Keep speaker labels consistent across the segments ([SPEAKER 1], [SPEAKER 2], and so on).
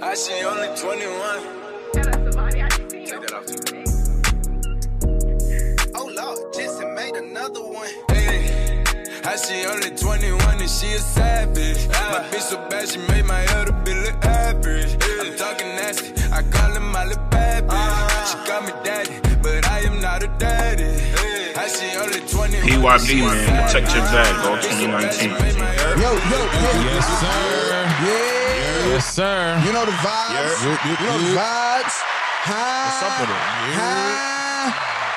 [SPEAKER 1] I see only 21. Take that off too. Oh Lord, Jesse made another one. Hey, I she only 21 and she a savage. My bitch so bad she made my other bitch look average. I'm talking nasty, I call him my little bad bitch. She call me daddy, but I am not a daddy. I she only 21.
[SPEAKER 2] PYD, man. Protect your bag, all 2019.
[SPEAKER 3] Yo, yo, yo.
[SPEAKER 4] Yes, sir.
[SPEAKER 3] Yeah.
[SPEAKER 4] Yes, sir.
[SPEAKER 3] You know the vibes.
[SPEAKER 4] Yeah.
[SPEAKER 3] You, know the vibes. Hi.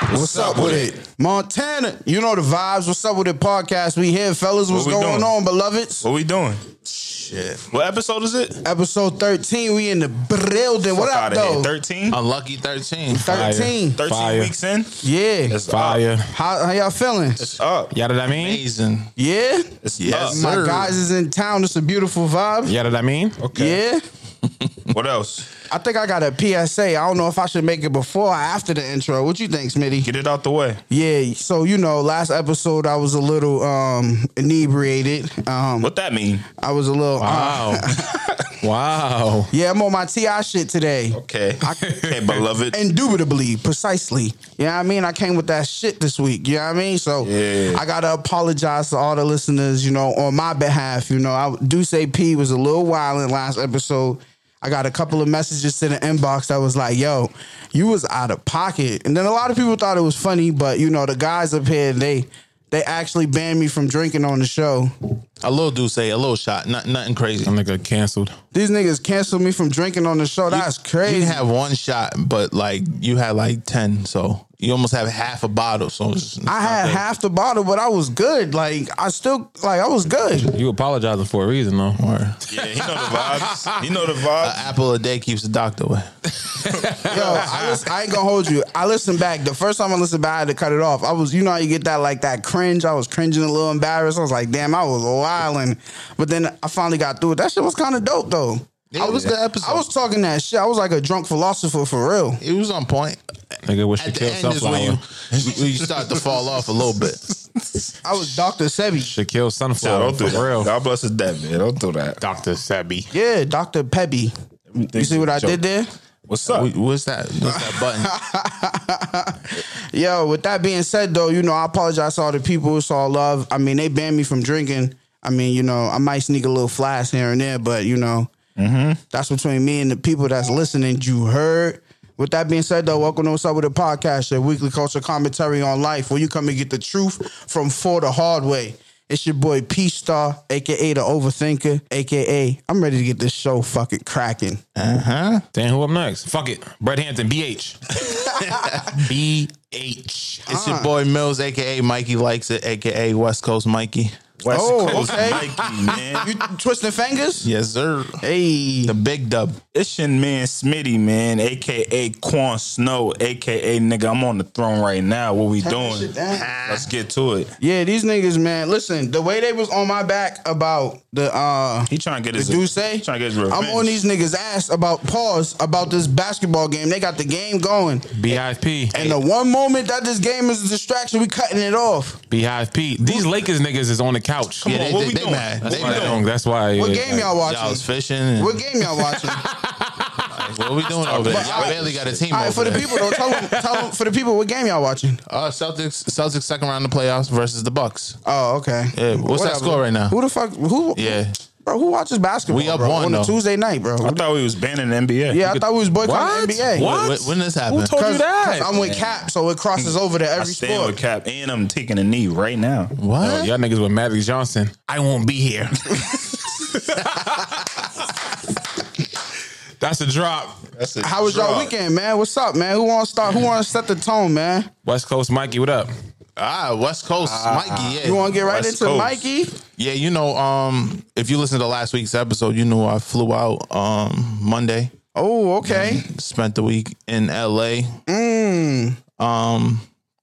[SPEAKER 3] Hi. What's up with it? Montana, you know the vibes. What's up with it? Podcast, we here, fellas. What's
[SPEAKER 4] we
[SPEAKER 3] going
[SPEAKER 4] doing?
[SPEAKER 3] on, beloveds?
[SPEAKER 4] What we doing?
[SPEAKER 3] Shit.
[SPEAKER 4] What episode is it?
[SPEAKER 3] Episode 13, we in the building. What up,
[SPEAKER 4] Outta
[SPEAKER 3] though?
[SPEAKER 4] here. 13?
[SPEAKER 5] Unlucky 13.
[SPEAKER 3] 13.
[SPEAKER 4] 13
[SPEAKER 6] Fire.
[SPEAKER 4] weeks in?
[SPEAKER 3] Yeah.
[SPEAKER 6] Fire.
[SPEAKER 3] How, how y'all feeling?
[SPEAKER 4] Up.
[SPEAKER 6] Y'all know what I mean?
[SPEAKER 5] Amazing.
[SPEAKER 3] Yeah.
[SPEAKER 4] It's
[SPEAKER 5] Yes.
[SPEAKER 3] My
[SPEAKER 5] Sir.
[SPEAKER 3] guys is in town. It's a beautiful vibe.
[SPEAKER 6] Y'all know what I mean?
[SPEAKER 3] Yeah.
[SPEAKER 4] up. What else?
[SPEAKER 3] I think I got a PSA. I don't know if I should make it before or after the intro. What you think, Smitty?
[SPEAKER 4] Get it out the way.
[SPEAKER 3] Yeah, so you know, last episode I was a little um inebriated. Um
[SPEAKER 4] What that mean?
[SPEAKER 3] I was a little uh,
[SPEAKER 6] Wow. wow.
[SPEAKER 3] Yeah, I'm on my TI shit today.
[SPEAKER 4] Okay. Okay, beloved.
[SPEAKER 3] Indubitably, precisely. You know what I mean? I came with that shit this week. You know what I mean? So
[SPEAKER 4] Yeah.
[SPEAKER 3] I gotta apologize to all the listeners, you know, on my behalf. You know, I do say P was a little wild in last episode. I got a couple of messages to the inbox that was like, yo, you was out of pocket. And then a lot of people thought it was funny, but you know, the guys up here, they they actually banned me from drinking on the show.
[SPEAKER 5] A little do say, a little shot. Not, nothing crazy.
[SPEAKER 6] That nigga canceled.
[SPEAKER 3] These niggas canceled me from drinking on the show. That's
[SPEAKER 5] You
[SPEAKER 3] crazy.
[SPEAKER 5] didn't have one shot, but like you had like 10. So you almost have half a bottle. So it's,
[SPEAKER 3] I had half the bottle, but I was good. Like I still like I was good.
[SPEAKER 6] You apologizing for a reason, though.
[SPEAKER 4] Yeah, he know the vibes. He know the
[SPEAKER 5] an
[SPEAKER 4] vibes.
[SPEAKER 5] apple a day keeps the doctor away.
[SPEAKER 3] Yo, I, lis- I ain't gonna hold you. I listened back. The first time I listened back, I had to cut it off. I was, you know, how you get that like that cringe. I was cringing a little embarrassed. I was like, damn, I was wilding. But then I finally got through it. That shit was kind of dope though.
[SPEAKER 5] It was the episode.
[SPEAKER 3] I was talking that shit. I was like a drunk philosopher for real.
[SPEAKER 5] it was on point.
[SPEAKER 6] Nigga wish to
[SPEAKER 5] At the
[SPEAKER 6] kill
[SPEAKER 5] end is when you,
[SPEAKER 6] sunflower.
[SPEAKER 5] when you start to fall off a little bit.
[SPEAKER 3] I was Dr. Sebi.
[SPEAKER 6] Should kill
[SPEAKER 4] Yo,
[SPEAKER 6] sunflower
[SPEAKER 4] don't do
[SPEAKER 6] for
[SPEAKER 4] that.
[SPEAKER 6] real.
[SPEAKER 4] God bless his dead man. Don't do that.
[SPEAKER 6] Doctor Sebi.
[SPEAKER 3] Yeah, Dr. Pebby. You see what I did there?
[SPEAKER 4] What's up?
[SPEAKER 5] Wh- What's that? What's that button?
[SPEAKER 3] Yo, with that being said, though, you know, I apologize to all the people. It's all love. I mean, they banned me from drinking. I mean, you know, I might sneak a little flash here and there, but, you know, that's between me and the people that's listening. You heard. With that being said, though, welcome to What's Up With The Podcast, your weekly culture commentary on life, where you come and get the truth from for the hard way. It's your boy P Star, aka the Overthinker, aka I'm ready to get this show fucking cracking.
[SPEAKER 5] Uh-huh.
[SPEAKER 6] Damn, who up next? Fuck it. Brett Hampton, BH. BH.
[SPEAKER 5] It's your boy Mills, aka Mikey likes it, aka West Coast Mikey.
[SPEAKER 4] West
[SPEAKER 3] Oh,
[SPEAKER 4] Coast
[SPEAKER 3] okay.
[SPEAKER 4] Mikey, man.
[SPEAKER 3] You twisting fingers?
[SPEAKER 5] Yes, sir.
[SPEAKER 3] Hey.
[SPEAKER 5] The big dub.
[SPEAKER 4] It's your man Smitty, man, aka Quan Snow, aka nigga. I'm on the throne right now. What we
[SPEAKER 3] that
[SPEAKER 4] doing?
[SPEAKER 3] shit down.
[SPEAKER 4] Let's get to it.
[SPEAKER 3] Yeah, these niggas, man. Listen, the way they was on my back about the uh
[SPEAKER 4] He trying to get
[SPEAKER 3] the
[SPEAKER 4] his
[SPEAKER 3] Duce, I'm
[SPEAKER 4] Trying to get his revenge.
[SPEAKER 3] on these niggas ass about pause about this basketball game. They got the game going,
[SPEAKER 6] Beehive P.
[SPEAKER 3] and the one moment that this game is a distraction, we cutting it off.
[SPEAKER 6] Beehive P. These Lakers niggas is on the couch.
[SPEAKER 5] yeah,
[SPEAKER 4] on,
[SPEAKER 5] they,
[SPEAKER 4] what
[SPEAKER 5] they,
[SPEAKER 4] we
[SPEAKER 5] they
[SPEAKER 4] doing?
[SPEAKER 5] mad.
[SPEAKER 4] What
[SPEAKER 6] That's
[SPEAKER 5] They
[SPEAKER 6] why.
[SPEAKER 5] mad.
[SPEAKER 6] they don't- That's why.
[SPEAKER 3] What
[SPEAKER 6] yeah,
[SPEAKER 3] game
[SPEAKER 6] like,
[SPEAKER 3] y'all
[SPEAKER 5] Y'all was
[SPEAKER 3] watching?
[SPEAKER 5] fishing. and-
[SPEAKER 3] What game y'all watching? All
[SPEAKER 5] What we doing over there? Y'all barely got a team
[SPEAKER 3] right,
[SPEAKER 5] over
[SPEAKER 3] for the
[SPEAKER 5] there.
[SPEAKER 3] people though, tell them, for the people, what game y'all watching?
[SPEAKER 5] Uh, Celtics, Celtics second round of the playoffs versus the Bucks.
[SPEAKER 3] Oh, okay.
[SPEAKER 5] Yeah, what's that
[SPEAKER 3] Whatever.
[SPEAKER 5] score right now?
[SPEAKER 3] Who the fuck? Who?
[SPEAKER 5] Yeah.
[SPEAKER 3] bro, who watches basketball?
[SPEAKER 5] We up
[SPEAKER 3] bro,
[SPEAKER 5] one,
[SPEAKER 3] on a
[SPEAKER 5] though.
[SPEAKER 3] Tuesday night, bro.
[SPEAKER 4] I thought we was banning the NBA.
[SPEAKER 3] Yeah, I thought we was boycotting
[SPEAKER 6] What?
[SPEAKER 3] the NBA.
[SPEAKER 6] What?
[SPEAKER 5] When, when this happened?
[SPEAKER 6] Who told you
[SPEAKER 3] Cause,
[SPEAKER 6] that?
[SPEAKER 3] 'cause I'm with Cap, so it crosses over to
[SPEAKER 4] I
[SPEAKER 3] every
[SPEAKER 4] stand
[SPEAKER 3] sport.
[SPEAKER 4] with Cap, and I'm taking a knee right now.
[SPEAKER 6] Yo,
[SPEAKER 5] what?
[SPEAKER 6] oh, y'all niggas with Magic Johnson. I won't be here. That's a drop.
[SPEAKER 3] How was y'all weekend, man? What's up, man? Who want to start? Who want to set the tone, man?
[SPEAKER 6] West Coast Mikey, what up?
[SPEAKER 5] Ah, West Coast, Mikey. Yeah,
[SPEAKER 3] You want to get right
[SPEAKER 4] West
[SPEAKER 3] into
[SPEAKER 4] Coast.
[SPEAKER 3] Mikey?
[SPEAKER 5] yeah. You know, um, if you listen to last week's episode, you know I flew out um Monday,
[SPEAKER 3] Oh, okay. Hmm.
[SPEAKER 5] spent the week in L.A.
[SPEAKER 4] Hmm.
[SPEAKER 5] Um,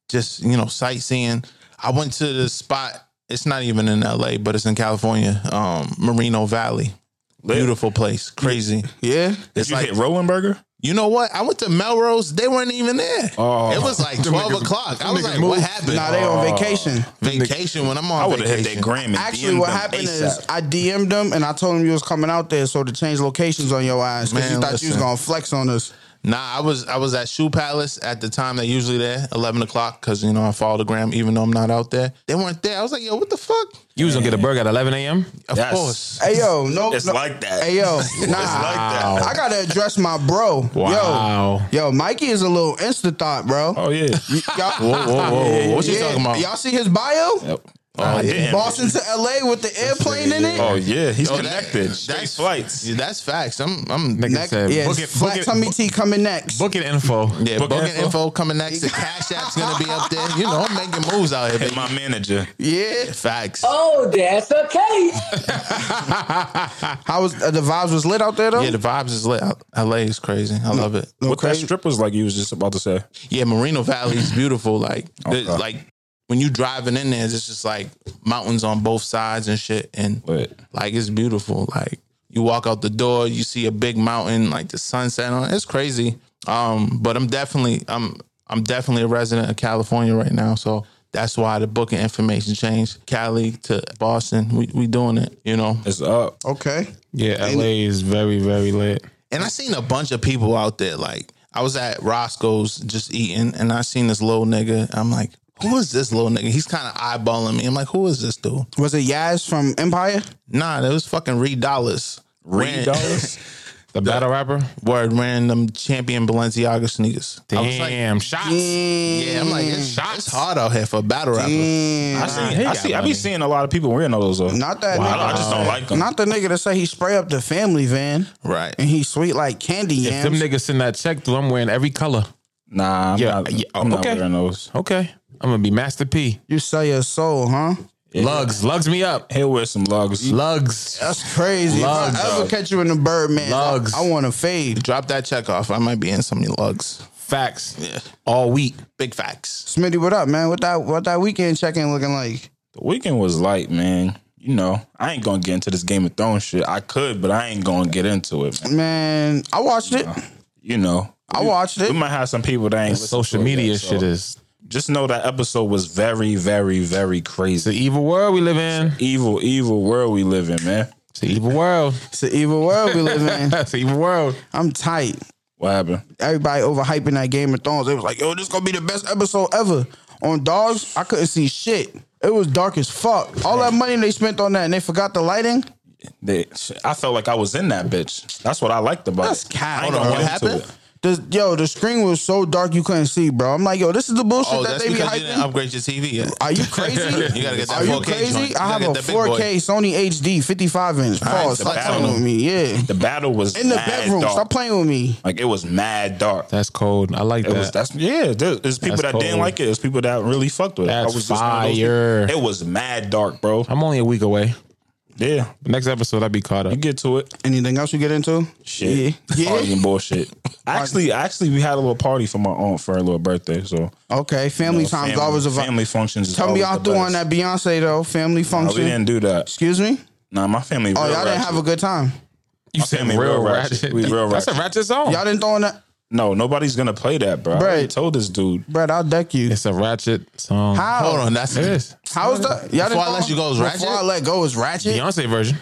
[SPEAKER 5] just you know sightseeing. I went to the spot. It's not even in L.A., but it's in California. Um, Merino Valley, beautiful place, crazy.
[SPEAKER 3] Yeah.
[SPEAKER 5] It's
[SPEAKER 4] you
[SPEAKER 5] like
[SPEAKER 4] hit Rowan Burger?
[SPEAKER 5] You know what? I went to Melrose. They weren't even there.
[SPEAKER 6] Oh.
[SPEAKER 5] it was like
[SPEAKER 6] Them
[SPEAKER 5] twelve
[SPEAKER 6] niggas-
[SPEAKER 5] o'clock. I
[SPEAKER 6] them
[SPEAKER 5] was
[SPEAKER 6] niggas
[SPEAKER 5] like,
[SPEAKER 6] moved.
[SPEAKER 5] "What happened?" Oh.
[SPEAKER 3] Nah, they on vacation.
[SPEAKER 5] vacation when I'm on.
[SPEAKER 4] Oh. I would have hit
[SPEAKER 5] vacation.
[SPEAKER 4] that gram and
[SPEAKER 3] Actually,
[SPEAKER 4] DM'd
[SPEAKER 3] what
[SPEAKER 4] them
[SPEAKER 3] happened
[SPEAKER 4] ASAP.
[SPEAKER 3] is I DM'd him and I told him you was coming out there, so to change locations on your ass because you
[SPEAKER 5] Man,
[SPEAKER 3] thought you
[SPEAKER 5] listen.
[SPEAKER 3] was gonna flex on us.
[SPEAKER 5] Nah, I was I was at Shoe Palace at the time they usually there, eleven o'clock, because you know I follow the gram even though I'm not out there. They weren't there. I was like, yo, what the fuck?
[SPEAKER 6] You was gonna get a burger at 11 a.m.
[SPEAKER 5] Of
[SPEAKER 4] Yes.
[SPEAKER 5] course.
[SPEAKER 3] Hey yo, no,
[SPEAKER 4] It's
[SPEAKER 3] no-
[SPEAKER 4] like that.
[SPEAKER 3] Hey yo, nah,
[SPEAKER 4] that.
[SPEAKER 3] I gotta address my bro.
[SPEAKER 5] Wow.
[SPEAKER 3] Yo, yo, Mikey is a little insta thought, bro.
[SPEAKER 4] Oh yeah.
[SPEAKER 3] Y'all,
[SPEAKER 5] Whoa, whoa, whoa! What you talking about?
[SPEAKER 3] Y'all see his bio?
[SPEAKER 4] Oh, damn.
[SPEAKER 3] Boston to LA with the airplane in it.
[SPEAKER 4] Oh yeah, he's
[SPEAKER 5] Yo, that-
[SPEAKER 4] connected. Straight
[SPEAKER 5] that's-
[SPEAKER 4] flights.
[SPEAKER 5] Yeah, that's facts. I'm I'm
[SPEAKER 6] Nigga
[SPEAKER 3] Next,
[SPEAKER 6] said,
[SPEAKER 3] yeah,
[SPEAKER 6] book it,
[SPEAKER 3] it's
[SPEAKER 6] book
[SPEAKER 3] Flat
[SPEAKER 6] it,
[SPEAKER 3] Tummy T coming next.
[SPEAKER 6] book it info.
[SPEAKER 5] yeah.
[SPEAKER 6] book it
[SPEAKER 5] Booking info. coming next. The cash app's gonna be up there. You know, I'm making moves out here.
[SPEAKER 4] And
[SPEAKER 5] Baby.
[SPEAKER 4] my manager.
[SPEAKER 3] Yeah,
[SPEAKER 5] Facts.
[SPEAKER 7] Oh, that's okay.
[SPEAKER 3] how was uh, the vibes was lit out there though?
[SPEAKER 5] Yeah, the vibes is lit. LA is crazy. I love it.
[SPEAKER 4] What that
[SPEAKER 3] crazy.
[SPEAKER 4] strip was like you was just about to say.
[SPEAKER 5] Yeah, Merino Valley is beautiful. Like, the-
[SPEAKER 4] Okay.
[SPEAKER 5] like when you driving in there, it's just like mountains on both sides and shit. And
[SPEAKER 4] But
[SPEAKER 5] like it's beautiful. Like you walk out the door, you see a big mountain, like the sunset on. It's crazy. Um, but I'm definitely I'm I'm definitely a resident of California right now, so that's why the booking information changed Cali to Boston. We we doing it, you know.
[SPEAKER 4] it's up.
[SPEAKER 3] Okay,
[SPEAKER 6] Yeah, LA is very very lit.
[SPEAKER 5] And I seen a bunch of people out there. Like I was at Roscoe's just eating, and I seen this little nigga. I'm like, who is this little nigga? He's kind of eyeballing me. I'm like, who is this dude?
[SPEAKER 3] was it Yaz from Empire?
[SPEAKER 5] Nah, that was fucking Reed Dollars.
[SPEAKER 4] Reed Dollars?
[SPEAKER 6] The battle rapper.
[SPEAKER 5] Word ran them champion Balenciaga sneakers. I was like,
[SPEAKER 6] Damn shots.
[SPEAKER 5] yeah, I'm like, it's, it's hard out here for a battle rapper.
[SPEAKER 4] I
[SPEAKER 3] Damn,
[SPEAKER 4] see.
[SPEAKER 6] he
[SPEAKER 4] I
[SPEAKER 6] got
[SPEAKER 4] see. I be
[SPEAKER 6] money.
[SPEAKER 4] seeing a lot of people wearing all those. Though.
[SPEAKER 3] not that.
[SPEAKER 4] I,
[SPEAKER 3] nigga.
[SPEAKER 4] don't- I just don't like them.
[SPEAKER 3] Not the nigga that say he spray up the family van
[SPEAKER 5] Right.
[SPEAKER 3] and he sweet like candy
[SPEAKER 6] If them
[SPEAKER 3] yams.
[SPEAKER 6] niggas send that check through, I'm wearing every color.
[SPEAKER 4] nah, I'm,
[SPEAKER 6] Yeah,
[SPEAKER 4] not,
[SPEAKER 6] yeah,
[SPEAKER 4] I'm not
[SPEAKER 6] okay.
[SPEAKER 4] wearing those.
[SPEAKER 6] Okay, I'm gonna be Master P.
[SPEAKER 3] you sell your soul, huh?
[SPEAKER 6] Lugs, lugs me up.
[SPEAKER 4] He'll wear some lugs.
[SPEAKER 6] Lugs.
[SPEAKER 3] That's crazy.
[SPEAKER 6] Lugs,
[SPEAKER 3] if I ever
[SPEAKER 6] dog.
[SPEAKER 3] catch you in the Birdman,
[SPEAKER 6] Lugs.
[SPEAKER 3] I, want to fade.
[SPEAKER 5] Drop that check off. I might be in some of your lugs.
[SPEAKER 6] Facts.
[SPEAKER 5] Yeah.
[SPEAKER 6] All week.
[SPEAKER 5] Big facts.
[SPEAKER 3] Smitty, what up, man? What that what that weekend check in looking like?
[SPEAKER 4] The weekend was light, man. You know, I ain't gonna get into this Game of Thrones shit. I could, but I ain't gonna get into it. Man.
[SPEAKER 3] Man, I watched it.
[SPEAKER 4] You know,
[SPEAKER 3] I watched
[SPEAKER 4] we
[SPEAKER 3] it.
[SPEAKER 4] might have some people that ain't listened
[SPEAKER 6] Social
[SPEAKER 4] to it yet,
[SPEAKER 6] media
[SPEAKER 4] so
[SPEAKER 6] shit is
[SPEAKER 4] Just know that episode was very, very, very
[SPEAKER 6] the
[SPEAKER 4] crazy.
[SPEAKER 6] evil world we live in.
[SPEAKER 4] Evil, evil world we live in, man.
[SPEAKER 6] It's the evil world.
[SPEAKER 3] It's an evil world we live in.
[SPEAKER 6] That's the evil world.
[SPEAKER 3] I'm tight.
[SPEAKER 4] What happened?
[SPEAKER 3] Everybody overhyping that Game of Thrones. It was like, yo, this gonna be the best episode ever. On Dogs, I couldn't see shit. It was dark as fuck. All that money they spent on that and they forgot the lighting.
[SPEAKER 4] They, I felt like I was in that bitch. That's what I liked about
[SPEAKER 3] That's
[SPEAKER 4] it.
[SPEAKER 3] cap.
[SPEAKER 4] I ain't
[SPEAKER 3] Hold
[SPEAKER 4] gonna
[SPEAKER 3] on,
[SPEAKER 4] get
[SPEAKER 5] what
[SPEAKER 4] into
[SPEAKER 5] happened?
[SPEAKER 4] it.
[SPEAKER 3] The, yo, the screen was so dark you couldn't see, bro. I'm like, yo, this is the bullshit
[SPEAKER 5] Oh,
[SPEAKER 3] that
[SPEAKER 5] that's
[SPEAKER 3] they be
[SPEAKER 5] because you didn't
[SPEAKER 3] hyping.
[SPEAKER 5] upgrade your TV yet.
[SPEAKER 3] Are you crazy?
[SPEAKER 5] You gotta get that
[SPEAKER 3] Are you
[SPEAKER 5] 4K
[SPEAKER 3] crazy?
[SPEAKER 5] joint. You
[SPEAKER 3] I have
[SPEAKER 5] gotta
[SPEAKER 3] a
[SPEAKER 5] get that big boy.
[SPEAKER 3] 4K Sony HD 55 inch. Pause.
[SPEAKER 5] the
[SPEAKER 3] Stop
[SPEAKER 4] battle.
[SPEAKER 3] playing with me. Yeah.
[SPEAKER 4] The battle was
[SPEAKER 3] In the
[SPEAKER 4] mad
[SPEAKER 3] bedroom.
[SPEAKER 4] dark.
[SPEAKER 3] Stop playing with me.
[SPEAKER 4] Like it was mad dark.
[SPEAKER 6] That's cold. I like
[SPEAKER 4] It was
[SPEAKER 6] that.
[SPEAKER 4] that's yeah. There, there's people
[SPEAKER 6] That's
[SPEAKER 4] that didn't
[SPEAKER 6] cold.
[SPEAKER 4] like it. There's people that really fucked with it.
[SPEAKER 6] That's
[SPEAKER 4] was just one of those people.
[SPEAKER 6] fire.
[SPEAKER 4] It was mad dark, bro.
[SPEAKER 6] I'm only a week away.
[SPEAKER 4] Yeah,
[SPEAKER 6] The next episode, I'll be caught up.
[SPEAKER 4] you get to it.
[SPEAKER 3] Anything else you get into?
[SPEAKER 4] Shit,
[SPEAKER 3] Yeah.
[SPEAKER 4] party
[SPEAKER 3] yeah.
[SPEAKER 4] and bullshit. actually, actually, we had a little party for my aunt for her little birthday. So
[SPEAKER 3] Okay. Family
[SPEAKER 4] you know,
[SPEAKER 3] time's always a vibe.
[SPEAKER 4] family functions. is
[SPEAKER 3] Tell
[SPEAKER 4] always
[SPEAKER 3] me y'all
[SPEAKER 4] the
[SPEAKER 3] through on
[SPEAKER 4] best.
[SPEAKER 3] that Beyonce though. Family
[SPEAKER 4] Nah, Oh, we
[SPEAKER 3] function.
[SPEAKER 4] didn't do that.
[SPEAKER 3] Excuse me.
[SPEAKER 4] Nah, my family.
[SPEAKER 3] Oh,
[SPEAKER 4] real
[SPEAKER 3] y'all didn't
[SPEAKER 4] ratchet.
[SPEAKER 3] have a good time.
[SPEAKER 6] You
[SPEAKER 4] My family real ratchet. We real
[SPEAKER 6] That's a
[SPEAKER 4] ratchet.
[SPEAKER 6] ratchet song.
[SPEAKER 3] Y'all didn't throw in that,
[SPEAKER 4] No, nobody's gonna play that, bro. I already
[SPEAKER 3] Right.
[SPEAKER 4] told this dude.
[SPEAKER 3] Brad. I'll deck you.
[SPEAKER 6] It's a ratchet song.
[SPEAKER 3] How?
[SPEAKER 5] Hold on, that's
[SPEAKER 6] It is.
[SPEAKER 3] How's that? Y'all
[SPEAKER 5] Before I
[SPEAKER 3] didn't
[SPEAKER 5] Let You Go is ratchet?
[SPEAKER 3] Before I let go is ratchet.
[SPEAKER 6] Beyonce version.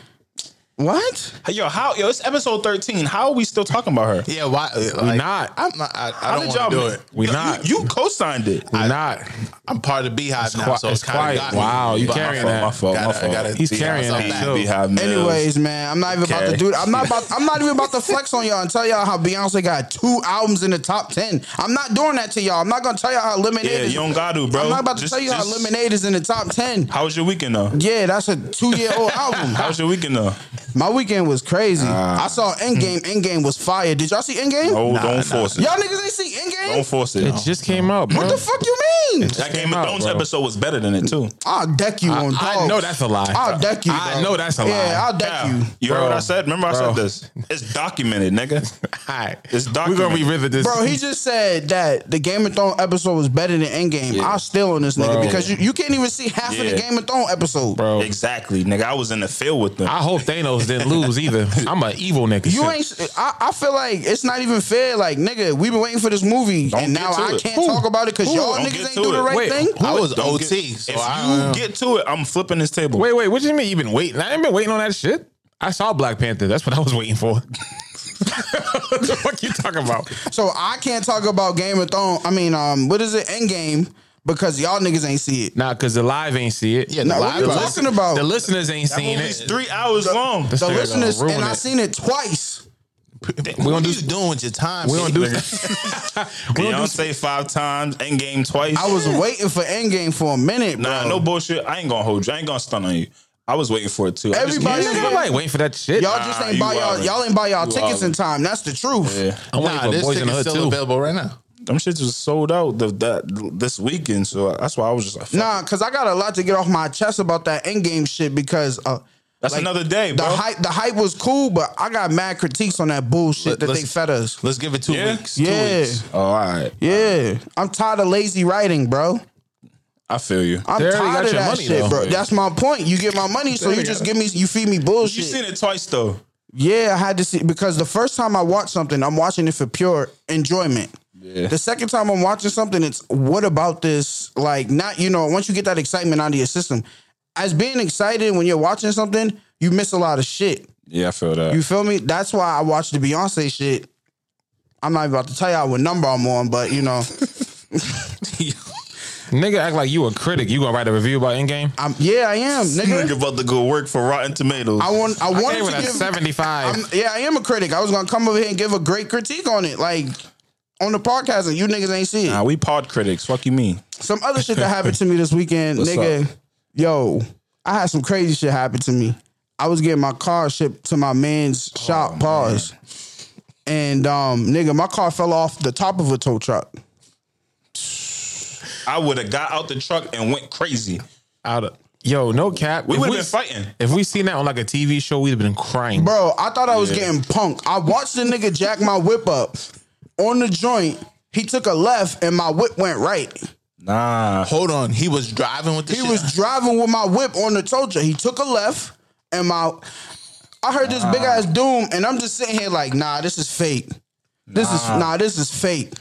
[SPEAKER 3] What?
[SPEAKER 4] Hey, Yo, how? Yo, it's episode thirteen. How are we still talking about her?
[SPEAKER 5] Yeah, why?
[SPEAKER 6] We
[SPEAKER 5] like,
[SPEAKER 6] not.
[SPEAKER 5] I'm not. I, I
[SPEAKER 4] How
[SPEAKER 5] don't
[SPEAKER 4] did
[SPEAKER 5] want to do
[SPEAKER 4] ma-
[SPEAKER 5] it.
[SPEAKER 6] We
[SPEAKER 4] You-
[SPEAKER 6] not.
[SPEAKER 4] You, you co-signed it.
[SPEAKER 6] We're not.
[SPEAKER 5] I'm part of the Beehive now,
[SPEAKER 6] qui-
[SPEAKER 5] so it's,
[SPEAKER 6] it's
[SPEAKER 5] kind
[SPEAKER 6] quiet.
[SPEAKER 5] of
[SPEAKER 6] Wow, you
[SPEAKER 4] My
[SPEAKER 6] carrying
[SPEAKER 4] fault,
[SPEAKER 6] that.
[SPEAKER 4] My fault.
[SPEAKER 5] Gotta-
[SPEAKER 4] my fault.
[SPEAKER 5] gotta-
[SPEAKER 6] He's
[SPEAKER 5] Beehive
[SPEAKER 6] carrying
[SPEAKER 5] something.
[SPEAKER 6] that too.
[SPEAKER 4] Beehive Mills.
[SPEAKER 3] Anyways, man, I'm not even about to
[SPEAKER 4] Okay.
[SPEAKER 3] do that. I'm not about. I'm not even about to flex on y'all and tell y'all how Beyonce got two albums in the top ten. I'm not doing that to y'all. I'm not gonna tell y'all how Lemonade.
[SPEAKER 4] Yeah,
[SPEAKER 3] is,
[SPEAKER 4] you don't gotta, bro.
[SPEAKER 3] I'm not about to
[SPEAKER 4] Just-
[SPEAKER 3] tell you how
[SPEAKER 4] just-
[SPEAKER 3] Lemonade is in the top ten.
[SPEAKER 4] How was your weekend though?
[SPEAKER 3] Yeah, that's a two year old album.
[SPEAKER 4] How was your weekend though?
[SPEAKER 3] My weekend was crazy. I saw Endgame. Endgame was fire. Did y'all see Endgame?
[SPEAKER 4] Oh, don't force it.
[SPEAKER 3] Y'all niggas ain't see Endgame.
[SPEAKER 4] Don't force it.
[SPEAKER 6] It just came out, bro.
[SPEAKER 3] What the fuck you mean?
[SPEAKER 4] that
[SPEAKER 6] came
[SPEAKER 4] Game of
[SPEAKER 6] out,
[SPEAKER 4] Thrones
[SPEAKER 6] bro.
[SPEAKER 4] episode was better than it too.
[SPEAKER 3] I'll deck you on dogs.
[SPEAKER 6] I know that's a lie.
[SPEAKER 3] I'll deck you.
[SPEAKER 6] I
[SPEAKER 3] bro.
[SPEAKER 6] know that's a
[SPEAKER 3] Yeah, I'll
[SPEAKER 6] lie.
[SPEAKER 3] deck you.
[SPEAKER 4] You heard what I said? Remember I
[SPEAKER 6] Bro.
[SPEAKER 4] said this. It's documented, nigga.
[SPEAKER 6] All right.
[SPEAKER 4] It's
[SPEAKER 6] We're
[SPEAKER 4] documented.
[SPEAKER 6] going to revisit this.
[SPEAKER 3] Bro, he just said that the Game of Thrones episode was better than Endgame. I'll steal on this nigga
[SPEAKER 6] Bro.
[SPEAKER 3] because you, you can't even see half of
[SPEAKER 4] Yeah.
[SPEAKER 3] the Game of Thrones episode.
[SPEAKER 6] Bro.
[SPEAKER 4] Exactly, nigga. I was in the field with them.
[SPEAKER 6] I hope Thanos Bills didn't lose either. I'm an evil nigga.
[SPEAKER 3] You ain't. I, I feel like it's not even fair. Like nigga, we've been waiting for this movie, and
[SPEAKER 4] get
[SPEAKER 3] now
[SPEAKER 4] to
[SPEAKER 3] I
[SPEAKER 4] it.
[SPEAKER 3] can't talk about it because y'all
[SPEAKER 4] Don't
[SPEAKER 3] niggas
[SPEAKER 4] get
[SPEAKER 3] ain't
[SPEAKER 4] to
[SPEAKER 3] do the
[SPEAKER 4] it.
[SPEAKER 3] right
[SPEAKER 6] Wait,
[SPEAKER 3] thing.
[SPEAKER 5] I was
[SPEAKER 4] Don't get-
[SPEAKER 5] OT, so
[SPEAKER 4] if
[SPEAKER 5] I
[SPEAKER 4] you
[SPEAKER 5] don't know.
[SPEAKER 4] get to it, I'm flipping this table.
[SPEAKER 6] Wait, wait. What do you mean? You been waiting? I ain't been waiting on that shit. I saw Black Panther. That's what I was waiting for. what the fuck you talking about?
[SPEAKER 3] So I can't talk about Game of Thrones. I mean, um, what is it? Endgame, because y'all niggas ain't see it.
[SPEAKER 6] Nah, because the live ain't see it.
[SPEAKER 5] Yeah,
[SPEAKER 3] Nah, what
[SPEAKER 5] live
[SPEAKER 3] you
[SPEAKER 5] was-
[SPEAKER 3] talking about?
[SPEAKER 6] The listeners ain't seen
[SPEAKER 4] It's
[SPEAKER 6] it.
[SPEAKER 4] three hours long.
[SPEAKER 3] The
[SPEAKER 6] nigga
[SPEAKER 3] listeners
[SPEAKER 6] gonna ruin
[SPEAKER 3] and I
[SPEAKER 6] it.
[SPEAKER 3] seen it twice.
[SPEAKER 6] We
[SPEAKER 5] What
[SPEAKER 6] don't
[SPEAKER 5] are
[SPEAKER 6] do.
[SPEAKER 5] you doing with your time?
[SPEAKER 6] We don't do. we don't do.
[SPEAKER 4] Beyonce five times, Endgame twice.
[SPEAKER 3] I was waiting for Endgame for a minute, bro.
[SPEAKER 4] nah, no bullshit. I ain't gonna hold you. I ain't gonna stun on you. I was waiting for it too. I just-
[SPEAKER 3] Everybody-
[SPEAKER 6] Nigga, I'm like waiting for that shit.
[SPEAKER 3] y'all just
[SPEAKER 4] Nah,
[SPEAKER 3] ain't
[SPEAKER 4] you
[SPEAKER 3] buy y'all.
[SPEAKER 4] wildin'.
[SPEAKER 3] Y'all ain't buy y'all
[SPEAKER 4] You
[SPEAKER 3] tickets in
[SPEAKER 4] wildin'.
[SPEAKER 3] time. That's the truth.
[SPEAKER 4] Yeah.
[SPEAKER 6] I'm waiting
[SPEAKER 5] Nah,
[SPEAKER 6] for
[SPEAKER 5] this
[SPEAKER 6] Boys in the
[SPEAKER 5] ticket's
[SPEAKER 6] Hood
[SPEAKER 5] still
[SPEAKER 6] too.
[SPEAKER 5] available right now.
[SPEAKER 4] them shits was sold out the, that this weekend. So that's why I was just like, fuck it.
[SPEAKER 3] Nah, cause I got a lot to get off my chest about that Endgame shit because uh,
[SPEAKER 4] That's another day,
[SPEAKER 3] the
[SPEAKER 4] bro.
[SPEAKER 3] hype, the hype was cool, but I got mad critiques on that bullshit
[SPEAKER 5] Let-
[SPEAKER 3] that they
[SPEAKER 5] let's-
[SPEAKER 3] fed us.
[SPEAKER 5] Let's give it two
[SPEAKER 4] Yeah?
[SPEAKER 5] weeks. Two
[SPEAKER 3] Yeah,
[SPEAKER 5] weeks.
[SPEAKER 4] Oh, all right.
[SPEAKER 3] yeah. I'm tired of lazy writing, bro.
[SPEAKER 4] I feel you.
[SPEAKER 3] I'm
[SPEAKER 6] They already got
[SPEAKER 3] tired of
[SPEAKER 6] your
[SPEAKER 3] that
[SPEAKER 6] money,
[SPEAKER 3] shit,
[SPEAKER 6] though.
[SPEAKER 3] bro. That's my point. You get my money, so you just give me, you feed me bullshit.
[SPEAKER 4] you seen it twice though.
[SPEAKER 3] Yeah, I had to see because the first time I watch something, I'm watching it for pure enjoyment. The second time I'm watching something, it's what about this? Like, not you know, once you get that excitement out of your system, as being excited when you're watching something, you miss a lot of shit.
[SPEAKER 4] Yeah, I feel that.
[SPEAKER 3] You feel me? That's why I watch the Beyonce shit. I'm not about to tell y'all what number I'm on, but you know,
[SPEAKER 6] Nigga, act like you a critic. You gonna write a review about Endgame?
[SPEAKER 3] I'm yeah, I am, nigga.
[SPEAKER 4] Nigga about to go work for Rotten Tomatoes.
[SPEAKER 3] I want, I
[SPEAKER 6] I
[SPEAKER 3] wanted
[SPEAKER 6] gave it
[SPEAKER 3] to
[SPEAKER 6] a
[SPEAKER 3] give.
[SPEAKER 6] 75.
[SPEAKER 3] I'm, yeah, I am a critic. I was gonna come over here and give a great critique on it, like on the podcast, and you niggas ain't see it.
[SPEAKER 4] nah, we pod critics. Fuck you mean?
[SPEAKER 3] some other shit that happened to me this weekend, nigga.
[SPEAKER 4] up?
[SPEAKER 3] Yo, I had some crazy shit happen to me. I was getting my car shipped to my man's shop, pause. And um, nigga, my car fell off the top of a tow truck.
[SPEAKER 4] I would have got out the truck and went crazy.
[SPEAKER 6] Out of yo, no cap.
[SPEAKER 4] We
[SPEAKER 6] If
[SPEAKER 4] would have been fighting.
[SPEAKER 6] If we seen that on like a TV show, we'd have been crying.
[SPEAKER 3] Bro, I thought I was getting punk. I watched the nigga jack my whip up on the joint. He took a left and my whip went right.
[SPEAKER 4] Nah.
[SPEAKER 5] Hold on. He was driving with the
[SPEAKER 3] He
[SPEAKER 5] shit.
[SPEAKER 3] was driving with my whip on the tow truck. He took a left and my I heard this big ass doom and I'm just sitting here like, nah, this is fake. This is nah, this is fake.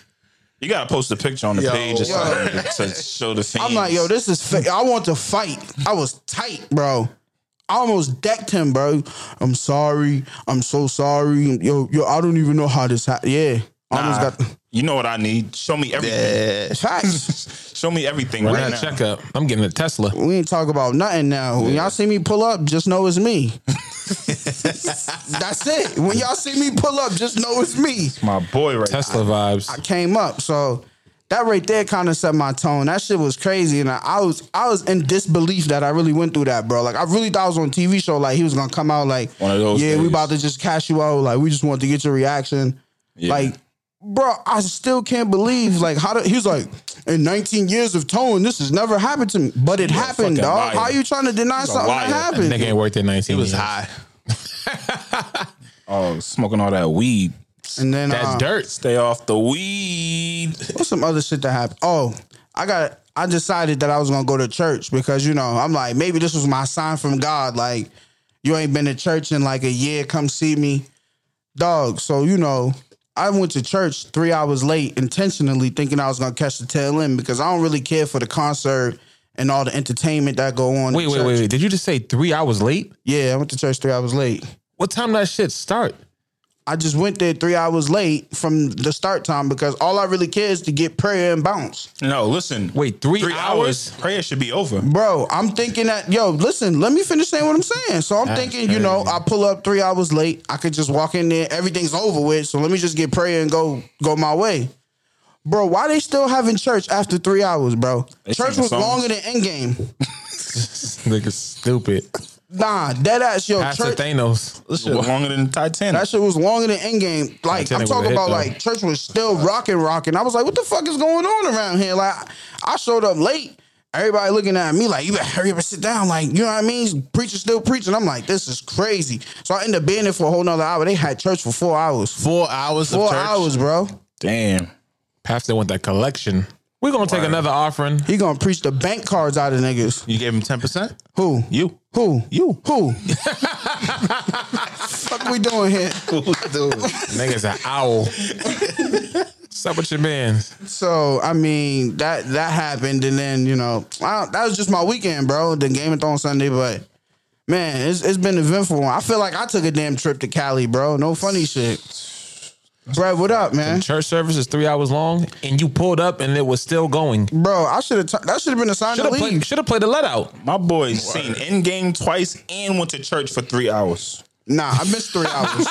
[SPEAKER 4] You gotta post a picture on the
[SPEAKER 5] Yo.
[SPEAKER 4] page or
[SPEAKER 5] Yo.
[SPEAKER 4] something to show the fans.
[SPEAKER 3] I'm like, yo, this is fake. I want to fight. I was tight, bro. I almost decked him, bro. I'm sorry. I'm so sorry. Yo, yo, I don't even know how this happened. Yeah. I
[SPEAKER 4] Nah,
[SPEAKER 3] almost got
[SPEAKER 4] you know what I need? Show me everything.
[SPEAKER 5] Yeah.
[SPEAKER 3] facts.
[SPEAKER 4] Show me everything
[SPEAKER 6] Run
[SPEAKER 4] right
[SPEAKER 6] that
[SPEAKER 4] now.
[SPEAKER 6] checkup. I'm getting a Tesla.
[SPEAKER 3] we ain't talk about nothing now. When y'all see me pull up, just know it's me. That's it. When y'all see me pull up, just know it's me.
[SPEAKER 4] My boy, right?
[SPEAKER 6] Tesla vibes.
[SPEAKER 3] I came up. So that right there kind of set my tone. That shit was crazy, and I, I was I was in disbelief that I really went through that, bro. Like I really thought I was on TV show. Like he was gonna come out like,
[SPEAKER 4] One of those
[SPEAKER 3] yeah, we
[SPEAKER 4] days.
[SPEAKER 3] about to just cash you out. Like we just want to get your reaction. Like, bro, I still can't believe like how the, he was like. In 19 years of tone, this has never happened to me. But it
[SPEAKER 4] a fucking
[SPEAKER 3] happened, dog.
[SPEAKER 4] liar.
[SPEAKER 3] How you trying to deny something
[SPEAKER 4] liar.
[SPEAKER 3] that
[SPEAKER 4] That
[SPEAKER 3] happened?
[SPEAKER 6] Nigga ain't worked in 19
[SPEAKER 5] He was
[SPEAKER 6] years.
[SPEAKER 5] high.
[SPEAKER 4] Oh, smoking all that weed.
[SPEAKER 3] And then
[SPEAKER 6] That's
[SPEAKER 3] uh,
[SPEAKER 6] dirt.
[SPEAKER 4] Stay off the weed.
[SPEAKER 3] What's some other shit that happened? Oh, I got. I decided that I was gonna go to church because you know I'm like maybe this was my sign from God. Like you ain't been to church in like a year. Come see me, dog. So you know I went to church three hours late intentionally, thinking I was gonna catch the tail end because I don't really care for the concert and all the entertainment that go on.
[SPEAKER 6] Wait,
[SPEAKER 3] in
[SPEAKER 6] wait,
[SPEAKER 3] church.
[SPEAKER 6] wait, wait. Did you just say three hours late?
[SPEAKER 3] Yeah, I went to church three hours late.
[SPEAKER 6] What time that shit start?
[SPEAKER 3] I just went there three hours late from the start time because all I really care is to get prayer and bounce.
[SPEAKER 4] No, listen.
[SPEAKER 6] Wait, three hours?
[SPEAKER 4] Prayer should be over.
[SPEAKER 3] Bro, I'm thinking that yo, listen, let me finish saying what I'm saying. So I'm thinking, you know, I pull up three hours late. I could just walk in there, everything's over with. So let me just get prayer and go go my way. Bro, why they still having church after three hours, bro? church
[SPEAKER 4] singing
[SPEAKER 3] was
[SPEAKER 4] songs.
[SPEAKER 3] longer than Endgame.
[SPEAKER 6] Nigga, stupid.
[SPEAKER 3] Nah, dead ass, yo.
[SPEAKER 6] Pastor
[SPEAKER 3] church,
[SPEAKER 6] Thanos.
[SPEAKER 4] This shit longer than Titanic.
[SPEAKER 3] that shit was longer than Endgame. Like
[SPEAKER 6] Titanic
[SPEAKER 3] I'm
[SPEAKER 6] was a
[SPEAKER 3] talking
[SPEAKER 6] hit,
[SPEAKER 3] about,
[SPEAKER 6] though.
[SPEAKER 3] like church was still rocking, rocking. I was like, what the fuck is going on around here? Like I showed up late. Everybody looking at me like, you better hurry up and sit down. Like, you know what I mean? Preacher still preaching. I'm like, this is crazy. So I ended up being there for a whole nother hour. They had church for four hours.
[SPEAKER 5] Four hours
[SPEAKER 3] Four
[SPEAKER 5] of church.
[SPEAKER 3] hours, bro.
[SPEAKER 4] Damn.
[SPEAKER 6] Pastor want that collection. We're gonna take another offering.
[SPEAKER 3] He gonna preach the bank cards out of niggas.
[SPEAKER 5] You gave him ten percent.
[SPEAKER 3] Who?
[SPEAKER 5] You.
[SPEAKER 3] Who?
[SPEAKER 5] You.
[SPEAKER 3] Who? fuck we doing here?
[SPEAKER 6] Niggas an owl. What's up with your man?
[SPEAKER 3] So I mean that that happened, and then you know I, that was just my weekend, bro. The Game of Thrones Sunday, but man, it's it's been eventful. One. I feel like I took a damn trip to Cali, bro. No funny shit. Bro, what up, man?
[SPEAKER 6] Church service is three hours long, and you pulled up, and it was still going.
[SPEAKER 3] Bro, I should have. T- that should have been a sign
[SPEAKER 6] Should
[SPEAKER 3] to
[SPEAKER 6] have
[SPEAKER 3] leave.
[SPEAKER 6] played. Should have played the let out.
[SPEAKER 4] My boy's seen Endgame twice and went to church for three hours.
[SPEAKER 3] Nah, I missed three hours.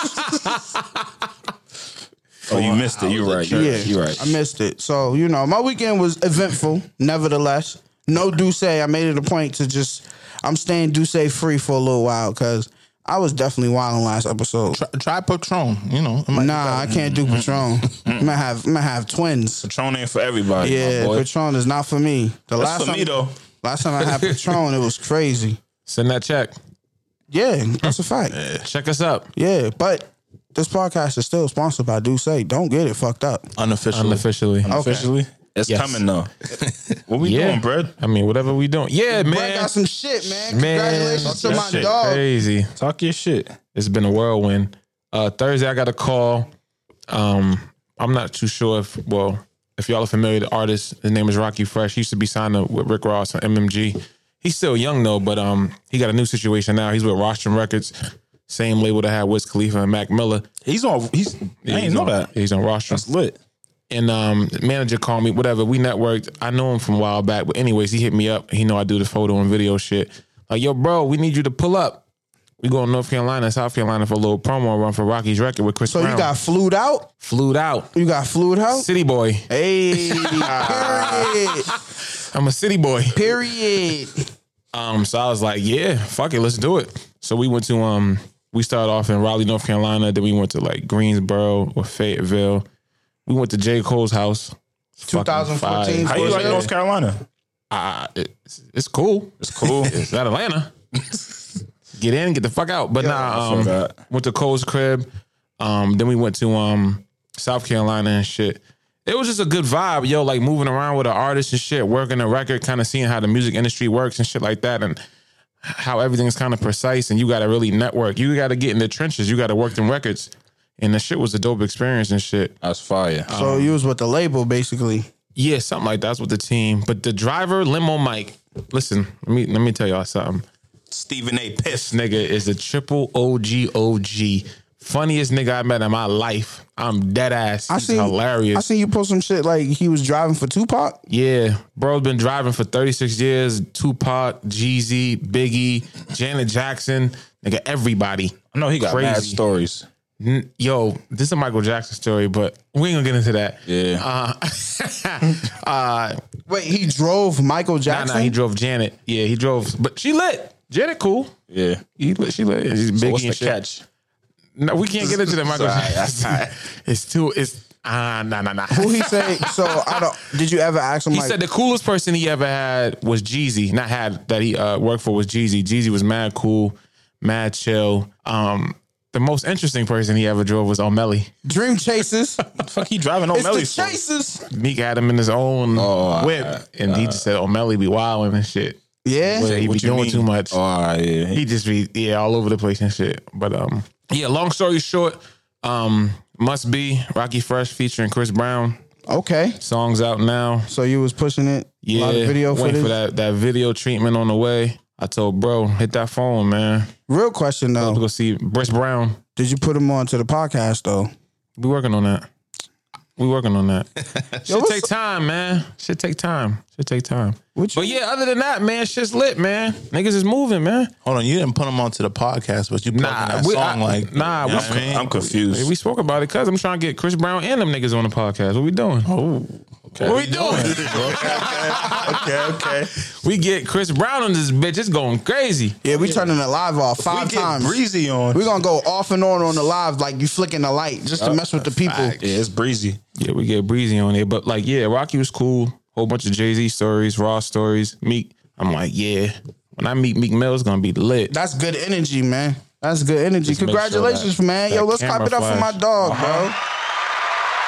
[SPEAKER 4] Oh, you missed it. You're right. You're
[SPEAKER 3] yeah,
[SPEAKER 4] right. You're right.
[SPEAKER 3] I missed it. So you know, my weekend was eventful. nevertheless, no Duce. I made it a point to just I'm staying Duce free for a little while because I was definitely wilding last episode.
[SPEAKER 5] Try, try Patron. You know. it might be
[SPEAKER 3] Nah, I
[SPEAKER 5] better.
[SPEAKER 3] can't do Patron. I'm gonna have I'm gonna have twins.
[SPEAKER 4] Patron ain't for everybody.
[SPEAKER 3] Yeah,
[SPEAKER 4] my boy.
[SPEAKER 3] Patron is not for me. The
[SPEAKER 4] That's
[SPEAKER 3] last
[SPEAKER 4] for
[SPEAKER 3] time,
[SPEAKER 4] me though.
[SPEAKER 3] last time I had Patron, it was crazy.
[SPEAKER 6] Send that check.
[SPEAKER 3] Yeah, that's a fact.
[SPEAKER 6] Check us up.
[SPEAKER 3] Yeah, but this podcast is still sponsored by Duce. Don't get it fucked up.
[SPEAKER 5] unofficially.
[SPEAKER 6] Unofficially.
[SPEAKER 4] Officially, it's
[SPEAKER 6] Yes.
[SPEAKER 4] coming though. what we
[SPEAKER 6] Yeah.
[SPEAKER 4] doing, bread?
[SPEAKER 6] I mean, whatever we doing. Yeah,
[SPEAKER 3] Brad
[SPEAKER 6] man.
[SPEAKER 3] got some shit, man.
[SPEAKER 6] Man,
[SPEAKER 3] Congratulations to
[SPEAKER 4] that
[SPEAKER 3] my
[SPEAKER 4] shit
[SPEAKER 3] dog.
[SPEAKER 6] Crazy.
[SPEAKER 4] Talk your shit.
[SPEAKER 6] It's been a whirlwind. Uh, Thursday, I got a call. Um, I'm not too sure if well, if y'all are familiar with the artist, his name is Rocky Fresh. He used to be signed up with Rick Ross on MMG. He's still young though, but um, he got a new situation now. He's with Rostrum Records, same label that had Wiz Khalifa and Mac Miller.
[SPEAKER 4] He's on. He's. I
[SPEAKER 6] He's
[SPEAKER 4] ain't know
[SPEAKER 6] on-
[SPEAKER 4] that.
[SPEAKER 6] He's on Rostrum.
[SPEAKER 4] It's lit.
[SPEAKER 6] and um the manager called me whatever we networked i know him from a while back but anyways he hit me up he know i do the photo and video shit like yo bro we need you to pull up we go to north carolina south carolina for a little promo run for rocky's record with chris
[SPEAKER 3] So
[SPEAKER 6] brown
[SPEAKER 3] you got flued out.
[SPEAKER 6] flued out
[SPEAKER 3] You got flued out.
[SPEAKER 6] city boy
[SPEAKER 3] Hey, period.
[SPEAKER 6] i'm a city boy
[SPEAKER 3] Period.
[SPEAKER 6] Um, so I was like, yeah, fuck it, let's do it. So we went to um, we started off in Raleigh, North Carolina. Then we went to like Greensboro or Fayetteville. We went to J Cole's house. It's fucking
[SPEAKER 3] 2014
[SPEAKER 6] fire.
[SPEAKER 4] How you
[SPEAKER 3] Well,
[SPEAKER 4] like
[SPEAKER 3] yeah.
[SPEAKER 4] North Carolina?
[SPEAKER 6] I, it's, Uh, it's cool. It's cool. it's not Atlanta. get in, get the fuck out. But nah,
[SPEAKER 4] I feel
[SPEAKER 6] um,
[SPEAKER 4] that.
[SPEAKER 6] went to Cole's crib. Um, then we went to um South Carolina and shit. It was just a good vibe, yo. Like moving around with an artist and shit, working a record, kind of seeing how the music industry works and shit like that, and how everything's kind of precise. And you got to really network. You got to get in the trenches. You got to work them records. And the shit was a dope experience and shit.
[SPEAKER 4] That's fire.
[SPEAKER 3] So you was with the label basically.
[SPEAKER 6] Yeah, something like that's with the team. But the driver, limo Mike. Listen, let me let me tell y'all something.
[SPEAKER 4] Stephen A. Piss.
[SPEAKER 6] Nigga is the triple OG OG. Funniest nigga I met in my life. I'm dead ass. He's hilarious.
[SPEAKER 3] I seen you post some shit like he was driving for Tupac.
[SPEAKER 6] Yeah, bro's been driving for 36 years. Tupac, Jeezy, Biggie, Janet Jackson, nigga, everybody.
[SPEAKER 4] I know he got
[SPEAKER 6] Crazy.
[SPEAKER 4] mad stories.
[SPEAKER 6] N- Yo, this is a Michael Jackson story, but we ain't gonna get into that. Uh,
[SPEAKER 4] Yeah.
[SPEAKER 3] Wait, he drove Michael
[SPEAKER 6] Nah,
[SPEAKER 3] Jackson.
[SPEAKER 6] nah, he drove Janet. Yeah, he drove, but she lit. Janet, cool.
[SPEAKER 4] yeah.
[SPEAKER 6] He lit, she lit. She's Biggie
[SPEAKER 4] So what's
[SPEAKER 6] and
[SPEAKER 4] the
[SPEAKER 6] shit.
[SPEAKER 4] catch?
[SPEAKER 6] No, we can't get into that Michael
[SPEAKER 4] Sorry,
[SPEAKER 6] Jackson. It's too. It's ah, nah, nah, nah.
[SPEAKER 3] Who he say? So I don't. Did you ever ask him?
[SPEAKER 6] He
[SPEAKER 3] like,
[SPEAKER 6] said the coolest person he ever had was Jeezy. Not had that he uh, worked for was Jeezy. Jeezy was mad cool, mad chill. Um, the most interesting person he ever drove was O'Malley.
[SPEAKER 3] Dream Chasers.
[SPEAKER 4] What the fuck he driving on
[SPEAKER 3] it's the
[SPEAKER 4] Melly's for?
[SPEAKER 3] Chasers.
[SPEAKER 6] Meek had him in his own
[SPEAKER 4] Oh, I-
[SPEAKER 6] whip, and he just said O'Malley be wilding and shit.
[SPEAKER 3] Yeah.
[SPEAKER 6] He be
[SPEAKER 4] What you
[SPEAKER 6] doing
[SPEAKER 4] mean?
[SPEAKER 6] too much.
[SPEAKER 4] Oh, yeah. He
[SPEAKER 6] He just be yeah all over the place and shit. But um, yeah. Long story short, um, must be Rocky Fresh featuring Chris Brown.
[SPEAKER 3] Okay.
[SPEAKER 6] Songs out now.
[SPEAKER 3] So you was pushing it.
[SPEAKER 6] Yeah,
[SPEAKER 3] A lot of video
[SPEAKER 6] waiting
[SPEAKER 3] footage.
[SPEAKER 6] for that that video treatment on the way. I told bro, hit that phone, man.
[SPEAKER 3] Real question
[SPEAKER 6] We
[SPEAKER 3] though.
[SPEAKER 6] go see Briss Brown.
[SPEAKER 3] Did you put him on to the podcast though?
[SPEAKER 6] We working on that. We working on that. Should
[SPEAKER 3] what's-
[SPEAKER 6] take time, man. Should take time. Should take time.
[SPEAKER 3] What you-
[SPEAKER 6] But yeah, other than that, man, shit's lit, man. Niggas is moving, man.
[SPEAKER 5] Hold on, you didn't put him onto the podcast, but you plugging
[SPEAKER 6] Nah,
[SPEAKER 5] that
[SPEAKER 6] we-
[SPEAKER 5] song
[SPEAKER 6] I-
[SPEAKER 5] like
[SPEAKER 6] nah,
[SPEAKER 5] you know
[SPEAKER 6] we-
[SPEAKER 5] what I mean?
[SPEAKER 4] I'm confused.
[SPEAKER 6] We spoke about it because I'm trying to get Chris Brown and them niggas on the podcast. What we doing?
[SPEAKER 5] Oh,
[SPEAKER 6] what we doing?
[SPEAKER 4] okay, okay.
[SPEAKER 6] we get Chris Brown on this bitch. It's going crazy.
[SPEAKER 3] Yeah, we turning the live off
[SPEAKER 4] We
[SPEAKER 3] five
[SPEAKER 4] get
[SPEAKER 3] times.
[SPEAKER 4] breezy on.
[SPEAKER 3] We're gonna go off and on on the live, like you flicking the light just to mess with the people.
[SPEAKER 4] yeah, it's breezy.
[SPEAKER 6] Yeah, we get breezy on it, but like, yeah, Rocky was cool. Whole bunch of Jay Z stories, Raw stories. Meek, I'm like, yeah. When I meet Meek Mill, it's gonna be lit.
[SPEAKER 3] That's good energy, man. That's good energy.
[SPEAKER 6] make sure
[SPEAKER 3] Congratulations,
[SPEAKER 6] that- Uh-huh.
[SPEAKER 3] man.
[SPEAKER 6] that
[SPEAKER 3] Yo, let's clap
[SPEAKER 6] camera
[SPEAKER 3] it up for my
[SPEAKER 6] flash.
[SPEAKER 3] dog, bro.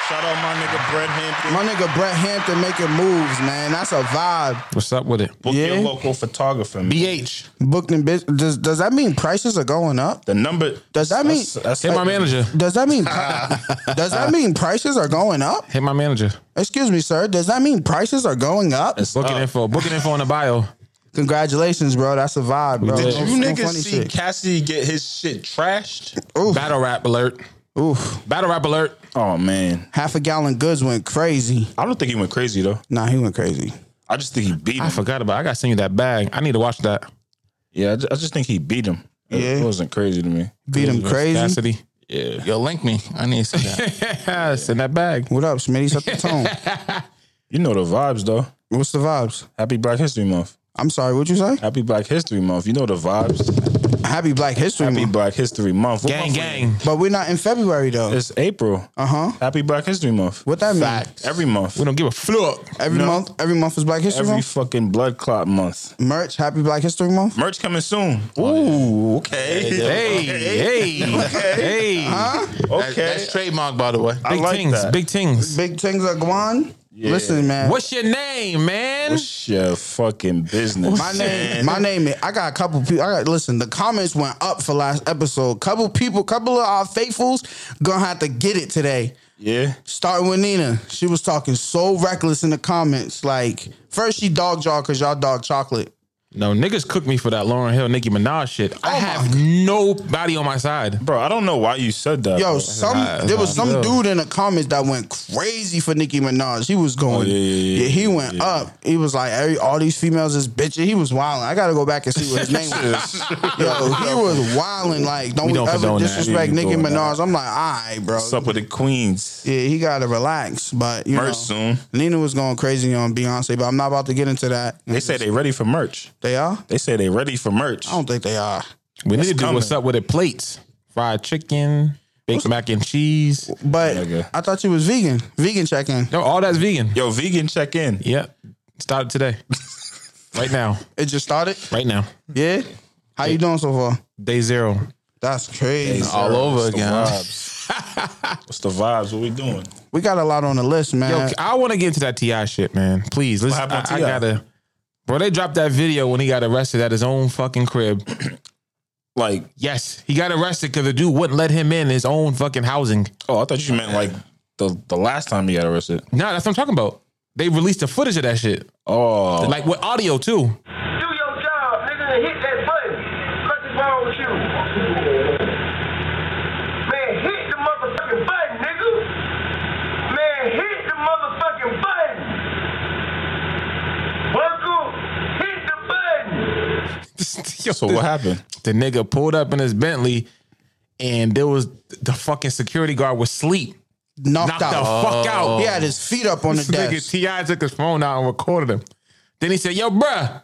[SPEAKER 4] Shout out my nigga Brett Hampton.
[SPEAKER 3] My nigga Brett Hampton making moves, man. That's a vibe.
[SPEAKER 6] What's up with it?
[SPEAKER 4] Book
[SPEAKER 3] Yeah.
[SPEAKER 4] your local photographer. Man.
[SPEAKER 5] BH.
[SPEAKER 3] Booked and bitch. Does does that mean prices are going up?
[SPEAKER 4] The number.
[SPEAKER 3] Does that mean-
[SPEAKER 4] That's, that's
[SPEAKER 6] Hit my manager.
[SPEAKER 3] Does that mean does that mean prices are going up?
[SPEAKER 6] Hit my manager.
[SPEAKER 3] Excuse me, sir. Does that mean prices are going up?
[SPEAKER 6] Booking info. Booking info in the bio.
[SPEAKER 3] Congratulations, bro. That's a vibe, bro.
[SPEAKER 6] did.
[SPEAKER 3] That's
[SPEAKER 4] You
[SPEAKER 3] some
[SPEAKER 4] niggas
[SPEAKER 3] funny
[SPEAKER 4] see
[SPEAKER 3] shit.
[SPEAKER 4] Cassidy get his shit trashed?
[SPEAKER 6] Battle rap alert.
[SPEAKER 3] Oof.
[SPEAKER 6] Battle rap alert.
[SPEAKER 4] Oh man,
[SPEAKER 3] Half a gallon goods went crazy.
[SPEAKER 4] I don't think he went crazy though.
[SPEAKER 3] Nah, he went crazy.
[SPEAKER 4] I just think he beat him.
[SPEAKER 6] I forgot about. I got to send you that bag. I need to watch that.
[SPEAKER 4] yeah, I just, I just think he beat him. It,
[SPEAKER 3] Yeah.
[SPEAKER 4] it wasn't crazy to me.
[SPEAKER 3] Beat him crazy.
[SPEAKER 6] Cassidy.
[SPEAKER 4] Yeah,
[SPEAKER 5] Yo, link me. I need to see that.
[SPEAKER 6] Send that bag.
[SPEAKER 3] What up, Smitty? Set the tone.
[SPEAKER 4] you know the vibes though.
[SPEAKER 3] What's the vibes?
[SPEAKER 4] Happy Black History Month.
[SPEAKER 3] I'm sorry, what'd you say?
[SPEAKER 4] Happy Black History Month. You know the vibes.
[SPEAKER 3] Happy Black History
[SPEAKER 4] Happy
[SPEAKER 3] Month.
[SPEAKER 4] Black History Month. What
[SPEAKER 6] Gang,
[SPEAKER 4] month we in?
[SPEAKER 6] gang.
[SPEAKER 3] But we're not in February though.
[SPEAKER 4] It's April.
[SPEAKER 3] Uh huh.
[SPEAKER 4] Happy Black History Month.
[SPEAKER 3] What that mean?
[SPEAKER 4] Every month.
[SPEAKER 6] We don't give a fuck.
[SPEAKER 3] Every month, every month is Black History
[SPEAKER 4] Every
[SPEAKER 3] Month.
[SPEAKER 4] fucking blood clot month.
[SPEAKER 3] Merch, Happy Black History Month.
[SPEAKER 4] Merch coming soon. Ooh, okay.
[SPEAKER 6] Hey, hey, hey.
[SPEAKER 4] okay.
[SPEAKER 5] That's, that's trademark, by the way.
[SPEAKER 4] I
[SPEAKER 6] Big
[SPEAKER 4] like
[SPEAKER 6] things.
[SPEAKER 4] that.
[SPEAKER 6] Big things.
[SPEAKER 3] Big things are going. Listen, man.
[SPEAKER 6] What's your name, man?
[SPEAKER 4] What's your fucking business?
[SPEAKER 3] My name, my name. Is, I got a couple people. I got listen. The comments went up for last episode. Couple people, couple of our faithfuls gonna have to get it today.
[SPEAKER 4] Yeah.
[SPEAKER 3] Starting with Nina, she was talking so reckless in the comments. Like first, she dogged y'all because y'all dog chocolate.
[SPEAKER 6] No, niggas cooked me for that Lauren Hill, Nicki Minaj shit. I have nobody on my side.
[SPEAKER 4] Bro, I don't know why you said that.
[SPEAKER 3] Yo,
[SPEAKER 4] bro.
[SPEAKER 3] some there was some dude in the comments that went crazy for Nicki Minaj. He was going,
[SPEAKER 4] Oh, yeah,
[SPEAKER 3] yeah,
[SPEAKER 4] yeah, yeah,
[SPEAKER 3] he went up. He was like, every, all these females is bitching. He was wilding. I gotta go back and see what his name was. Yo, he was wilding. Like, don't,
[SPEAKER 6] We don't
[SPEAKER 3] ever
[SPEAKER 6] condone that.
[SPEAKER 3] disrespect
[SPEAKER 4] We
[SPEAKER 3] Nicki
[SPEAKER 4] doing that.
[SPEAKER 3] Minaj. I'm like, all right, bro.
[SPEAKER 4] What's up with the Queens?
[SPEAKER 3] Yeah, he gotta relax. But you
[SPEAKER 4] Merch
[SPEAKER 3] know,
[SPEAKER 4] soon.
[SPEAKER 3] Nina was going crazy on Beyonce, but I'm not about to get into that.
[SPEAKER 4] They say they ready for merch.
[SPEAKER 3] They are.
[SPEAKER 4] They say they ready for merch.
[SPEAKER 3] I don't think they are.
[SPEAKER 6] We need to do
[SPEAKER 4] coming.
[SPEAKER 6] what's up with it. Plates, fried chicken, baked mac and cheese.
[SPEAKER 3] But
[SPEAKER 4] Nigga.
[SPEAKER 3] I thought you was vegan. Vegan check in.
[SPEAKER 6] No, all that's vegan.
[SPEAKER 4] Yo, vegan check in.
[SPEAKER 6] Yep. Started today. right now.
[SPEAKER 3] It just started.
[SPEAKER 6] Right now.
[SPEAKER 3] Yeah. How you doing so far?
[SPEAKER 6] Day zero.
[SPEAKER 3] That's crazy.
[SPEAKER 5] All over
[SPEAKER 4] What's the
[SPEAKER 5] again.
[SPEAKER 4] vibes? What's the vibes? What we doing?
[SPEAKER 3] We got a lot on the list, man.
[SPEAKER 6] Yo, I want to get into that Ti shit, man. Please, let's. I,
[SPEAKER 4] Uh, happened to
[SPEAKER 6] I
[SPEAKER 4] T.I.?
[SPEAKER 6] gotta. Bro, they dropped that video when he got arrested at his own fucking crib.
[SPEAKER 4] Like,
[SPEAKER 6] Yes, he got arrested because the dude wouldn't let him in his own fucking housing.
[SPEAKER 4] oh, I thought you meant like the the last time he got arrested.
[SPEAKER 6] No, that's what I'm talking about. They released the footage of that shit,
[SPEAKER 4] Oh,
[SPEAKER 6] like with audio too.
[SPEAKER 7] Do your job, nigga, and hit that button. Cut the wrong with you. Man, hit the motherfucking button, nigga. Man, hit the motherfucking button. Worker, hit the button.
[SPEAKER 4] so what happened?
[SPEAKER 6] The nigga pulled up in his Bentley, and there was the fucking security guard was asleep.
[SPEAKER 3] knocked,
[SPEAKER 6] Knocked the
[SPEAKER 3] out.
[SPEAKER 6] fuck out.
[SPEAKER 3] He had his feet up on the
[SPEAKER 6] This nigga
[SPEAKER 3] desk.
[SPEAKER 6] Ti took his phone out and recorded him. Then he said, "Yo, bruh,"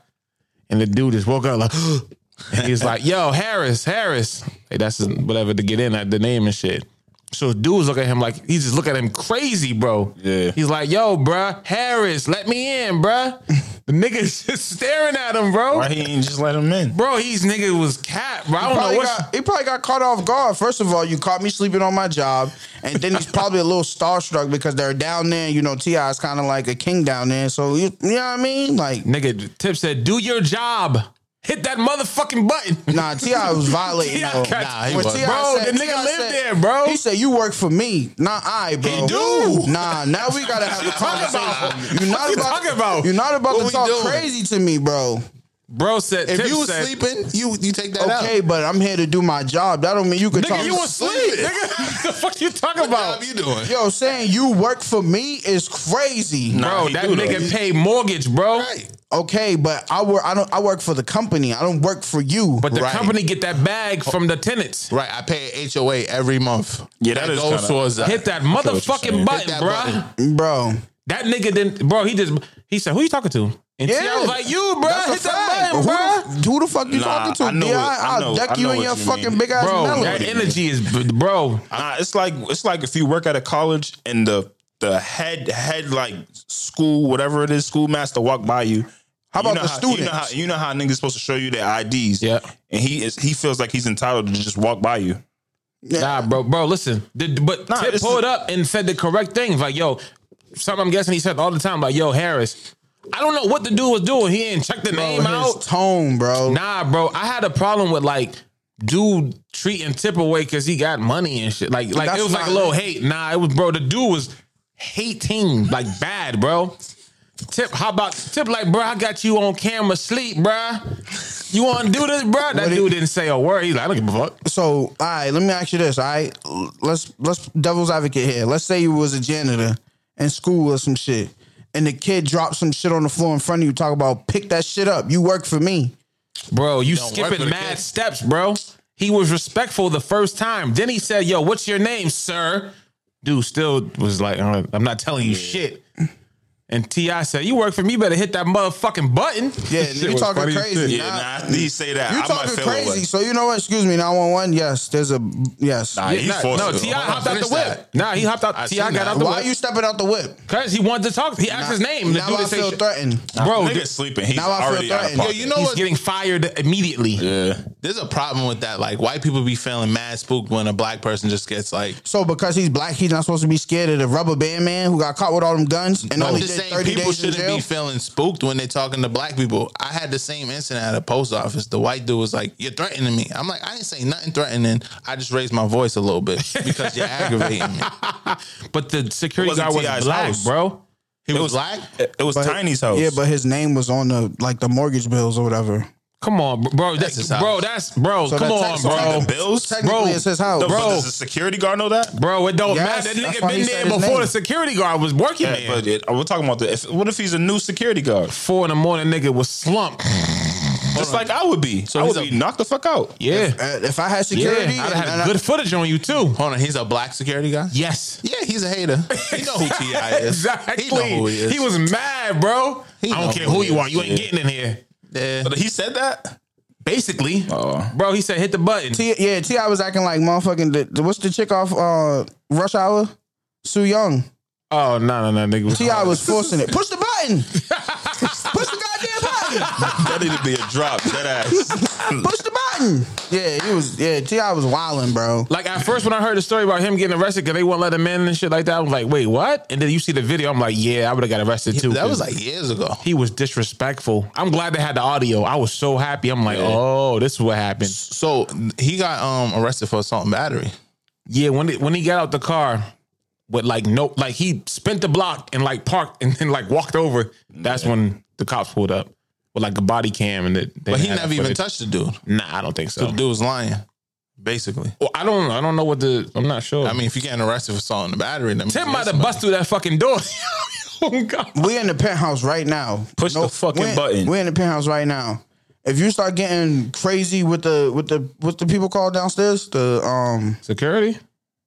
[SPEAKER 6] and the dude just woke up like, and he's like, "Yo, Harris, Harris." Hey, that's his, whatever to get in at the name and shit. So dudes look at him like he just look at him crazy, bro.
[SPEAKER 4] Yeah.
[SPEAKER 6] He's like, "Yo, bruh, Harris, let me in, bruh." The nigga's just staring at him, bro.
[SPEAKER 4] Why he didn't just let him in?
[SPEAKER 6] Bro, he's nigga was cat. Bro, I
[SPEAKER 3] He
[SPEAKER 6] don't know
[SPEAKER 3] probably,
[SPEAKER 6] what's
[SPEAKER 3] got, he probably got caught off guard. First of all, you caught me sleeping on my job, and then he's probably a little starstruck because they're down there. You know, Ti is kind of like a king down there. So you, you know what I mean? Like,
[SPEAKER 6] nigga. Tip said, "Do your job. Hit that motherfucking button."
[SPEAKER 3] nah, Ti was violating.
[SPEAKER 6] T.I.
[SPEAKER 3] though.
[SPEAKER 6] got-
[SPEAKER 5] Nah, he
[SPEAKER 3] When
[SPEAKER 5] was.
[SPEAKER 3] T.I.
[SPEAKER 6] Bro, the nigga
[SPEAKER 3] T.I.
[SPEAKER 6] lived there, bro.
[SPEAKER 3] He said, "You work for me, not I, bro."
[SPEAKER 6] He do.
[SPEAKER 3] Nah, now we gotta have a
[SPEAKER 6] talking about?
[SPEAKER 3] conversation. You're not
[SPEAKER 6] What you
[SPEAKER 3] about,
[SPEAKER 6] talking about?
[SPEAKER 3] You're not about
[SPEAKER 5] What
[SPEAKER 3] to
[SPEAKER 5] we
[SPEAKER 3] talk
[SPEAKER 5] doing?
[SPEAKER 3] crazy to me, bro.
[SPEAKER 6] Bro said,
[SPEAKER 5] If
[SPEAKER 6] Tip
[SPEAKER 5] you was
[SPEAKER 6] said,
[SPEAKER 5] sleeping, you you take that out.
[SPEAKER 3] Okay, but I'm here to do my job. That don't mean you can talk.
[SPEAKER 6] Nigga, you asleep,
[SPEAKER 5] sleeping.
[SPEAKER 6] nigga. the fuck you talking
[SPEAKER 5] What
[SPEAKER 6] about?
[SPEAKER 5] job you doing?
[SPEAKER 3] Yo, saying you work for me is crazy.
[SPEAKER 4] Nah,
[SPEAKER 6] Bro,
[SPEAKER 4] he
[SPEAKER 6] that
[SPEAKER 4] do, though.
[SPEAKER 6] nigga paid mortgage, bro.
[SPEAKER 5] Right.
[SPEAKER 3] Okay, but I work. I don't. I work for the company. I don't work for you.
[SPEAKER 6] But the
[SPEAKER 5] Right.
[SPEAKER 6] company get that bag from the tenants.
[SPEAKER 5] Right. I pay HOA every month.
[SPEAKER 4] Yeah, that is
[SPEAKER 5] goes
[SPEAKER 4] kinda-
[SPEAKER 5] towards that.
[SPEAKER 6] Hit that
[SPEAKER 4] what you're
[SPEAKER 6] motherfucking
[SPEAKER 4] saying.
[SPEAKER 6] button,
[SPEAKER 5] that
[SPEAKER 6] bro.
[SPEAKER 5] button.
[SPEAKER 3] bro,
[SPEAKER 6] That nigga didn't, bro. He just he said, "Who you talking to?" And yeah.
[SPEAKER 3] Yeah.
[SPEAKER 6] was like, "You, bro.
[SPEAKER 3] that's a
[SPEAKER 6] Hit that
[SPEAKER 3] fact.
[SPEAKER 6] button,
[SPEAKER 3] But
[SPEAKER 6] bro."
[SPEAKER 3] who, the, who the fuck you
[SPEAKER 4] Nah,
[SPEAKER 3] talking to?
[SPEAKER 4] I know
[SPEAKER 3] Yeah,
[SPEAKER 4] it. I
[SPEAKER 3] I'll
[SPEAKER 4] know-
[SPEAKER 3] deck
[SPEAKER 4] I
[SPEAKER 3] you
[SPEAKER 4] know
[SPEAKER 3] in
[SPEAKER 4] what
[SPEAKER 3] your
[SPEAKER 4] you
[SPEAKER 3] fucking
[SPEAKER 4] mean.
[SPEAKER 3] big ass
[SPEAKER 6] Bro,
[SPEAKER 3] melon.
[SPEAKER 6] that energy is, bro.
[SPEAKER 4] Nah, it's like it's like if you work at a college and the the head head like school whatever it is schoolmaster walk by you. How
[SPEAKER 3] about
[SPEAKER 4] you know
[SPEAKER 3] the
[SPEAKER 4] You know, how,
[SPEAKER 3] students?
[SPEAKER 4] you know how niggas supposed to show you their IDs.
[SPEAKER 6] Yeah.
[SPEAKER 4] and he is he feels like he's entitled to just walk by you.
[SPEAKER 6] Nah, bro, bro, listen. Did, but
[SPEAKER 4] Nah,
[SPEAKER 6] Tip
[SPEAKER 4] this
[SPEAKER 6] pulled
[SPEAKER 4] is-
[SPEAKER 6] up and said the correct thing. Like, yo, something I'm guessing he said all the time. Like, yo, Harris, I don't know what the dude was doing. He didn't check the name
[SPEAKER 3] Bro, his
[SPEAKER 6] out.
[SPEAKER 3] tone, bro.
[SPEAKER 6] Nah, bro, I had a problem with like dude treating Tip away because he got money and shit. Like, like
[SPEAKER 3] That's
[SPEAKER 6] it was like a
[SPEAKER 3] not-
[SPEAKER 6] little hate. Nah, it was bro. The dude was hating like bad, bro. Tip, how about Tip? Like, bro, I got you on camera, sleep, bro. You want to do this, bro? That
[SPEAKER 3] What he-
[SPEAKER 6] dude didn't say a word. He's like, I don't give a fuck.
[SPEAKER 3] So, all right, let me ask you this. All right, let's let's devil's advocate here. Let's say you was a janitor in school or some shit, and the kid dropped some shit on the floor in front of you. Talk about pick that shit up. You work for me.
[SPEAKER 6] Bro, you
[SPEAKER 5] Don't work with
[SPEAKER 6] skipping
[SPEAKER 5] a
[SPEAKER 6] mad
[SPEAKER 5] kid.
[SPEAKER 6] steps, bro. He was respectful the first time. Then he said, "Yo, what's your name, sir?" Dude still was like, "Uh, "I'm not telling you shit." And Ti said, "You work for me. Better hit that motherfucking button."
[SPEAKER 3] Yeah,
[SPEAKER 6] Shit
[SPEAKER 3] you
[SPEAKER 6] was
[SPEAKER 3] talking
[SPEAKER 6] funny as shit.
[SPEAKER 3] crazy.
[SPEAKER 2] Yeah,
[SPEAKER 3] Nah.
[SPEAKER 2] nah, he say that.
[SPEAKER 3] You
[SPEAKER 2] I might
[SPEAKER 3] talking
[SPEAKER 2] feel
[SPEAKER 3] crazy.
[SPEAKER 2] away.
[SPEAKER 3] So you know what? Excuse me. Nine one one. Yes, there's a yes.
[SPEAKER 2] Nah, he
[SPEAKER 6] Nah,
[SPEAKER 2] forced
[SPEAKER 6] no,
[SPEAKER 2] it.
[SPEAKER 6] Ti
[SPEAKER 2] Hold on,
[SPEAKER 6] hopped out the
[SPEAKER 2] finish
[SPEAKER 6] whip.
[SPEAKER 2] that.
[SPEAKER 6] Nah, he hopped out. Ti got
[SPEAKER 5] seen that.
[SPEAKER 6] out the
[SPEAKER 3] Why are
[SPEAKER 6] whip
[SPEAKER 3] you stepping out the whip?
[SPEAKER 6] because he wanted to talk. He asked his name. and The
[SPEAKER 3] Now
[SPEAKER 6] dude
[SPEAKER 3] I
[SPEAKER 6] didn't say
[SPEAKER 3] feel
[SPEAKER 6] shit.
[SPEAKER 3] threatened.
[SPEAKER 6] Bro,
[SPEAKER 2] Nigga sleeping. He's
[SPEAKER 3] now I feel
[SPEAKER 2] already out of
[SPEAKER 3] threatened.
[SPEAKER 2] pocket.
[SPEAKER 5] Yo, you know
[SPEAKER 6] Oh, he's
[SPEAKER 5] what?
[SPEAKER 6] getting fired immediately.
[SPEAKER 2] Yeah.
[SPEAKER 5] There's a problem with that. Like white people be feeling mad spooked when a black person just gets like.
[SPEAKER 3] So because he's black, he's not supposed to be scared of the rubber band man who got caught with all them guns and
[SPEAKER 5] I'm
[SPEAKER 3] only
[SPEAKER 5] just
[SPEAKER 3] did
[SPEAKER 5] saying
[SPEAKER 3] thirty
[SPEAKER 5] people
[SPEAKER 3] days in
[SPEAKER 5] shouldn't
[SPEAKER 3] jail.
[SPEAKER 5] be feeling spooked when they're talking to black people. I had the same incident at a post office. The white dude was like, "You're threatening me." I'm like, "I ain't saying nothing threatening. I just raised my voice a little bit because you're aggravating me."
[SPEAKER 6] But the security
[SPEAKER 2] It
[SPEAKER 6] guard
[SPEAKER 2] wasn't
[SPEAKER 6] was
[SPEAKER 2] T.I.'s
[SPEAKER 6] black,
[SPEAKER 2] house.
[SPEAKER 6] bro.
[SPEAKER 5] He was black.
[SPEAKER 2] It it was Tiny's house.
[SPEAKER 3] Yeah, but his name was on the like the mortgage bills or whatever.
[SPEAKER 6] Come on, bro.
[SPEAKER 5] That's
[SPEAKER 6] That's
[SPEAKER 5] his
[SPEAKER 6] bro.
[SPEAKER 5] house.
[SPEAKER 6] That's bro.
[SPEAKER 3] So
[SPEAKER 6] come
[SPEAKER 3] that
[SPEAKER 6] on,
[SPEAKER 3] tax-
[SPEAKER 6] bro.
[SPEAKER 2] the bills.
[SPEAKER 3] Technically,
[SPEAKER 6] Bro,
[SPEAKER 3] it's his house.
[SPEAKER 2] The- but
[SPEAKER 6] bro.
[SPEAKER 2] Does the security guard know that?
[SPEAKER 6] Bro, it don't
[SPEAKER 3] Yes,
[SPEAKER 6] matter. That
[SPEAKER 3] that's
[SPEAKER 6] nigga
[SPEAKER 3] why he
[SPEAKER 6] been
[SPEAKER 3] said
[SPEAKER 6] there
[SPEAKER 3] his
[SPEAKER 6] before
[SPEAKER 3] name.
[SPEAKER 6] the security guard was working
[SPEAKER 2] Yeah,
[SPEAKER 6] there.
[SPEAKER 2] but it, we're talking about the. If, what if he's a new security guard?
[SPEAKER 6] Four in the morning, nigga was slumped.
[SPEAKER 2] Just like I would be. So I
[SPEAKER 5] he's
[SPEAKER 2] would
[SPEAKER 5] a-
[SPEAKER 2] be knocked the fuck out.
[SPEAKER 6] Yeah,
[SPEAKER 3] Uh, if I had
[SPEAKER 6] yeah.
[SPEAKER 3] security,
[SPEAKER 6] I'd have
[SPEAKER 3] and- and
[SPEAKER 6] had
[SPEAKER 3] I-
[SPEAKER 6] good footage on you too.
[SPEAKER 5] Hold on, he's a black security guy.
[SPEAKER 6] Yes,
[SPEAKER 5] Yeah, he's a hater. He know who Ti is.
[SPEAKER 6] exactly.
[SPEAKER 5] He know who he is.
[SPEAKER 6] was mad, bro.
[SPEAKER 5] He
[SPEAKER 6] I don't
[SPEAKER 5] know
[SPEAKER 6] care
[SPEAKER 5] who
[SPEAKER 6] who
[SPEAKER 5] he
[SPEAKER 6] you
[SPEAKER 5] is,
[SPEAKER 6] are. You ain't
[SPEAKER 5] yeah.
[SPEAKER 6] getting in here.
[SPEAKER 5] Yeah.
[SPEAKER 2] But he said that.
[SPEAKER 6] Basically,
[SPEAKER 2] Oh,
[SPEAKER 6] bro, he said hit the button.
[SPEAKER 3] T, yeah, Ti was acting like motherfucking. The, the- what's the chick off uh, Rush Hour? Sue Young.
[SPEAKER 6] oh no, no, no, nigga.
[SPEAKER 3] Ti was forcing it. Push the button. Push the goddamn button.
[SPEAKER 2] that need to be a drop. That ass.
[SPEAKER 3] Push the button. Yeah, he was. Yeah, Ti was wilding, bro.
[SPEAKER 6] Like at first, when I heard the story about him getting arrested because they wouldn't let him in and shit like that, I was like, wait, what? And then you see the video, I'm like, yeah, I would have got arrested too.
[SPEAKER 5] that
[SPEAKER 6] 'cause
[SPEAKER 5] was like years ago.
[SPEAKER 6] he was disrespectful. I'm glad they had the audio. I was so happy. I'm like, oh, this is what happened.
[SPEAKER 5] So he got um arrested for assault and battery.
[SPEAKER 6] Yeah, when it, when he got out the car with like no, like he spent the block and like parked and then like walked over. That's when the cops pulled up with like a body cam and that.
[SPEAKER 5] But he never even touched the dude.
[SPEAKER 6] Nah, I don't think so.
[SPEAKER 5] The dude was lying, basically.
[SPEAKER 6] Well, I don't. I don't know what the. I'm not sure.
[SPEAKER 5] I mean, if you're getting arrested for assault and battery, then
[SPEAKER 6] Tim might have bust through that fucking door. oh God.
[SPEAKER 3] We in the penthouse right now.
[SPEAKER 2] Push the fucking
[SPEAKER 3] we're-
[SPEAKER 2] button.
[SPEAKER 3] We're in the penthouse right now. If you start getting crazy with the with the what the people call downstairs, the um,
[SPEAKER 6] Security.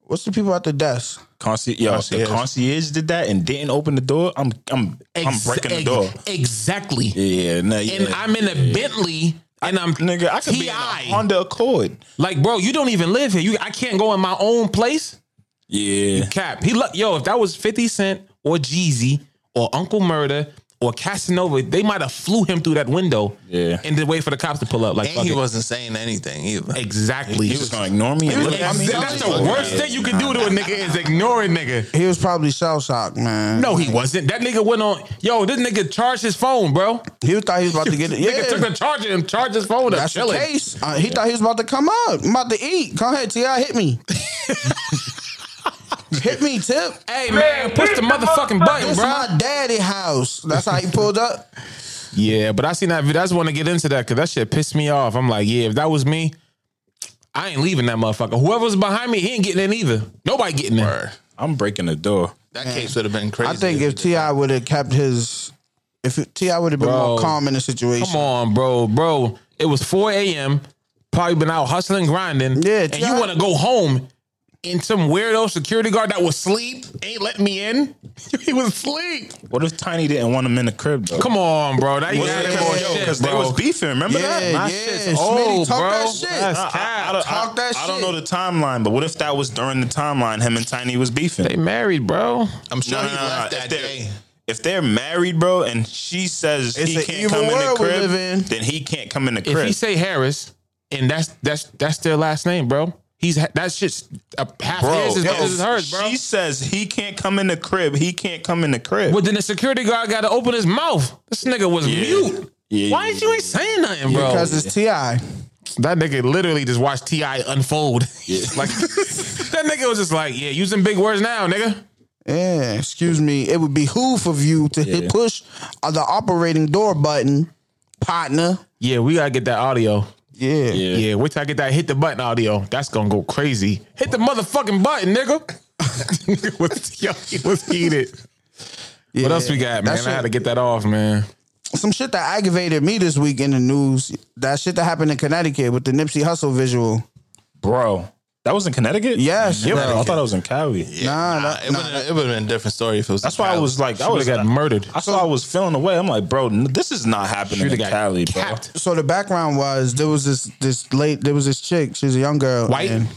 [SPEAKER 3] what's the people at the desk?
[SPEAKER 2] Concierge, yo, if the
[SPEAKER 5] Concierge.
[SPEAKER 2] concierge did that and didn't open the door. I'm, I'm, I'm
[SPEAKER 6] Ex-
[SPEAKER 2] breaking the
[SPEAKER 6] ex-
[SPEAKER 2] door.
[SPEAKER 6] Exactly.
[SPEAKER 2] Yeah, nah, yeah.
[SPEAKER 6] And I'm in a Bentley. And I'm
[SPEAKER 2] nigga. I could
[SPEAKER 6] Ti.
[SPEAKER 2] be in a Honda Accord.
[SPEAKER 6] Like, bro, you don't even live here. You, I can't go in my own place.
[SPEAKER 2] Yeah,
[SPEAKER 6] Cap. He look, yo, if that was 50 Cent or Jeezy or Uncle Murder or Casanova, they might have flew him through that window.
[SPEAKER 2] Yeah.
[SPEAKER 6] And then wait for the cops to pull up. Like,
[SPEAKER 5] And
[SPEAKER 6] fuck
[SPEAKER 5] he
[SPEAKER 6] it.
[SPEAKER 5] wasn't saying anything either.
[SPEAKER 6] exactly.
[SPEAKER 2] he was gonna ignore me. And look at me.
[SPEAKER 6] Exactly. That's the worst thing you can do to a nigga is ignore a nigga.
[SPEAKER 3] He was probably shell shocked, man.
[SPEAKER 6] No, he wasn't. That nigga went on. Yo, this nigga charged his phone, bro.
[SPEAKER 3] he thought he was about to get it. Yeah,
[SPEAKER 6] Nigga took the charger and charged his phone up.
[SPEAKER 3] That's
[SPEAKER 6] Chill
[SPEAKER 3] the
[SPEAKER 6] it.
[SPEAKER 3] case. Uh, he thought he was about to come up. I'm about to eat. Come ahead, Ti. Hit me. hit me, Tip.
[SPEAKER 6] Hey man, push the motherfucking button,
[SPEAKER 3] This
[SPEAKER 6] bro.
[SPEAKER 3] my daddy house. That's how he pulled up.
[SPEAKER 6] Yeah, but I seen that video. I just want to get into that because that shit pissed me off. I'm like, yeah, if that was me, I ain't leaving that motherfucker. Whoever's behind me, he ain't getting in either. Nobody getting in.
[SPEAKER 2] I'm breaking the door.
[SPEAKER 5] That case would have been crazy.
[SPEAKER 3] I think if
[SPEAKER 5] he did.
[SPEAKER 3] Ti would have kept his, if Ti would have been
[SPEAKER 6] Bro.
[SPEAKER 3] more calm in the situation.
[SPEAKER 6] Come on, bro, bro. It was 4 a.m. Probably been out hustling, grinding.
[SPEAKER 3] Yeah,
[SPEAKER 6] and you
[SPEAKER 3] try-
[SPEAKER 6] want to go home, and some weirdo security guard that was asleep ain't letting me in. he was asleep.
[SPEAKER 2] What if Tiny didn't want him in the crib though?
[SPEAKER 6] Come on, bro. That you
[SPEAKER 2] Was
[SPEAKER 6] adding
[SPEAKER 2] it-
[SPEAKER 6] more
[SPEAKER 2] yo,
[SPEAKER 6] shit,
[SPEAKER 2] 'cause
[SPEAKER 6] bro.
[SPEAKER 2] they was beefing. Remember
[SPEAKER 3] Yeah,
[SPEAKER 2] that?
[SPEAKER 3] yeah.
[SPEAKER 2] My
[SPEAKER 3] Smitty,
[SPEAKER 6] shit's old,
[SPEAKER 3] talk
[SPEAKER 6] bro.
[SPEAKER 3] that shit. Uh,
[SPEAKER 6] That's
[SPEAKER 3] Nah,
[SPEAKER 6] cap.
[SPEAKER 2] don't-
[SPEAKER 3] Talk that
[SPEAKER 2] I don't
[SPEAKER 3] shit.
[SPEAKER 2] know the timeline, but what if that was during the timeline? Him and Tiny was beefing.
[SPEAKER 6] they married, bro.
[SPEAKER 5] I'm sure
[SPEAKER 2] No,
[SPEAKER 5] he
[SPEAKER 2] no, no,
[SPEAKER 5] left
[SPEAKER 2] no.
[SPEAKER 5] that
[SPEAKER 2] if, they're,
[SPEAKER 5] day.
[SPEAKER 2] if they're married, bro, and she says
[SPEAKER 3] It's
[SPEAKER 2] he
[SPEAKER 3] an
[SPEAKER 2] can't
[SPEAKER 3] evil
[SPEAKER 2] come in the
[SPEAKER 3] world we
[SPEAKER 2] crib,
[SPEAKER 3] live in.
[SPEAKER 2] then he can't come in the
[SPEAKER 6] If
[SPEAKER 2] crib.
[SPEAKER 6] he say Harris, and that's that's that's their last name, bro. He's that shit's uh, half
[SPEAKER 4] Bro,
[SPEAKER 6] his is,
[SPEAKER 4] yo,
[SPEAKER 6] is hers, bro.
[SPEAKER 4] She says he can't come in the crib. He can't come in the crib.
[SPEAKER 6] But then the security guard got to open his mouth. This nigga was mute.
[SPEAKER 4] Yeah,
[SPEAKER 6] Why
[SPEAKER 4] yeah,
[SPEAKER 6] did you ain't saying nothing, bro?
[SPEAKER 3] Because it's Ti.
[SPEAKER 6] that nigga literally just watched Ti unfold. like that nigga was just like, yeah, using big words now, nigga.
[SPEAKER 3] Yeah, excuse me. It would behoove of you to hit push on the operating door button, partner.
[SPEAKER 6] Yeah, we gotta get that audio.
[SPEAKER 3] Yeah.
[SPEAKER 6] Yeah, wait till I get that hit the button audio. That's gonna go crazy. Hit the motherfucking button, nigga. With- Yo, he was heated. What else we got, man?
[SPEAKER 3] That
[SPEAKER 6] I
[SPEAKER 3] shit-
[SPEAKER 6] had to get that off, man.
[SPEAKER 3] Some shit that aggravated me this week in the news. That shit that happened in Connecticut with the Nipsey Hustle visual.
[SPEAKER 4] bro. That was in Connecticut.
[SPEAKER 3] Yes,
[SPEAKER 4] Yep.
[SPEAKER 3] bro.
[SPEAKER 4] I thought it was in Cali.
[SPEAKER 3] Nah,
[SPEAKER 5] Nah,
[SPEAKER 3] that-
[SPEAKER 5] it would have been a different story if it was.
[SPEAKER 4] That's why I was like, I was
[SPEAKER 6] Shoulda got murdered.
[SPEAKER 4] I saw I was feeling away. I'm like, bro, n- this is not happening
[SPEAKER 6] Shoulda
[SPEAKER 4] in
[SPEAKER 6] got
[SPEAKER 4] Cali, bro.
[SPEAKER 6] capped.
[SPEAKER 3] so the background was there was this this late there was this chick. She's a young girl.
[SPEAKER 6] White?
[SPEAKER 3] and-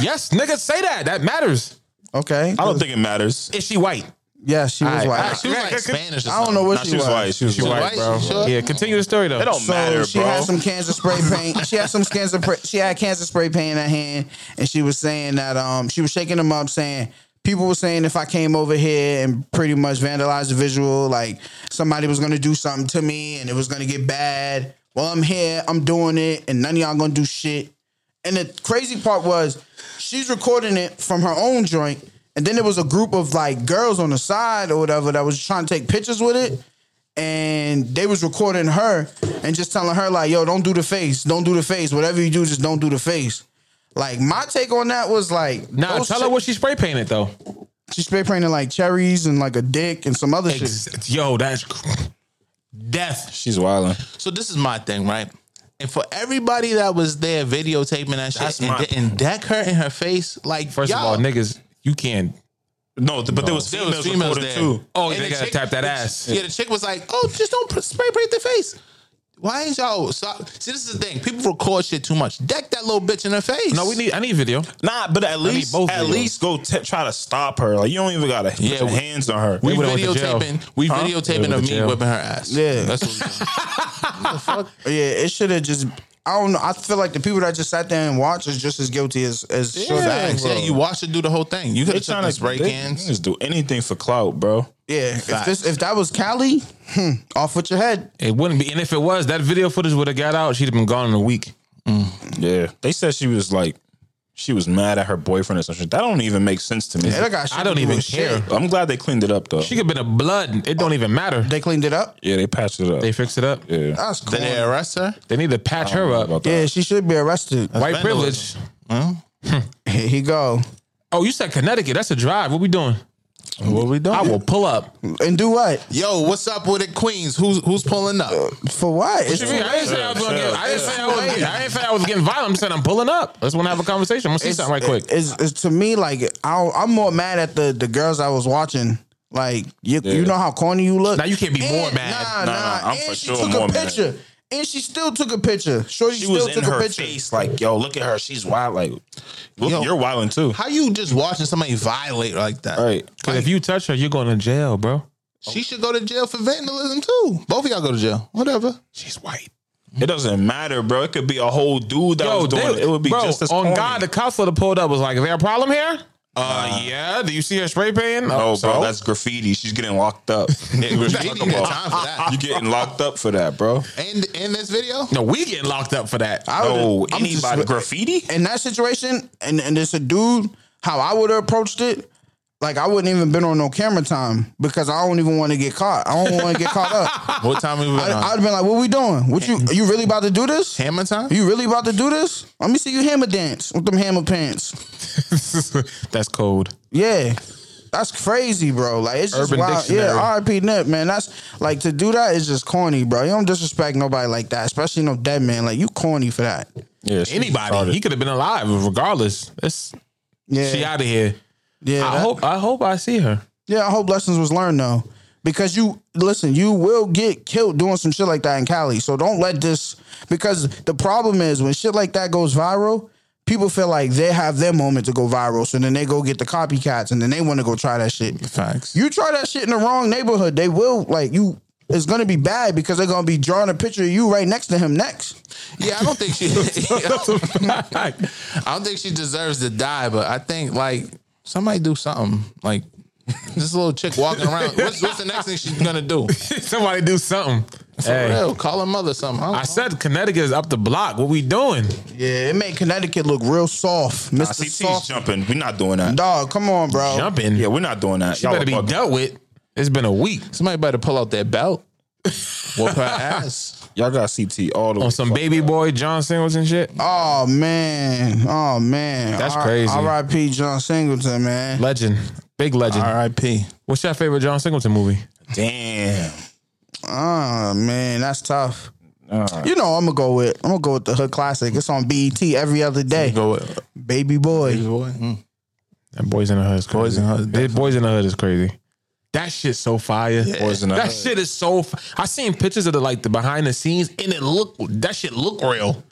[SPEAKER 6] Yes, nigga, say that. That matters.
[SPEAKER 3] okay.
[SPEAKER 4] I don't think it matters.
[SPEAKER 6] Is she white?
[SPEAKER 3] Yeah, she was white.
[SPEAKER 5] Nah, she was like Spanish or
[SPEAKER 3] I don't know
[SPEAKER 5] something.
[SPEAKER 3] what
[SPEAKER 4] Nah,
[SPEAKER 3] she,
[SPEAKER 4] she was
[SPEAKER 3] was.
[SPEAKER 4] white. She was
[SPEAKER 5] She was
[SPEAKER 4] white.
[SPEAKER 5] white, bro. Sure?
[SPEAKER 6] Yeah, continue the story though.
[SPEAKER 4] It don't
[SPEAKER 3] So
[SPEAKER 4] matter,
[SPEAKER 3] she
[SPEAKER 4] bro.
[SPEAKER 3] had some cancer spray paint. she had some cancer. Pra- she had cancer spray paint in her hand, and she was saying that um she was shaking them up, saying people were saying if I came over here and pretty much vandalized the visual, like somebody was gonna do something to me and it was gonna get bad. Well, I'm here, I'm doing it, and none of y'all gonna do shit. And the crazy part was she's recording it from her own joint. And then there was a group of like girls on the side or whatever that was trying to take pictures with it. And they was recording her and just telling her, like, yo, don't do the face. Don't do the face. Whatever you do, just don't do the face. Like my take on that was like
[SPEAKER 6] Nah,
[SPEAKER 3] those
[SPEAKER 6] tell
[SPEAKER 3] chi-
[SPEAKER 6] her what she spray painted though.
[SPEAKER 3] she spray painted like cherries and like a dick and some other shit.
[SPEAKER 6] Ex- Yo, that's cr- death.
[SPEAKER 4] She's wilding.
[SPEAKER 5] So this is my thing, right? And for everybody that was there videotaping that shit
[SPEAKER 4] That's
[SPEAKER 5] and
[SPEAKER 4] my-
[SPEAKER 5] didn't deck her in her face, like
[SPEAKER 6] 1st
[SPEAKER 5] y'all-
[SPEAKER 6] of all, niggas, you can't.
[SPEAKER 4] No, th- but there was
[SPEAKER 5] There
[SPEAKER 4] females,
[SPEAKER 5] was females
[SPEAKER 4] recording
[SPEAKER 5] there.
[SPEAKER 4] too.
[SPEAKER 6] Oh,
[SPEAKER 5] And
[SPEAKER 6] they
[SPEAKER 5] the
[SPEAKER 6] gotta
[SPEAKER 5] chick-
[SPEAKER 6] tap that
[SPEAKER 5] the-
[SPEAKER 6] ass.
[SPEAKER 5] Yeah, the chick was like, "Oh, just don't pr- spray paint the face." Why is y'all so, see? This is the thing. People record shit too much. Deck that little bitch in her face.
[SPEAKER 6] No, we need. I need video.
[SPEAKER 4] Nah, but at least
[SPEAKER 6] both
[SPEAKER 4] at
[SPEAKER 6] of them.
[SPEAKER 4] least go t- try to stop her. Like you don't even gotta
[SPEAKER 5] Yeah,
[SPEAKER 4] put your
[SPEAKER 5] we-
[SPEAKER 4] hands on her.
[SPEAKER 5] We
[SPEAKER 6] would've went to jail.
[SPEAKER 5] videotaping. We videotaping of
[SPEAKER 6] would've went
[SPEAKER 5] me
[SPEAKER 6] to jail.
[SPEAKER 5] whipping her ass.
[SPEAKER 3] Yeah.
[SPEAKER 5] that's what we doing.
[SPEAKER 3] Yeah, it should have just I don't know. I feel like the people that just sat there and watched is just as guilty as as Shorty.
[SPEAKER 5] Facts. Yeah, you watched her do the whole thing. You could
[SPEAKER 4] they
[SPEAKER 5] have took
[SPEAKER 4] trying
[SPEAKER 5] this
[SPEAKER 4] to
[SPEAKER 5] break
[SPEAKER 4] they
[SPEAKER 5] ins.
[SPEAKER 4] Just do anything for clout, bro.
[SPEAKER 3] Yeah, if
[SPEAKER 5] Facts.
[SPEAKER 3] this if that was Cali, hmm, off with your head.
[SPEAKER 6] It wouldn't be. And if it was, that video footage would have got out. She'd have been gone in a week.
[SPEAKER 4] Yeah, they said she was like she was mad at her boyfriend or something. That don't even make sense to me.
[SPEAKER 3] Yeah, that got shit
[SPEAKER 6] I
[SPEAKER 3] to
[SPEAKER 6] don't
[SPEAKER 3] do
[SPEAKER 6] even
[SPEAKER 3] with shit.
[SPEAKER 6] care.
[SPEAKER 4] I'm glad they cleaned it up though.
[SPEAKER 6] She could have been a blood. It don't even matter.
[SPEAKER 3] They cleaned it up.
[SPEAKER 4] yeah, they patched it up.
[SPEAKER 6] They fixed it up.
[SPEAKER 4] yeah,
[SPEAKER 3] That's cool.
[SPEAKER 5] Then they arrest her.
[SPEAKER 6] They need to patch her up.
[SPEAKER 4] about
[SPEAKER 3] Yeah,
[SPEAKER 4] that.
[SPEAKER 3] she should be arrested.
[SPEAKER 6] White
[SPEAKER 5] vandalism.
[SPEAKER 6] privilege.
[SPEAKER 3] Here he go
[SPEAKER 6] Oh, you said Connecticut. That's a drive. What we doing?
[SPEAKER 5] What we doing?
[SPEAKER 6] I will pull up.
[SPEAKER 3] and do what
[SPEAKER 5] Yo, what's up with it, Queens? Who's who's pulling up?
[SPEAKER 3] for what? It's-
[SPEAKER 6] I didn't say I was gonna get. I didn't say I was. I didn't say I was getting violent. I'm saying I'm pulling up. Let's want to have a conversation. I'm gonna see something right quick.
[SPEAKER 3] It's, it's to me like I, I'm more mad at the the girls I was watching. Like you, you know how corny you look.
[SPEAKER 6] Now you can't be
[SPEAKER 3] And-
[SPEAKER 6] more mad.
[SPEAKER 3] Nah,
[SPEAKER 4] Nah,
[SPEAKER 3] nah.
[SPEAKER 4] nah, I'm
[SPEAKER 3] and
[SPEAKER 4] for
[SPEAKER 3] she
[SPEAKER 4] sure
[SPEAKER 3] took
[SPEAKER 4] more
[SPEAKER 3] a
[SPEAKER 4] mad.
[SPEAKER 3] picture, and she still took a picture. Shorty
[SPEAKER 4] She
[SPEAKER 3] still
[SPEAKER 4] was in
[SPEAKER 3] took a
[SPEAKER 4] her
[SPEAKER 3] picture.
[SPEAKER 4] face, like, yo, look at her. She's wild. Like, look,
[SPEAKER 5] Yo.
[SPEAKER 4] you're wilding too.
[SPEAKER 5] How you just watching somebody violate like that?
[SPEAKER 4] All right.
[SPEAKER 6] Because if you touch her, you're going to jail, bro.
[SPEAKER 5] She should go to jail for vandalism too. Both of y'all go to jail. Whatever.
[SPEAKER 4] She's white. It doesn't matter, bro. It could be a whole dude that was doing
[SPEAKER 6] they-
[SPEAKER 4] it. It would be
[SPEAKER 6] bro,
[SPEAKER 4] just as
[SPEAKER 6] on
[SPEAKER 4] corny.
[SPEAKER 6] God. The counselor that pulled up was like, "Is there a problem here?" Uh, yeah. Do you see her spray painting?
[SPEAKER 2] Oh,
[SPEAKER 4] No, bro,
[SPEAKER 6] so?
[SPEAKER 4] that's graffiti. She's getting locked up.
[SPEAKER 5] They didn't get time for that.
[SPEAKER 4] You getting locked up for that, bro?
[SPEAKER 5] And in this video,
[SPEAKER 6] no. We getting locked up for that.
[SPEAKER 3] I would've-
[SPEAKER 4] No,
[SPEAKER 2] Oh,
[SPEAKER 3] I'm just-
[SPEAKER 4] anybody graffiti?
[SPEAKER 3] in that situation, and and it's a dude, how I would have approached it, like I wouldn't even been on no camera time because I don't even want to get caught. I don't want to get caught up.
[SPEAKER 5] what time we been
[SPEAKER 3] I'd, I'd
[SPEAKER 5] on?
[SPEAKER 3] have been like, "What we doing? What you? Are you really about to do this? Are
[SPEAKER 5] Hammer time.
[SPEAKER 3] you really about to do this? Let me see you hammer dance with them hammer pants."
[SPEAKER 6] that's cold.
[SPEAKER 3] Yeah. That's crazy, bro. Like it's just
[SPEAKER 6] Urban
[SPEAKER 3] wild.
[SPEAKER 6] Dictionary.
[SPEAKER 3] Yeah, R.I.P. Nip, man. That's like to do that is just corny, bro. You don't disrespect nobody like that, especially no dead man. Like you corny for that.
[SPEAKER 4] Yeah,
[SPEAKER 6] Anybody, he could have been alive regardless. It's,
[SPEAKER 3] Yeah,
[SPEAKER 6] She out of here.
[SPEAKER 3] yeah.
[SPEAKER 6] I
[SPEAKER 3] that-
[SPEAKER 6] hope. I hope I see her.
[SPEAKER 3] Yeah, I hope lessons was learned though. Because you listen, you will get killed doing some shit like that in Cali. So don't let this because the problem is when shit like that goes viral, people feel like they have their moment to go viral. So then they go get the copycats and then they want to go try that shit.
[SPEAKER 5] Facts.
[SPEAKER 3] You try that shit in the wrong neighborhood, they will like you is going to be bad because they're going to be drawing a picture of you right next to him next.
[SPEAKER 5] Yeah, I don't think she. I, don't, I don't think she deserves to die, but I think like somebody do something like this little chick walking around. What's, what's the next thing she's gonna do?
[SPEAKER 6] Somebody do something.
[SPEAKER 5] For
[SPEAKER 6] Hey,
[SPEAKER 5] real, call her mother something. I,
[SPEAKER 6] I said Connecticut is up the block. What we doing?
[SPEAKER 3] Yeah, it made Connecticut look real soft,
[SPEAKER 2] Nah,
[SPEAKER 3] Mister
[SPEAKER 2] CT's
[SPEAKER 3] Soft.
[SPEAKER 2] jumping. We're not doing that.
[SPEAKER 3] Dog, come on, bro.
[SPEAKER 6] Jumping.
[SPEAKER 2] Yeah,
[SPEAKER 6] You
[SPEAKER 2] we're not doing that. She
[SPEAKER 6] better be dealt with. It's been a week
[SPEAKER 5] somebody better pull out that belt. Whoop her ass.
[SPEAKER 2] Y'all got CT all the way.
[SPEAKER 6] on some baby boy John Singleton shit.
[SPEAKER 3] Oh man, oh man,
[SPEAKER 6] That's crazy.
[SPEAKER 3] R.I.P. John Singleton, man.
[SPEAKER 6] Legend, big legend.
[SPEAKER 5] R.I.P.
[SPEAKER 6] What's your favorite John Singleton movie?
[SPEAKER 2] Damn.
[SPEAKER 3] Oh man, that's tough. You know, I'm gonna go with I'm gonna go with the Hood Classic. It's on BET every other day.
[SPEAKER 5] Go with
[SPEAKER 3] Baby boy.
[SPEAKER 5] boy. Mm.
[SPEAKER 6] That Boys in the Hood is crazy.
[SPEAKER 5] Boys in the Hood is
[SPEAKER 6] That Boys in the Hood is crazy. That shit's so fire.
[SPEAKER 2] Boys in the
[SPEAKER 6] that
[SPEAKER 2] Hood.
[SPEAKER 6] shit is so. F- I seen pictures of the like the behind the scenes, and it look that shit look real.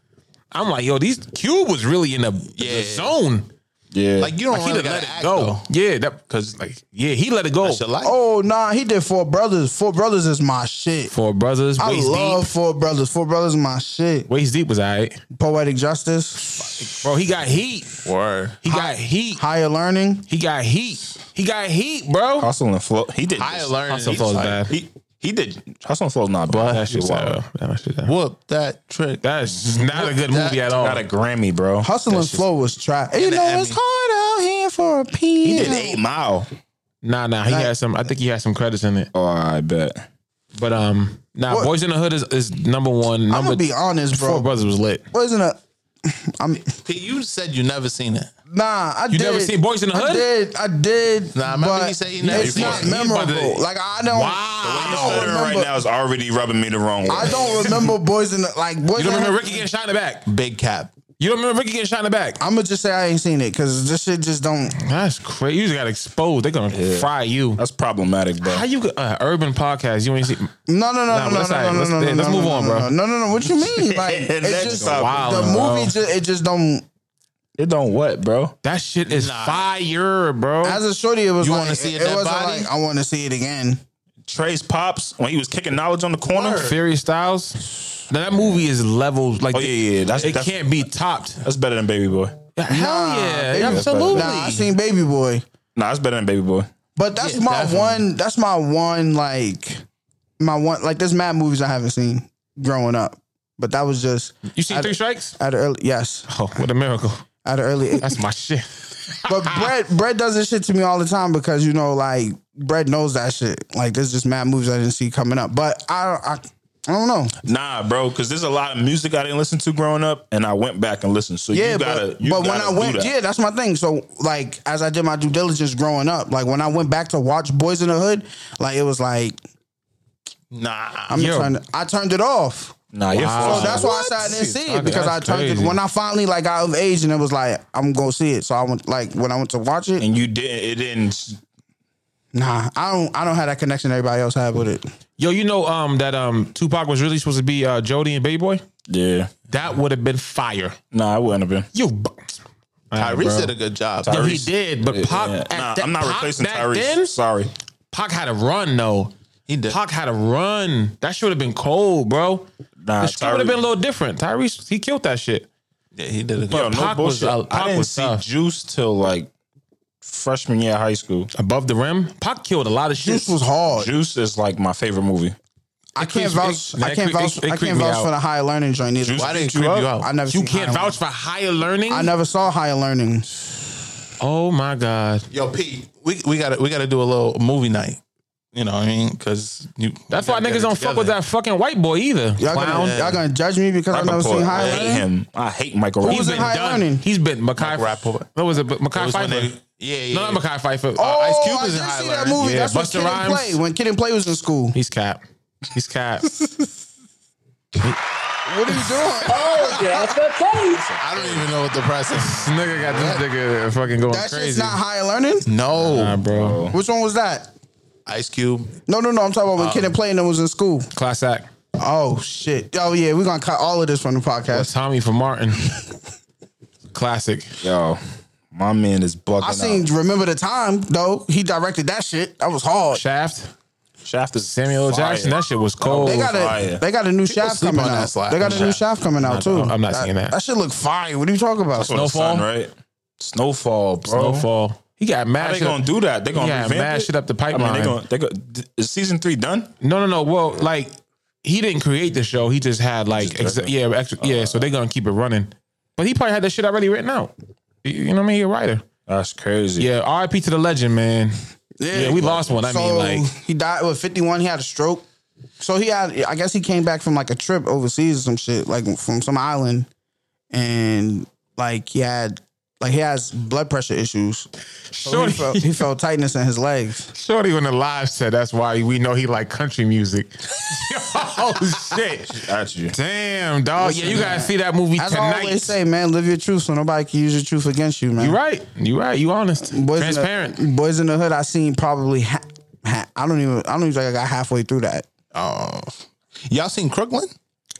[SPEAKER 6] I'm like, yo, these Cube was really in the, the
[SPEAKER 5] Yeah.
[SPEAKER 6] zone.
[SPEAKER 2] Yeah.
[SPEAKER 5] Like you don't
[SPEAKER 6] Like he
[SPEAKER 5] really
[SPEAKER 6] done let
[SPEAKER 5] gotta
[SPEAKER 6] it
[SPEAKER 5] act,
[SPEAKER 6] go.
[SPEAKER 5] Though.
[SPEAKER 6] Yeah, that because like yeah, he let it go.
[SPEAKER 5] That's your life.
[SPEAKER 3] Oh nah, he did Four Brothers. Four Brothers is my shit.
[SPEAKER 6] For brothers,
[SPEAKER 3] I
[SPEAKER 6] waist
[SPEAKER 3] love
[SPEAKER 6] deep.
[SPEAKER 3] Four Brothers. Four Brothers is my shit.
[SPEAKER 6] Waist deep was alright,
[SPEAKER 3] Poetic Justice,
[SPEAKER 6] bro. He got heat.
[SPEAKER 5] Word.
[SPEAKER 6] He got heat.
[SPEAKER 3] Higher Learning.
[SPEAKER 6] He got heat. He got heat, bro.
[SPEAKER 2] Hustle and flow. He did.
[SPEAKER 5] I learned.
[SPEAKER 6] Hustle Flow's
[SPEAKER 5] Like,
[SPEAKER 6] bad.
[SPEAKER 2] He, he did. Hustle and flow's not bad.
[SPEAKER 6] That shit's
[SPEAKER 2] Wow.
[SPEAKER 6] wild. That shit's wild.
[SPEAKER 5] Whoop that trick.
[SPEAKER 6] That's not a good
[SPEAKER 5] That-
[SPEAKER 6] movie at all.
[SPEAKER 2] Got a Grammy, bro.
[SPEAKER 3] Hustle and Flow was trash. You know
[SPEAKER 5] Emmy.
[SPEAKER 3] it's hard out here for a pee.
[SPEAKER 2] He did eight mile.
[SPEAKER 6] Nah, nah. He had some. I think he had some credits in it.
[SPEAKER 2] Oh, I bet.
[SPEAKER 6] But um, nah.
[SPEAKER 3] What?
[SPEAKER 6] Boys in the Hood is, is number one.
[SPEAKER 3] I'm
[SPEAKER 6] Number
[SPEAKER 3] gonna be honest,
[SPEAKER 6] Four
[SPEAKER 3] bro.
[SPEAKER 6] Brothers was lit.
[SPEAKER 3] Wasn't a
[SPEAKER 5] P, you said you never seen it.
[SPEAKER 3] nah. I
[SPEAKER 6] You
[SPEAKER 3] did.
[SPEAKER 6] never seen Boys in the
[SPEAKER 3] I
[SPEAKER 6] Hood?
[SPEAKER 3] did. I did.
[SPEAKER 5] Nah, remember
[SPEAKER 3] but
[SPEAKER 5] he said he never
[SPEAKER 3] It's
[SPEAKER 5] seen
[SPEAKER 3] not
[SPEAKER 5] it.
[SPEAKER 6] He about to-
[SPEAKER 3] memorable. Like I don't.
[SPEAKER 2] He's
[SPEAKER 3] I don't
[SPEAKER 2] stuttering
[SPEAKER 3] remember.
[SPEAKER 2] right now is already rubbing me the wrong way.
[SPEAKER 3] I don't remember boys in the like boys. in
[SPEAKER 6] You don't
[SPEAKER 3] the-
[SPEAKER 6] remember Ricky getting shot in the back?
[SPEAKER 5] Big cap.
[SPEAKER 6] You don't remember Ricky getting shot in the back?
[SPEAKER 3] I'm gonna just say I ain't seen it because this shit just don't.
[SPEAKER 6] That's crazy. You just got exposed. They're gonna fry you.
[SPEAKER 2] That's problematic, bro.
[SPEAKER 6] How you got uh, urban podcast? You ain't see.
[SPEAKER 3] No, no, no,
[SPEAKER 6] Nah,
[SPEAKER 3] no,
[SPEAKER 6] but
[SPEAKER 3] no,
[SPEAKER 6] that's all
[SPEAKER 3] no,
[SPEAKER 6] right.
[SPEAKER 3] no,
[SPEAKER 6] Let's-
[SPEAKER 3] no, no,
[SPEAKER 6] let's
[SPEAKER 3] no,
[SPEAKER 6] move
[SPEAKER 3] no,
[SPEAKER 6] on,
[SPEAKER 3] no,
[SPEAKER 6] bro.
[SPEAKER 3] No, no, no. What you mean? Like it
[SPEAKER 2] Next
[SPEAKER 3] just
[SPEAKER 2] topic.
[SPEAKER 3] the
[SPEAKER 6] Wild, bro.
[SPEAKER 3] movie. Just, it just don't.
[SPEAKER 2] It don't what, bro?
[SPEAKER 6] That shit is fire, bro.
[SPEAKER 3] As a shorty, it was
[SPEAKER 5] You
[SPEAKER 3] like
[SPEAKER 5] wanna see it
[SPEAKER 3] it
[SPEAKER 5] that
[SPEAKER 3] wasn't
[SPEAKER 5] body?
[SPEAKER 3] like I want to see it again.
[SPEAKER 2] Trey's pops when he was kicking knowledge on the corner.
[SPEAKER 6] Furious Styles. Now that movie is levels like
[SPEAKER 2] Oh yeah, yeah. That's
[SPEAKER 6] it
[SPEAKER 2] that's,
[SPEAKER 6] can't be topped.
[SPEAKER 2] that's better than Baby Boy.
[SPEAKER 6] Hell
[SPEAKER 3] baby-
[SPEAKER 6] yeah, absolutely.
[SPEAKER 3] Nah, I seen Baby Boy.
[SPEAKER 2] Nah, that's better than Baby Boy.
[SPEAKER 3] But that's my
[SPEAKER 5] definitely.
[SPEAKER 3] one. That's my one. Like my one. Like there's mad movies I haven't seen growing up. But that was just
[SPEAKER 6] You seen Three Strikes?
[SPEAKER 3] at an early yes
[SPEAKER 6] Oh, what a miracle!
[SPEAKER 3] at an early. age.
[SPEAKER 6] That's my shit.
[SPEAKER 3] But Brett Brett does this shit to me all the time because you know like Brett knows that shit. Like there's just mad movies I didn't see coming up. But I I, I don't know.
[SPEAKER 2] Nah, bro, because there's a lot of music I didn't listen to growing up, and I went back and listened. So
[SPEAKER 3] Yeah,
[SPEAKER 2] you gotta,
[SPEAKER 3] but,
[SPEAKER 2] you
[SPEAKER 3] but when
[SPEAKER 2] gotta
[SPEAKER 3] I
[SPEAKER 2] do
[SPEAKER 3] went,
[SPEAKER 2] that.
[SPEAKER 3] yeah, that's my thing. So like as I did my due diligence growing up, like when I went back to watch Boys in the Hood, like it was like
[SPEAKER 5] Nah.
[SPEAKER 3] I'm
[SPEAKER 6] Yo.
[SPEAKER 3] trying to, I turned it off.
[SPEAKER 2] nah, you're
[SPEAKER 3] So
[SPEAKER 2] wow.
[SPEAKER 3] Oh, that's why I said I didn't see it
[SPEAKER 6] Fuck,
[SPEAKER 3] because I
[SPEAKER 6] that's
[SPEAKER 3] turned
[SPEAKER 6] crazy.
[SPEAKER 3] it when I finally like got of age and it was like I'm gonna see it. So I went like when I went to watch it,
[SPEAKER 2] and you didn't. It didn't.
[SPEAKER 3] nah, I don't I don't have that connection everybody else had with it.
[SPEAKER 6] Yo, you know um that um Tupac was really supposed to be uh Jody and Baby Boy?
[SPEAKER 2] Yeah.
[SPEAKER 6] That would have been fire.
[SPEAKER 2] Nah, I wouldn't have been.
[SPEAKER 6] You bu-
[SPEAKER 5] Tyrese did a good job.
[SPEAKER 6] Yo, he
[SPEAKER 2] Tyrese.
[SPEAKER 6] did, but Pac
[SPEAKER 2] Yeah.
[SPEAKER 6] at
[SPEAKER 2] Nah,
[SPEAKER 6] that-
[SPEAKER 2] I'm not
[SPEAKER 6] Pac
[SPEAKER 2] replacing
[SPEAKER 6] back
[SPEAKER 2] Tyrese.
[SPEAKER 6] then,
[SPEAKER 2] Sorry.
[SPEAKER 6] Pac had a run though.
[SPEAKER 5] He did.
[SPEAKER 6] Pac had a run. That should have been cold, bro.
[SPEAKER 2] Nah,
[SPEAKER 6] the shit would have
[SPEAKER 2] Tyrese-
[SPEAKER 6] been a little different. Tyrese, he killed that shit.
[SPEAKER 5] Yeah, he did a good
[SPEAKER 2] Yo,
[SPEAKER 5] job.
[SPEAKER 2] no
[SPEAKER 6] Pac was-
[SPEAKER 2] bullshit.
[SPEAKER 6] uh, Pac
[SPEAKER 2] I didn't
[SPEAKER 6] was
[SPEAKER 2] see
[SPEAKER 6] tough.
[SPEAKER 2] Juice till like freshman year of high school.
[SPEAKER 6] Above the rim, Pac killed a lot of shit.
[SPEAKER 3] This was hard.
[SPEAKER 2] Juice is like my favorite movie.
[SPEAKER 3] I can't
[SPEAKER 6] creeps-
[SPEAKER 3] vouch.
[SPEAKER 6] it-
[SPEAKER 3] I can't
[SPEAKER 6] it-
[SPEAKER 3] vouch.
[SPEAKER 6] it creep
[SPEAKER 3] I can't
[SPEAKER 6] me
[SPEAKER 3] vouch
[SPEAKER 6] out.
[SPEAKER 3] for the higher learning joint either.
[SPEAKER 5] Why
[SPEAKER 2] Juice
[SPEAKER 5] didn't
[SPEAKER 2] beat
[SPEAKER 5] creep you out?
[SPEAKER 3] I never.
[SPEAKER 6] You
[SPEAKER 3] seen
[SPEAKER 6] can't
[SPEAKER 3] Higher
[SPEAKER 6] vouch for higher learning.
[SPEAKER 3] Learning. I never saw higher learning.
[SPEAKER 6] Oh my god,
[SPEAKER 5] Yo, P, we we got to we got to do a little movie night. You know what I mean? Because
[SPEAKER 6] that's why niggas don't fuck with that fucking white boy either.
[SPEAKER 3] Y'all
[SPEAKER 6] Clown.
[SPEAKER 3] gonna, y'all gonna judge me because I've never
[SPEAKER 2] Rappaport,
[SPEAKER 3] seen higher
[SPEAKER 2] I hate
[SPEAKER 3] learning.
[SPEAKER 2] him. I hate Michael
[SPEAKER 3] Who was
[SPEAKER 6] He's
[SPEAKER 3] in
[SPEAKER 6] been
[SPEAKER 2] Rappaport.
[SPEAKER 3] High
[SPEAKER 6] done.
[SPEAKER 3] Learning?
[SPEAKER 6] What was it? Mackay.
[SPEAKER 5] Like Rappaport.
[SPEAKER 6] What was it? Mackay
[SPEAKER 5] was when
[SPEAKER 6] Pfeiffer.
[SPEAKER 5] they- yeah, yeah,
[SPEAKER 6] No, not
[SPEAKER 5] yeah.
[SPEAKER 6] Mackay Pfeiffer. Uh,
[SPEAKER 3] Oh,
[SPEAKER 6] Ice Cube was in
[SPEAKER 3] I
[SPEAKER 6] High
[SPEAKER 3] did see
[SPEAKER 6] Learning.
[SPEAKER 3] that movie.
[SPEAKER 6] Yeah,
[SPEAKER 3] That's when
[SPEAKER 6] Busta
[SPEAKER 3] Kid and
[SPEAKER 6] Rhymes.
[SPEAKER 3] Play. When Kid and Play was in school.
[SPEAKER 6] He's cap. He's cap.
[SPEAKER 3] What are you doing?
[SPEAKER 8] Oh,
[SPEAKER 5] I don't even know what the price is.
[SPEAKER 6] nigga got this nigga fucking going
[SPEAKER 3] That shit's
[SPEAKER 6] crazy.
[SPEAKER 3] not higher learning.
[SPEAKER 5] No,
[SPEAKER 6] Nah, bro.
[SPEAKER 3] Which one was that?
[SPEAKER 5] Ice Cube.
[SPEAKER 3] No, no, no. I'm talking about
[SPEAKER 6] Uh,
[SPEAKER 3] when Kid and Play and them was in school.
[SPEAKER 6] Class act.
[SPEAKER 3] Oh shit. Oh yeah, we're gonna cut all of this from the podcast.
[SPEAKER 6] Tommy for Martin. Classic.
[SPEAKER 2] Yo, my man is bugging
[SPEAKER 3] I seen
[SPEAKER 2] out.
[SPEAKER 3] Remember the Time though. He directed that shit. That was hard.
[SPEAKER 6] Shaft.
[SPEAKER 4] Shaft is
[SPEAKER 6] Samuel L.
[SPEAKER 4] fire.
[SPEAKER 6] Jackson, that shit was cold.
[SPEAKER 3] They got
[SPEAKER 4] fire.
[SPEAKER 3] a they got a new shaft
[SPEAKER 5] sleep
[SPEAKER 3] coming
[SPEAKER 5] on that
[SPEAKER 3] out.
[SPEAKER 5] slide.
[SPEAKER 3] They got a new
[SPEAKER 5] Nah.
[SPEAKER 3] shaft coming out too.
[SPEAKER 6] I'm not seeing that.
[SPEAKER 3] That shit look fire. What are you talking about?
[SPEAKER 4] That's what I'm
[SPEAKER 6] Snowfall?
[SPEAKER 4] saying, right? Snowfall, bro.
[SPEAKER 6] Snowfall. He got
[SPEAKER 4] How
[SPEAKER 6] mad.
[SPEAKER 4] they
[SPEAKER 6] shit-
[SPEAKER 4] gonna do that? They gonna
[SPEAKER 6] Yeah,
[SPEAKER 4] revamp
[SPEAKER 6] mash it up the
[SPEAKER 4] I mean,
[SPEAKER 6] pipeline.
[SPEAKER 4] they gonna, they gonna, is season three done?
[SPEAKER 6] No, no, no. Well, like he didn't create the show. He just had like
[SPEAKER 4] Just
[SPEAKER 6] ex- yeah, ex- yeah. So they're gonna keep it running. But he probably had that shit already written out. You you know what I mean? He a writer.
[SPEAKER 4] That's crazy.
[SPEAKER 6] Yeah. R.I.P. to the legend, man. Yeah, we lost one. I
[SPEAKER 3] so
[SPEAKER 6] mean, like
[SPEAKER 3] he died with 51. He had a stroke. So he had, I guess he came back from like a trip overseas or some shit, like from some island, and like he had, like he has blood pressure issues. So he
[SPEAKER 6] Shorty,
[SPEAKER 3] felt, he felt tightness in his legs.
[SPEAKER 6] Shorty on the live said that's why we know he like country music. oh shit!
[SPEAKER 4] At you.
[SPEAKER 6] Damn, dog. yeah, you gotta see that movie
[SPEAKER 3] As I
[SPEAKER 6] tonight.
[SPEAKER 3] always say, man, live your truth so nobody can use your truth against you, man.
[SPEAKER 6] you right. You right. You honest.
[SPEAKER 3] Boys
[SPEAKER 6] Transparent.
[SPEAKER 3] In the, boys in the hood. I seen probably. Ha- ha- I don't even. I don't even think I got halfway through that.
[SPEAKER 5] Oh, y'all seen Crooklyn?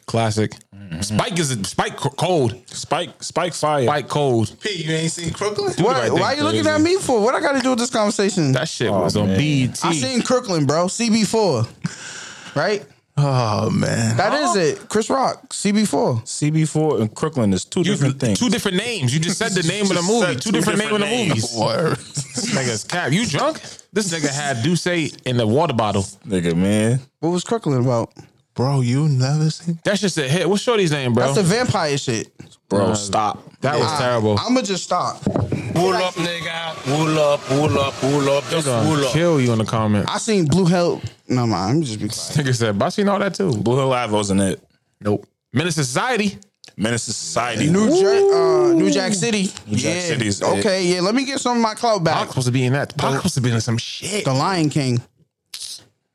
[SPEAKER 6] Classic. Spike is a, Spike c- cold.
[SPEAKER 4] Spike, Spike Fire.
[SPEAKER 6] Spike cold.
[SPEAKER 5] P, you ain't seen Crooklyn?
[SPEAKER 3] What? Why are you looking at me for? What I got to do with this conversation?
[SPEAKER 6] That E. shit was on
[SPEAKER 4] man.
[SPEAKER 6] BET.
[SPEAKER 3] I seen Kirkland, bro. CB4, right?
[SPEAKER 5] Oh man,
[SPEAKER 3] That is it. Chris Rock, CB4.
[SPEAKER 4] CB4 and Crooklyn is two different things.
[SPEAKER 6] Two different names. You just said the name of the
[SPEAKER 4] Just
[SPEAKER 6] movie.
[SPEAKER 4] said
[SPEAKER 6] Two,
[SPEAKER 4] two
[SPEAKER 6] different,
[SPEAKER 4] different
[SPEAKER 6] name of the
[SPEAKER 4] names.
[SPEAKER 6] movies. This nigga's cap. You drunk? This nigga had Duce in the water bottle.
[SPEAKER 4] Nigga, man.
[SPEAKER 3] What was Kirkland about?
[SPEAKER 5] bro, you never seen?
[SPEAKER 6] That's just a hit. What's Shorty's name, bro?
[SPEAKER 3] That's the vampire shit.
[SPEAKER 4] Bro, stop.
[SPEAKER 6] that was terrible.
[SPEAKER 3] I'ma just stop.
[SPEAKER 9] Pull up, nigga. Pull up, pull up, pull up. Just
[SPEAKER 6] Gonna
[SPEAKER 9] pull up.
[SPEAKER 6] kill you in the comments.
[SPEAKER 3] I seen Blue Hell. No man, I'm just be quiet.
[SPEAKER 6] Nigga said, but I seen all that too.
[SPEAKER 4] Blue Hill Live wasn't it.
[SPEAKER 6] Nope. Menace Society.
[SPEAKER 4] Menace to Society.
[SPEAKER 3] New Jack, uh, New Jack City.
[SPEAKER 4] New Jack
[SPEAKER 3] yeah.
[SPEAKER 4] City's it.
[SPEAKER 3] okay, yeah. Let me get some of my clout
[SPEAKER 6] Pac
[SPEAKER 3] back.
[SPEAKER 6] supposed to be in that. Pac supposed to be in some shit.
[SPEAKER 3] The Lion King.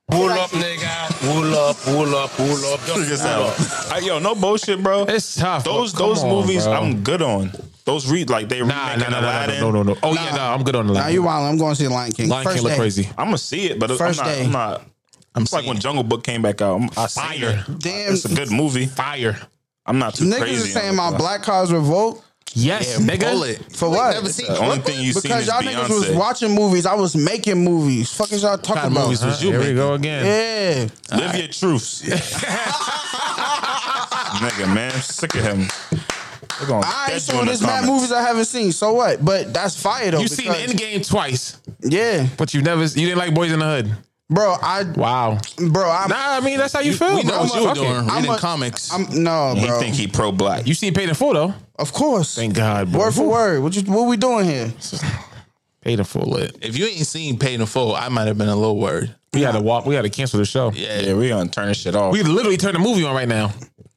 [SPEAKER 9] Pull up, nigga. Pull up, pull up, pull up. Just pull up.
[SPEAKER 4] I, yo, no bullshit, bro.
[SPEAKER 6] It's tough.
[SPEAKER 4] Those
[SPEAKER 6] Come
[SPEAKER 4] those
[SPEAKER 6] on,
[SPEAKER 4] movies
[SPEAKER 6] bro.
[SPEAKER 4] I'm good on. Those read like they
[SPEAKER 6] Nah, nah,
[SPEAKER 4] remaking
[SPEAKER 6] nah, nah,
[SPEAKER 4] Aladdin.
[SPEAKER 6] nah, no, no, no. Oh yeah, nah, I'm good on the
[SPEAKER 3] Now
[SPEAKER 6] line.
[SPEAKER 3] you wild. I'm going to see the Lion King.
[SPEAKER 6] Lion
[SPEAKER 3] First
[SPEAKER 6] King look
[SPEAKER 3] day.
[SPEAKER 6] crazy.
[SPEAKER 4] I'm gonna see it, but i I'm
[SPEAKER 3] First
[SPEAKER 4] not.
[SPEAKER 3] day.
[SPEAKER 4] I'm not. it's like when Jungle Book came back out. I'm, I seen
[SPEAKER 6] Fire.
[SPEAKER 4] it.
[SPEAKER 3] Damn.
[SPEAKER 4] It's a good movie.
[SPEAKER 6] Fire.
[SPEAKER 4] I'm not too
[SPEAKER 3] Niggas
[SPEAKER 4] crazy.
[SPEAKER 3] is saying
[SPEAKER 4] on
[SPEAKER 3] my
[SPEAKER 4] it, though.
[SPEAKER 3] black cars revolt
[SPEAKER 6] Yes, nigga.
[SPEAKER 5] Bullet.
[SPEAKER 3] for
[SPEAKER 5] You ain't
[SPEAKER 3] what?
[SPEAKER 5] Never seen
[SPEAKER 4] The only thing you seen
[SPEAKER 3] because
[SPEAKER 4] is
[SPEAKER 3] y'all
[SPEAKER 4] Beyonce.
[SPEAKER 3] niggas was watching movies. I was making movies. Fuck is y'all
[SPEAKER 5] Kind of
[SPEAKER 3] talking about?
[SPEAKER 5] movies was you
[SPEAKER 6] Here we
[SPEAKER 5] making?
[SPEAKER 6] go again.
[SPEAKER 3] Yeah.
[SPEAKER 4] Live your truths. Nigga, man, I'm sick of him. They're gonna
[SPEAKER 3] All right,
[SPEAKER 4] dead
[SPEAKER 3] so
[SPEAKER 4] you in the
[SPEAKER 3] there's mad
[SPEAKER 4] comments.
[SPEAKER 3] movies I haven't seen. So what? But that's fire though.
[SPEAKER 6] You seen
[SPEAKER 3] because-
[SPEAKER 6] Endgame twice,
[SPEAKER 3] Yeah,
[SPEAKER 6] but you never you didn't like Boys in the Hood.
[SPEAKER 3] bro. I
[SPEAKER 6] Wow.
[SPEAKER 3] bro. I'm,
[SPEAKER 6] Nah, I mean that's how you, feel.
[SPEAKER 5] We know
[SPEAKER 6] bro.
[SPEAKER 5] what you were
[SPEAKER 6] Fuck it.
[SPEAKER 5] doing. Reading
[SPEAKER 3] a-
[SPEAKER 5] comics.
[SPEAKER 3] I'm no,
[SPEAKER 4] He
[SPEAKER 3] bro.
[SPEAKER 4] think he pro black.
[SPEAKER 6] You seen Paid in Full though.
[SPEAKER 3] of course.
[SPEAKER 6] Thank God, bro.
[SPEAKER 3] Word for word. What you? What we doing here?
[SPEAKER 6] Paid in Full lit.
[SPEAKER 5] if you ain't seen Paid in Full, I might have been a little worried.
[SPEAKER 6] We had to walk. We had to cancel the show.
[SPEAKER 5] Yeah,
[SPEAKER 4] yeah, we gonna turn this shit off.
[SPEAKER 6] We literally turned the movie on right now.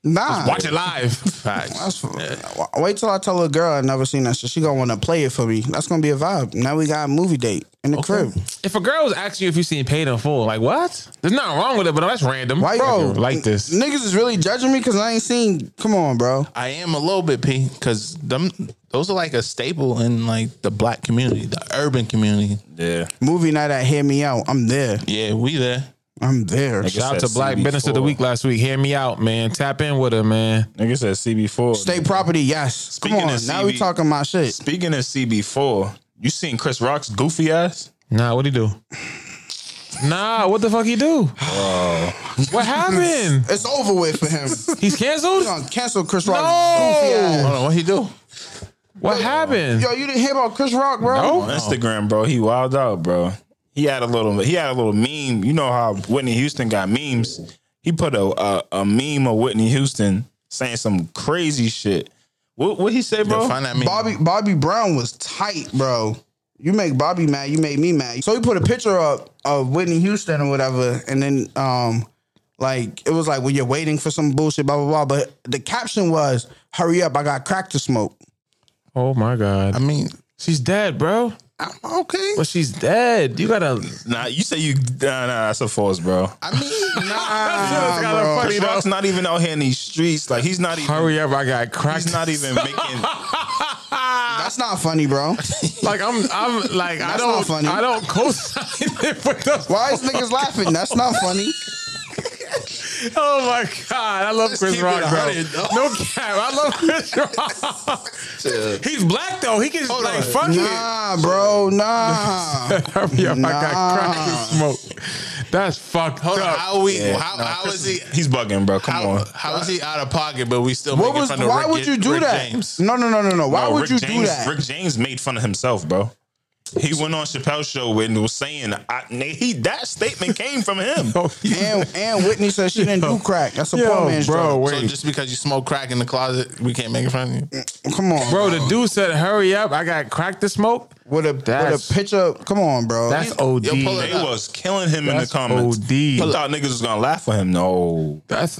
[SPEAKER 3] Nah.
[SPEAKER 6] Watch it live.
[SPEAKER 5] facts.
[SPEAKER 3] That's- Wait till I tell a girl I never seen that shit. She gonna want to play it for me. That's gonna be a vibe. Now we got a movie date in the crib.
[SPEAKER 6] If a girl was asking you if you seen Paid in Full, like what? There's nothing wrong with it, but that's random.
[SPEAKER 3] Why,
[SPEAKER 6] Bro,
[SPEAKER 3] bro?
[SPEAKER 6] like this?
[SPEAKER 3] Niggas is really judging me because I ain't seen. Come on, bro.
[SPEAKER 5] I am a little bit P because them those are like a staple in like the black community, the urban community.
[SPEAKER 4] yeah.
[SPEAKER 3] Movie night at Hear Me Out. I'm there.
[SPEAKER 5] Yeah, we there.
[SPEAKER 3] I'm there.
[SPEAKER 6] Shout out to Black Business of the Week last week. Hear me out, man. Tap in with her, man.
[SPEAKER 4] Nigga said CB4.
[SPEAKER 3] State property, yes.
[SPEAKER 4] Speaking
[SPEAKER 3] Come on,
[SPEAKER 4] of
[SPEAKER 3] now we
[SPEAKER 4] CB
[SPEAKER 3] talking my shit.
[SPEAKER 4] Speaking of CB4, you seen Chris Rock's goofy ass?
[SPEAKER 6] Nah, what'd he do? Nah, what the fuck he do? What happened?
[SPEAKER 3] It's over with for him.
[SPEAKER 6] He's canceled?
[SPEAKER 3] We're gonna cancel Chris Rock.
[SPEAKER 5] Hold on, what he do?
[SPEAKER 6] What happened?
[SPEAKER 3] Yo, you didn't hear about Chris Rock, bro?
[SPEAKER 4] On
[SPEAKER 5] Oh.
[SPEAKER 4] Instagram, bro, he wild out, bro. He had a little. He had a little meme. You know how Whitney Houston got memes. He put a a, a meme of Whitney Houston saying some crazy shit. What what he say, bro?
[SPEAKER 5] Yo, find that me.
[SPEAKER 3] Bobby Bobby Brown was tight, bro. You make Bobby mad, you made me mad. So he put a picture up of Whitney Houston or whatever, and then um, like it was like, well, you're waiting for some bullshit, blah blah blah. But the caption was, "Hurry up, I got crack to smoke."
[SPEAKER 6] Oh my
[SPEAKER 5] I
[SPEAKER 6] god.
[SPEAKER 5] mean,
[SPEAKER 6] She's dead, bro.
[SPEAKER 5] I'm okay.
[SPEAKER 6] But she's dead. You gotta
[SPEAKER 4] Nah, you say you nah, nah. That's a false, bro.
[SPEAKER 5] I mean,
[SPEAKER 3] Nah,
[SPEAKER 6] kinda
[SPEAKER 3] bro.
[SPEAKER 6] funny.
[SPEAKER 4] Chris Rock's not even out here in these streets. Like he's not even.
[SPEAKER 6] hurry up. I got
[SPEAKER 4] He's
[SPEAKER 6] cracked.
[SPEAKER 4] not even making.
[SPEAKER 3] That's not funny, bro.
[SPEAKER 6] like I'm I'm like I
[SPEAKER 3] That's
[SPEAKER 6] don't
[SPEAKER 3] not funny.
[SPEAKER 6] I don't co-sign it with those.
[SPEAKER 3] Why is niggas laughing? That's not funny.
[SPEAKER 6] Oh my god. I love Chris
[SPEAKER 5] keep it
[SPEAKER 6] Rock, bro.
[SPEAKER 5] 100, though.
[SPEAKER 6] No cap. I love Chris Rock. He's black though. He can like fuck it.
[SPEAKER 3] Nah, bro, nah.
[SPEAKER 6] Hurry up, I
[SPEAKER 3] Nah.
[SPEAKER 6] got cracked and smoke. That's fucked
[SPEAKER 5] Hold on,
[SPEAKER 6] up.
[SPEAKER 5] how we?
[SPEAKER 4] Yeah,
[SPEAKER 5] how,
[SPEAKER 4] nah,
[SPEAKER 5] how is
[SPEAKER 4] Chris
[SPEAKER 5] he?
[SPEAKER 4] He's bugging, bro. Come
[SPEAKER 5] How,
[SPEAKER 4] on.
[SPEAKER 5] how is he out of pocket? But we still
[SPEAKER 3] What
[SPEAKER 5] making
[SPEAKER 3] was?
[SPEAKER 5] fun of
[SPEAKER 3] Why
[SPEAKER 5] Rick-
[SPEAKER 3] would you do
[SPEAKER 5] Rick
[SPEAKER 3] that?
[SPEAKER 5] James.
[SPEAKER 3] No, no, no, no, no. Why
[SPEAKER 4] No,
[SPEAKER 3] would
[SPEAKER 4] Rick
[SPEAKER 3] you
[SPEAKER 4] James,
[SPEAKER 3] do that?
[SPEAKER 4] Rick James made fun of himself, bro. He went on Chappelle's show and was saying I, he that statement came from him.
[SPEAKER 3] and and Whitney said she didn't do crack. That's a poor
[SPEAKER 6] Yo,
[SPEAKER 3] man's
[SPEAKER 6] bro,
[SPEAKER 3] bro.
[SPEAKER 5] So
[SPEAKER 6] wait.
[SPEAKER 5] just because you smoke crack in the closet, we can't make fun of you.
[SPEAKER 3] Come on,
[SPEAKER 6] Bro, the dude said, "Hurry up! I got crack to smoke."
[SPEAKER 3] With a
[SPEAKER 6] That's-
[SPEAKER 3] with a picture. Come on, bro.
[SPEAKER 6] That's OD.
[SPEAKER 5] Yo, pull it
[SPEAKER 4] They
[SPEAKER 5] up.
[SPEAKER 4] was killing him in the
[SPEAKER 6] That's
[SPEAKER 4] comments.
[SPEAKER 6] OD.
[SPEAKER 4] He thought niggas was gonna laugh for him. No,
[SPEAKER 6] That's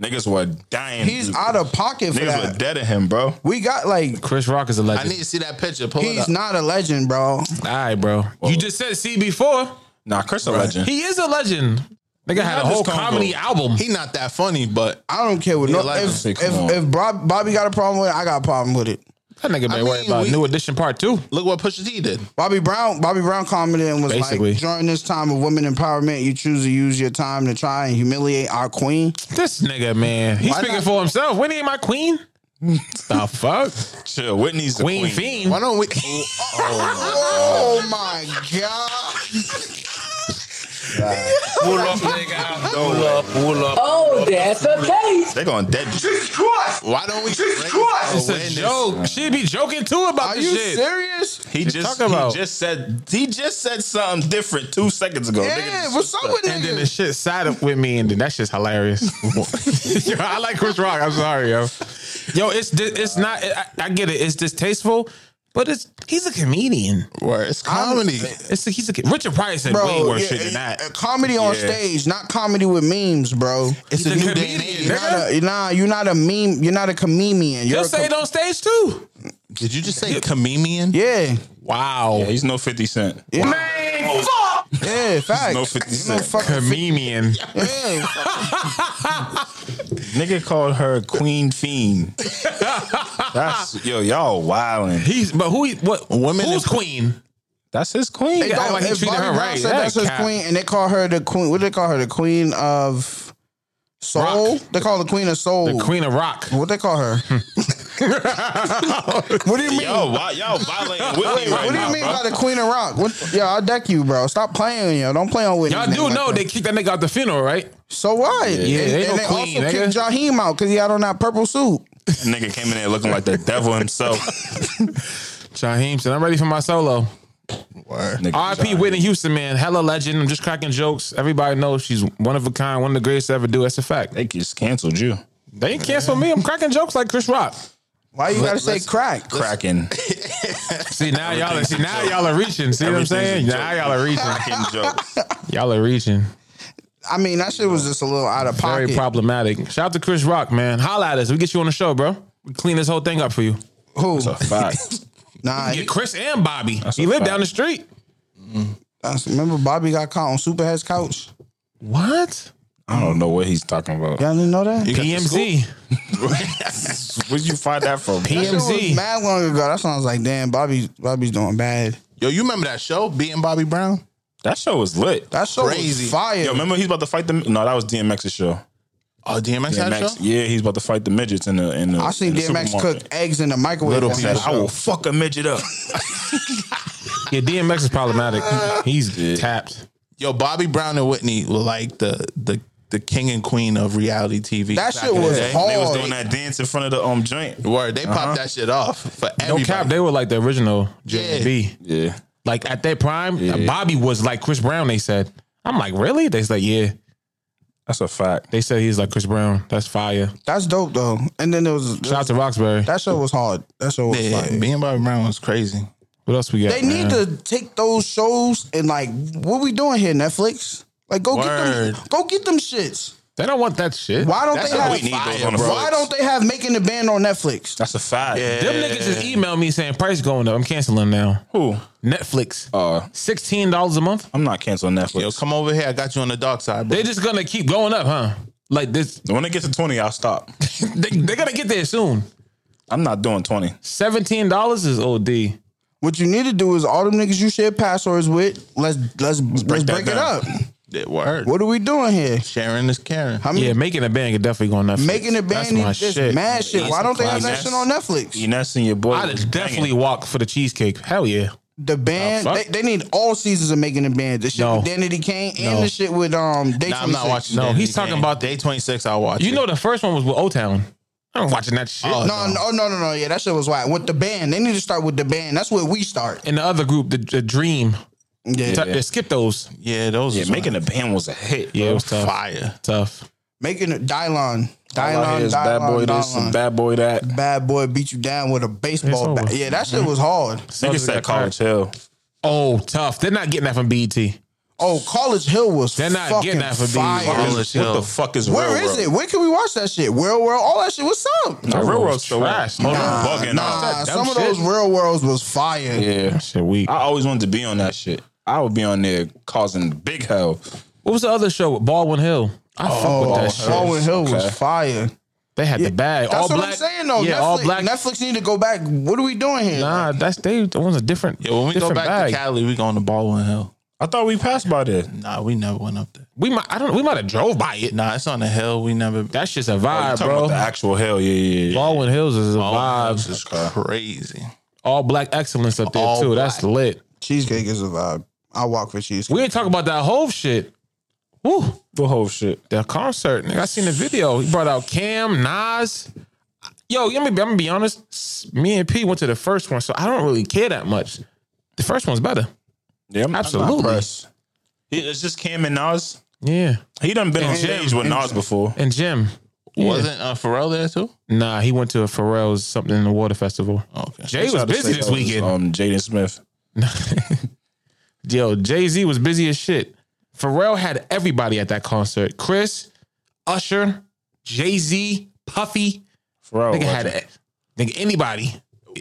[SPEAKER 4] niggas were dying.
[SPEAKER 3] he's out of pocket for
[SPEAKER 4] Niggas were
[SPEAKER 3] that.
[SPEAKER 4] dead at him, bro.
[SPEAKER 3] We got like
[SPEAKER 6] Chris Rock is a
[SPEAKER 5] I
[SPEAKER 6] legend.
[SPEAKER 5] need to see that picture. Pull it
[SPEAKER 3] he's
[SPEAKER 5] up.
[SPEAKER 3] not a legend, bro.
[SPEAKER 6] All right, bro. You just said see before.
[SPEAKER 4] Nah, Chris a legend.
[SPEAKER 6] He is a legend. Nigga had a whole
[SPEAKER 4] Congo.
[SPEAKER 6] comedy album.
[SPEAKER 5] he not that funny, but
[SPEAKER 3] I don't care what no.
[SPEAKER 5] like
[SPEAKER 3] if
[SPEAKER 4] him.
[SPEAKER 3] if,
[SPEAKER 4] Come on.
[SPEAKER 3] if Bob, Bobby got a problem with it, I got a problem with it.
[SPEAKER 6] That nigga been
[SPEAKER 5] I
[SPEAKER 6] worried
[SPEAKER 5] mean,
[SPEAKER 6] about
[SPEAKER 5] we-
[SPEAKER 6] New Edition Part Two.
[SPEAKER 5] look what Pusha T did.
[SPEAKER 3] Bobby Brown, Bobby Brown commented and was
[SPEAKER 6] Basically.
[SPEAKER 3] like, during this time of women empowerment, you choose to use your time to try and humiliate our queen.
[SPEAKER 6] This nigga, man, he's
[SPEAKER 5] Why
[SPEAKER 6] speaking
[SPEAKER 5] not?
[SPEAKER 6] for himself. Whitney ain't my queen. the fuck,
[SPEAKER 4] Chill. Whitney's the
[SPEAKER 6] queen,
[SPEAKER 4] queen.
[SPEAKER 6] fiend.
[SPEAKER 5] Why don't we?
[SPEAKER 3] Oh my god!
[SPEAKER 10] Pull up, nigga. Pull up, pull up.
[SPEAKER 8] Oh, that's a case.
[SPEAKER 4] They gonna dead you.
[SPEAKER 5] Why don't we?
[SPEAKER 11] Jesus Christ!
[SPEAKER 6] It's a joke. She'd be joking too
[SPEAKER 3] Are
[SPEAKER 6] about this
[SPEAKER 3] you
[SPEAKER 6] shit.
[SPEAKER 3] serious?
[SPEAKER 4] He just
[SPEAKER 6] talking about?
[SPEAKER 4] he just said he just said something different two seconds ago. Nigga
[SPEAKER 3] Yeah,
[SPEAKER 4] just-
[SPEAKER 3] what's up with
[SPEAKER 6] And then
[SPEAKER 3] niggas?
[SPEAKER 6] the shit side up with me, and then that shit's hilarious. yo, I like Chris Rock. I'm sorry, yo. Yo, it's di- it's not. I, I get it. It's distasteful, but it's he's a comedian.
[SPEAKER 5] Where it's comedy.
[SPEAKER 6] It's he's a Richard Price said way
[SPEAKER 3] Bro,
[SPEAKER 6] worse
[SPEAKER 3] yeah,
[SPEAKER 6] shit than that.
[SPEAKER 3] uh, comedy on stage, not comedy with memes, bro.
[SPEAKER 5] It's a
[SPEAKER 6] He's
[SPEAKER 5] new
[SPEAKER 6] a
[SPEAKER 5] day and
[SPEAKER 6] comedian,
[SPEAKER 5] age.
[SPEAKER 3] You're not a, nah, you're not a meme. You're not a comedian. You're
[SPEAKER 6] He'll
[SPEAKER 3] a
[SPEAKER 6] say it
[SPEAKER 3] com-
[SPEAKER 6] on stage too.
[SPEAKER 5] Did you just say comedian?
[SPEAKER 3] yeah,
[SPEAKER 6] Wow,
[SPEAKER 4] Yeah, he's no fifty cent.
[SPEAKER 3] yeah, facts.
[SPEAKER 4] No 50
[SPEAKER 3] No
[SPEAKER 4] Cent.
[SPEAKER 3] fucking
[SPEAKER 6] comedian.
[SPEAKER 3] yeah.
[SPEAKER 4] Nigga called her Queen Fiend. That's yo, y'all wildin'.
[SPEAKER 6] He's but who? he- What
[SPEAKER 5] Women and-
[SPEAKER 6] Who's queen?
[SPEAKER 4] That's his queen.
[SPEAKER 6] Hey,
[SPEAKER 3] Dog,
[SPEAKER 6] like he
[SPEAKER 3] if
[SPEAKER 6] treated
[SPEAKER 3] Bobby
[SPEAKER 6] her
[SPEAKER 3] Brown
[SPEAKER 6] right.
[SPEAKER 3] said
[SPEAKER 6] That
[SPEAKER 3] that's his
[SPEAKER 6] cap.
[SPEAKER 3] queen, and they call her the queen. What do they call her? The queen of soul. They call her the queen of soul.
[SPEAKER 6] The queen of rock.
[SPEAKER 3] What they call her? what do you mean?
[SPEAKER 4] Yo, why, y'all violating Whitney right
[SPEAKER 3] what do you
[SPEAKER 4] now,
[SPEAKER 3] mean
[SPEAKER 4] bro.
[SPEAKER 3] by the queen of rock? What, yo, I'll deck you, bro. Stop playing, yo. Don't play on Whitney.
[SPEAKER 6] Y'all do know they
[SPEAKER 3] they.
[SPEAKER 6] kicked that nigga out the funeral, right?
[SPEAKER 3] So what?
[SPEAKER 6] Yeah,
[SPEAKER 3] and,
[SPEAKER 6] they no
[SPEAKER 3] and they
[SPEAKER 6] queen,
[SPEAKER 3] also
[SPEAKER 6] nigga.
[SPEAKER 3] kicked Jaheim out because he had on that purple suit.
[SPEAKER 4] Nigga came in there looking like the devil himself.
[SPEAKER 6] Shaheem said, "I'm ready for my solo."
[SPEAKER 4] Nigga,
[SPEAKER 6] R.I.P.
[SPEAKER 4] sorry.
[SPEAKER 6] Whitney Houston, man, hella legend. I'm just cracking jokes. Everybody knows she's one of a kind, one of the greatest to ever do. That's a fact.
[SPEAKER 4] They just canceled you.
[SPEAKER 6] They ain't cancel me. I'm cracking jokes like Chris Rock.
[SPEAKER 3] Why you gotta say
[SPEAKER 5] let's-
[SPEAKER 3] crack?
[SPEAKER 4] Cracking.
[SPEAKER 6] See now y'all are, see now y'all are reaching. See what I'm saying?
[SPEAKER 4] Everything's a
[SPEAKER 6] Now y'all are reaching.
[SPEAKER 4] Cracking jokes.
[SPEAKER 6] Y'all are reaching.
[SPEAKER 3] I mean, that shit was just a little out of
[SPEAKER 6] Very
[SPEAKER 3] pocket.
[SPEAKER 6] problematic. Shout out to Chris Rock, man. Holla at us. We get you on the show, bro. We clean this whole thing up for you.
[SPEAKER 3] Who?
[SPEAKER 4] Fact.
[SPEAKER 3] Nah,
[SPEAKER 6] Get
[SPEAKER 3] he,
[SPEAKER 6] Chris and Bobby. he
[SPEAKER 4] a
[SPEAKER 6] lived
[SPEAKER 4] fact.
[SPEAKER 6] down the street.
[SPEAKER 3] that's- remember Bobby got caught on Superhead's couch?
[SPEAKER 6] What?
[SPEAKER 4] I don't know what he's talking about.
[SPEAKER 3] Y'all didn't know that?
[SPEAKER 6] PMZ.
[SPEAKER 4] Where'd you find that from?
[SPEAKER 3] That shit was
[SPEAKER 6] PMZ.
[SPEAKER 3] mad long ago. That sounds like damn. Bobby, Bobby's doing bad.
[SPEAKER 5] Yo, you remember that show, Beating Bobby Brown?
[SPEAKER 4] That show was lit.
[SPEAKER 3] That show
[SPEAKER 5] Crazy.
[SPEAKER 3] was fire.
[SPEAKER 4] Yo, remember he's about to fight the no, that was DMX's show.
[SPEAKER 5] Oh, DMX had a show.
[SPEAKER 4] DMX, yeah, he's about to fight the midgets in the in the.
[SPEAKER 3] I seen
[SPEAKER 4] in the
[SPEAKER 3] DMX cook
[SPEAKER 4] supermarket.
[SPEAKER 3] eggs in the microwave.
[SPEAKER 4] Little
[SPEAKER 3] That's
[SPEAKER 4] said,
[SPEAKER 3] that
[SPEAKER 4] I
[SPEAKER 3] show.
[SPEAKER 4] will fuck a midget up.
[SPEAKER 6] Yeah, DMX is problematic. He's tapped.
[SPEAKER 5] Yo, Bobby Brown and Whitney were like the the the king and queen of reality TV.
[SPEAKER 3] That
[SPEAKER 5] back
[SPEAKER 3] shit
[SPEAKER 5] in the
[SPEAKER 3] was
[SPEAKER 5] day.
[SPEAKER 3] hard.
[SPEAKER 4] They was doing that dance in front of the um joint.
[SPEAKER 5] Word, they popped that shit off for
[SPEAKER 6] No
[SPEAKER 5] everybody.
[SPEAKER 6] cap, they were like the original
[SPEAKER 5] Yeah.
[SPEAKER 6] JB.
[SPEAKER 4] Yeah,
[SPEAKER 6] Like at that prime, Bobby was like Chris Brown, they said. I'm like, really? They said, yeah.
[SPEAKER 4] that's a fact.
[SPEAKER 6] They said he's like Chris Brown. That's fire.
[SPEAKER 3] That's dope though. And then there was
[SPEAKER 6] Shout out to Roxbury.
[SPEAKER 3] that show was hard. That show was
[SPEAKER 5] yeah,
[SPEAKER 3] fire.
[SPEAKER 5] being Bobby Brown was crazy.
[SPEAKER 6] What else we got?
[SPEAKER 3] They need to take those shows and like, what we doing here, Netflix? Like, go get them,
[SPEAKER 5] Word.
[SPEAKER 3] go get them shits.
[SPEAKER 6] They don't want that shit.
[SPEAKER 3] Why don't
[SPEAKER 5] That's
[SPEAKER 3] they
[SPEAKER 5] what
[SPEAKER 3] have?
[SPEAKER 4] We need those
[SPEAKER 5] Fire,
[SPEAKER 4] on the
[SPEAKER 5] bro.
[SPEAKER 4] front.
[SPEAKER 3] Why don't they have making the band on Netflix?
[SPEAKER 4] That's a fact.
[SPEAKER 6] Them niggas just emailed me saying price going up. I'm canceling now.
[SPEAKER 4] Who?
[SPEAKER 6] Netflix.
[SPEAKER 4] Uh,
[SPEAKER 6] Sixteen dollars a month.
[SPEAKER 4] I'm not canceling Netflix.
[SPEAKER 5] Yo, come over here. I got you on the dark side, bro.
[SPEAKER 6] They're just gonna keep going up, huh? Like this,
[SPEAKER 4] when it gets to twenty, I'll stop.
[SPEAKER 6] they, they're gonna get there soon.
[SPEAKER 4] I'm not doing twenty.
[SPEAKER 6] Seventeen dollars is OD.
[SPEAKER 3] What you need to do is all them niggas you share passwords with. Let's let's let's break,
[SPEAKER 4] that
[SPEAKER 3] it
[SPEAKER 4] down.
[SPEAKER 3] up.
[SPEAKER 5] They- Word.
[SPEAKER 3] What are we doing here?
[SPEAKER 5] Sharon is Karen.
[SPEAKER 3] How many
[SPEAKER 6] Yeah, making a bang is definitely going up.
[SPEAKER 3] making the
[SPEAKER 6] That's
[SPEAKER 3] band?
[SPEAKER 6] my
[SPEAKER 3] That's
[SPEAKER 6] shit.
[SPEAKER 3] mad shit. Why don't they have that
[SPEAKER 4] classic.
[SPEAKER 3] shit on Netflix?
[SPEAKER 4] Ines and your boy
[SPEAKER 6] I'd
[SPEAKER 4] was
[SPEAKER 6] definitely
[SPEAKER 4] banging.
[SPEAKER 6] walk for the cheesecake. Hell yeah.
[SPEAKER 3] The band,
[SPEAKER 6] fuck.
[SPEAKER 3] they, they need all seasons of making a band. The shit
[SPEAKER 6] No.
[SPEAKER 3] with Danity Kane and
[SPEAKER 6] No.
[SPEAKER 3] the shit with um. Day
[SPEAKER 5] Nah, I'm not
[SPEAKER 3] 26.
[SPEAKER 5] watching.
[SPEAKER 6] No,
[SPEAKER 5] that.
[SPEAKER 6] he's
[SPEAKER 5] You
[SPEAKER 6] talking
[SPEAKER 5] can't.
[SPEAKER 6] about-
[SPEAKER 5] day 26. I'll watch.
[SPEAKER 6] You
[SPEAKER 5] it.
[SPEAKER 6] know, the first one was with O Town. I'm watching that shit.
[SPEAKER 5] Oh,
[SPEAKER 3] No, no, no, no, no. Yeah, that shit was whack. With the band, they need to start with the band. That's where we start.
[SPEAKER 6] And the other group, the, the Dream,
[SPEAKER 3] Yeah,
[SPEAKER 6] t- they skip those.
[SPEAKER 5] yeah, those.
[SPEAKER 4] Yeah,
[SPEAKER 5] is
[SPEAKER 4] making a band was a hit.
[SPEAKER 6] Yeah, it
[SPEAKER 3] Oh,
[SPEAKER 6] was tough.
[SPEAKER 5] fire.
[SPEAKER 6] Tough.
[SPEAKER 3] making it Dylon,
[SPEAKER 4] All I hear
[SPEAKER 3] Dylon,
[SPEAKER 4] is bad boy
[SPEAKER 3] Dylon,
[SPEAKER 4] this and
[SPEAKER 3] Dylon.
[SPEAKER 4] bat boy that.
[SPEAKER 3] Bad boy beat you down with a baseball
[SPEAKER 6] It's
[SPEAKER 3] bat.
[SPEAKER 6] over.
[SPEAKER 3] Yeah, that shit was hard.
[SPEAKER 4] Niggas
[SPEAKER 6] Sounds like
[SPEAKER 4] said
[SPEAKER 6] a
[SPEAKER 4] college hell.
[SPEAKER 6] Oh, tough. They're not getting that from E BET.
[SPEAKER 3] Oh, College Hill was
[SPEAKER 6] They're not
[SPEAKER 3] fucking
[SPEAKER 6] getting that for being
[SPEAKER 3] fire.
[SPEAKER 5] College
[SPEAKER 4] What
[SPEAKER 5] Hill.
[SPEAKER 4] the fuck is
[SPEAKER 3] Where
[SPEAKER 4] Railroad?
[SPEAKER 3] is it? Where can we watch that shit? Real World, all that shit. What's up?
[SPEAKER 4] Nah, Railroad's still
[SPEAKER 6] trash.
[SPEAKER 4] Hold on, bugging.
[SPEAKER 3] Nah,
[SPEAKER 4] Nah,
[SPEAKER 3] some of
[SPEAKER 6] shit.
[SPEAKER 3] those Real Worlds was fire.
[SPEAKER 4] yeah.
[SPEAKER 6] Shit, weak.
[SPEAKER 4] I always wanted to be on that shit. I would be on there causing big hell.
[SPEAKER 6] What was the other show with Baldwin Hill? I fuck with that shit.
[SPEAKER 3] Baldwin Oh, Hill was fire.
[SPEAKER 6] They had the bag.
[SPEAKER 3] That's
[SPEAKER 6] all
[SPEAKER 3] what
[SPEAKER 6] black.
[SPEAKER 3] I'm saying though.
[SPEAKER 6] Yeah,
[SPEAKER 3] Netflix,
[SPEAKER 6] all black.
[SPEAKER 3] Netflix need to go back. What are we doing here?
[SPEAKER 6] Nah, that's they. That one's a different.
[SPEAKER 5] Yeah, when we go
[SPEAKER 6] different
[SPEAKER 5] back
[SPEAKER 6] bag.
[SPEAKER 5] to Cali, we going to Baldwin Hill.
[SPEAKER 4] I thought we passed by there.
[SPEAKER 5] Nah, we never went up there.
[SPEAKER 6] we might. I don't. We might have drove by it.
[SPEAKER 5] Nah, it's on the hill. We never.
[SPEAKER 6] That's just a vibe,
[SPEAKER 4] Talking
[SPEAKER 6] bro.
[SPEAKER 4] about the actual hell. Yeah, yeah, yeah.
[SPEAKER 6] Baldwin Hills is a
[SPEAKER 5] Baldwin
[SPEAKER 6] vibe.
[SPEAKER 5] Hills is crazy.
[SPEAKER 6] All black excellence up there
[SPEAKER 5] All
[SPEAKER 6] too. That's lit.
[SPEAKER 3] Cheesecake is a vibe. I walk for cheesecake.
[SPEAKER 6] We ain't talking about that Hove shit. Woo,
[SPEAKER 4] The whole shit.
[SPEAKER 6] the concert. Nigga, I seen the video. He brought out Cam, Nas. Yo, I'm gonna, be, I'm gonna be honest. S- Me and P went to the first one, so I don't really care that much. The first one's better.
[SPEAKER 4] Yeah, I'm- I'm not
[SPEAKER 6] Absolutely.
[SPEAKER 4] pressed. It- It's just Cam and Nas.
[SPEAKER 6] Yeah.
[SPEAKER 4] He done been on
[SPEAKER 6] Jim.
[SPEAKER 4] stage with Nas before.
[SPEAKER 6] And Jim. Yeah.
[SPEAKER 5] Wasn't uh, Pharrell there too?
[SPEAKER 6] Nah, he went to a Pharrell's something in the water festival.
[SPEAKER 5] Okay.
[SPEAKER 6] Jay was
[SPEAKER 4] Tried to
[SPEAKER 6] busy
[SPEAKER 4] say
[SPEAKER 6] this
[SPEAKER 4] that was,
[SPEAKER 6] weekend.
[SPEAKER 4] Um, Jaden Smith.
[SPEAKER 6] Yo, Jay Z was busy as shit. Pharrell had everybody at that concert. Chris, Usher, Jay Z, Puffy.
[SPEAKER 4] Pharrell.
[SPEAKER 6] Nigga had it. Nigga anybody.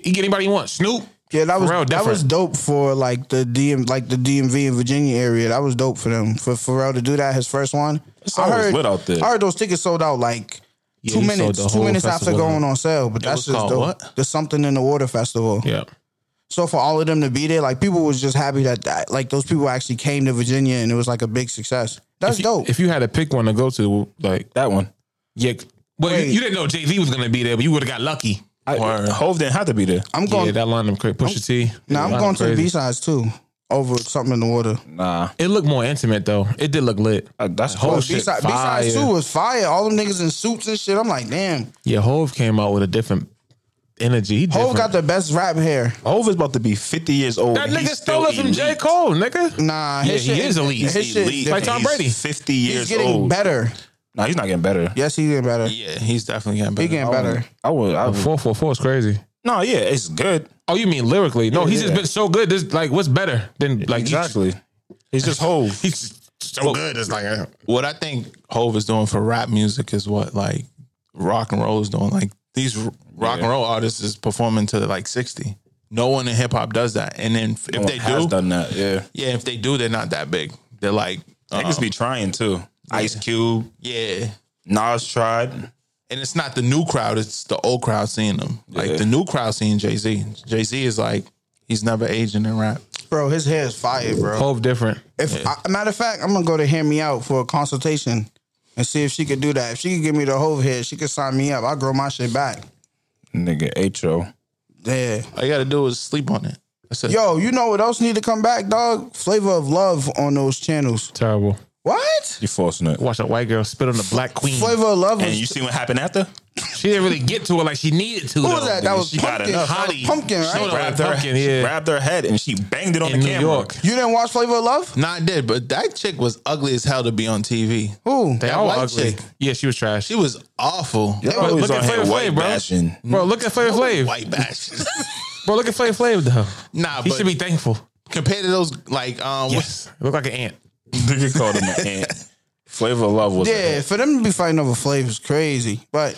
[SPEAKER 6] He get anybody you want. Snoop.
[SPEAKER 3] Yeah, that was
[SPEAKER 6] Pharrell
[SPEAKER 3] that was
[SPEAKER 6] different.
[SPEAKER 3] dope for like the DM like the DMV in Virginia area. That was dope for them for Pharrell to do that his first one. I
[SPEAKER 4] always
[SPEAKER 3] heard
[SPEAKER 4] lit out there.
[SPEAKER 3] I heard those tickets sold out like two
[SPEAKER 6] he sold the
[SPEAKER 3] minutes two
[SPEAKER 6] whole
[SPEAKER 3] minutes after
[SPEAKER 6] festival
[SPEAKER 3] going on sale. But that's
[SPEAKER 5] was
[SPEAKER 3] just
[SPEAKER 5] called
[SPEAKER 3] dope.
[SPEAKER 5] what?
[SPEAKER 3] The something in the water festival.
[SPEAKER 6] Yeah.
[SPEAKER 3] So for all of them to be there, like people was just happy that, that like those people actually came to Virginia and it was like a big success. That's dope.
[SPEAKER 6] If you had to pick one to go to, like
[SPEAKER 4] that one.
[SPEAKER 6] yeah. Well, you,
[SPEAKER 3] Wait.
[SPEAKER 6] you didn't know Jay Z was gonna be there, but you would have got lucky.
[SPEAKER 4] I, Hove didn't have to be there.
[SPEAKER 3] I'm going
[SPEAKER 6] yeah, that line up crazy. Push T.
[SPEAKER 3] now.
[SPEAKER 6] Lineup
[SPEAKER 3] I'm going to the
[SPEAKER 6] crazy.
[SPEAKER 3] B sides too over something in the water.
[SPEAKER 4] Nah,
[SPEAKER 6] It looked more intimate though. It did look lit.
[SPEAKER 4] Uh, that's
[SPEAKER 6] Hov
[SPEAKER 4] whole
[SPEAKER 3] B
[SPEAKER 4] shit.
[SPEAKER 6] shit.
[SPEAKER 3] sides B sides
[SPEAKER 6] fire.
[SPEAKER 3] too was fire. All them niggas in suits and shit. I'm like, damn.
[SPEAKER 6] Yeah, Hove came out with a different energy. He
[SPEAKER 3] Hov
[SPEAKER 6] different.
[SPEAKER 3] got the best rap hair.
[SPEAKER 4] Hove is about to be fifty years old.
[SPEAKER 6] That
[SPEAKER 4] and
[SPEAKER 6] nigga
[SPEAKER 4] he's still
[SPEAKER 6] stole it from J.
[SPEAKER 4] elite.
[SPEAKER 6] Cole, nigga.
[SPEAKER 3] Nah,
[SPEAKER 6] Yeah,
[SPEAKER 3] his
[SPEAKER 6] he
[SPEAKER 3] shit,
[SPEAKER 6] is elite.
[SPEAKER 3] His
[SPEAKER 6] He's
[SPEAKER 3] shit
[SPEAKER 4] Elite.
[SPEAKER 6] Like Tom
[SPEAKER 4] He's
[SPEAKER 6] Brady.
[SPEAKER 4] fifty
[SPEAKER 3] He's
[SPEAKER 4] years
[SPEAKER 3] getting
[SPEAKER 4] old.
[SPEAKER 3] better.
[SPEAKER 4] Nah, he's not getting better.
[SPEAKER 3] Yes, he's getting better. He's
[SPEAKER 5] Yeah, he's definitely getting better.
[SPEAKER 3] getting better.
[SPEAKER 4] I would. I would.
[SPEAKER 6] Four four four is crazy.
[SPEAKER 4] No, yeah, it's good.
[SPEAKER 6] Oh, you mean lyrically? No, he's just
[SPEAKER 4] yeah.
[SPEAKER 6] been so good. This like what's better than like each-
[SPEAKER 4] Exactly. He's just whole.
[SPEAKER 6] He's so good. It's like uh,
[SPEAKER 5] What I think Hove is doing for rap music is what like rock and roll is doing. Like these r- rock and roll artists is performing to like sixty. No one in hip hop does that. And then if they
[SPEAKER 4] has
[SPEAKER 5] do,
[SPEAKER 4] done that. Yeah,
[SPEAKER 5] yeah, if they do, they're not that big. They're like, um,
[SPEAKER 4] niggas be trying too. Ice Cube,
[SPEAKER 5] yeah.
[SPEAKER 4] Nas tried.
[SPEAKER 5] and it's not the new crowd; it's the old crowd seeing them. Like the new crowd seeing Jay Z. Jay Z is like he's never aging in rap.
[SPEAKER 3] Bro, his hair is fire, bro.
[SPEAKER 6] Hove different.
[SPEAKER 3] If I, matter of fact, I'm gonna go to hear me out for a consultation and see if she could do that. If she could give me the whole head, she could sign me up. I'll grow my shit back.
[SPEAKER 4] Nigga, Atro.
[SPEAKER 3] Yeah.
[SPEAKER 5] All you got to do is sleep on it. That's it.
[SPEAKER 3] Yo, you know what else need to come back, dog? Flavor of love on those channels.
[SPEAKER 6] Terrible.
[SPEAKER 3] What?
[SPEAKER 4] You forcing it.
[SPEAKER 6] Watch a white girl spit on the black queen.
[SPEAKER 3] Flavor of love.
[SPEAKER 4] And
[SPEAKER 3] Was,
[SPEAKER 4] you see what happened after?
[SPEAKER 6] She didn't really get to it like she needed to.
[SPEAKER 3] who was that? That was
[SPEAKER 4] she got
[SPEAKER 3] pumpkin.
[SPEAKER 4] enough.
[SPEAKER 3] That was
[SPEAKER 6] Hottie.
[SPEAKER 3] pumpkin,
[SPEAKER 6] She
[SPEAKER 3] right?
[SPEAKER 6] was-
[SPEAKER 4] Grabbed her,
[SPEAKER 6] Pumpkin, yeah.
[SPEAKER 4] grabbed her head and she banged it on
[SPEAKER 6] in
[SPEAKER 4] the
[SPEAKER 6] New
[SPEAKER 4] camera.
[SPEAKER 6] York?
[SPEAKER 3] You didn't watch Flavor of Love?
[SPEAKER 5] Nah, I did, but that chick was ugly as hell to be on TV.
[SPEAKER 3] Who?
[SPEAKER 6] They all
[SPEAKER 5] white
[SPEAKER 6] ugly.
[SPEAKER 5] chick.
[SPEAKER 6] Yeah, she was trash.
[SPEAKER 5] She was awful.
[SPEAKER 4] They always
[SPEAKER 6] look
[SPEAKER 4] on
[SPEAKER 6] at
[SPEAKER 4] here
[SPEAKER 6] Flavor Flav,
[SPEAKER 4] white
[SPEAKER 6] bro.
[SPEAKER 4] bashing.
[SPEAKER 6] Bro, look at Flavor Flav.
[SPEAKER 5] White bashes.
[SPEAKER 6] Bro, look at Flavor Flav though.
[SPEAKER 5] nah,
[SPEAKER 6] He
[SPEAKER 5] but
[SPEAKER 6] should be thankful.
[SPEAKER 5] compared to those like um what's
[SPEAKER 6] Yes, look like an ant.
[SPEAKER 4] Nigga called him an ant. Flavor of Love was. a
[SPEAKER 3] Yeah,
[SPEAKER 4] hit.
[SPEAKER 3] for them to be fighting over flavor is crazy. But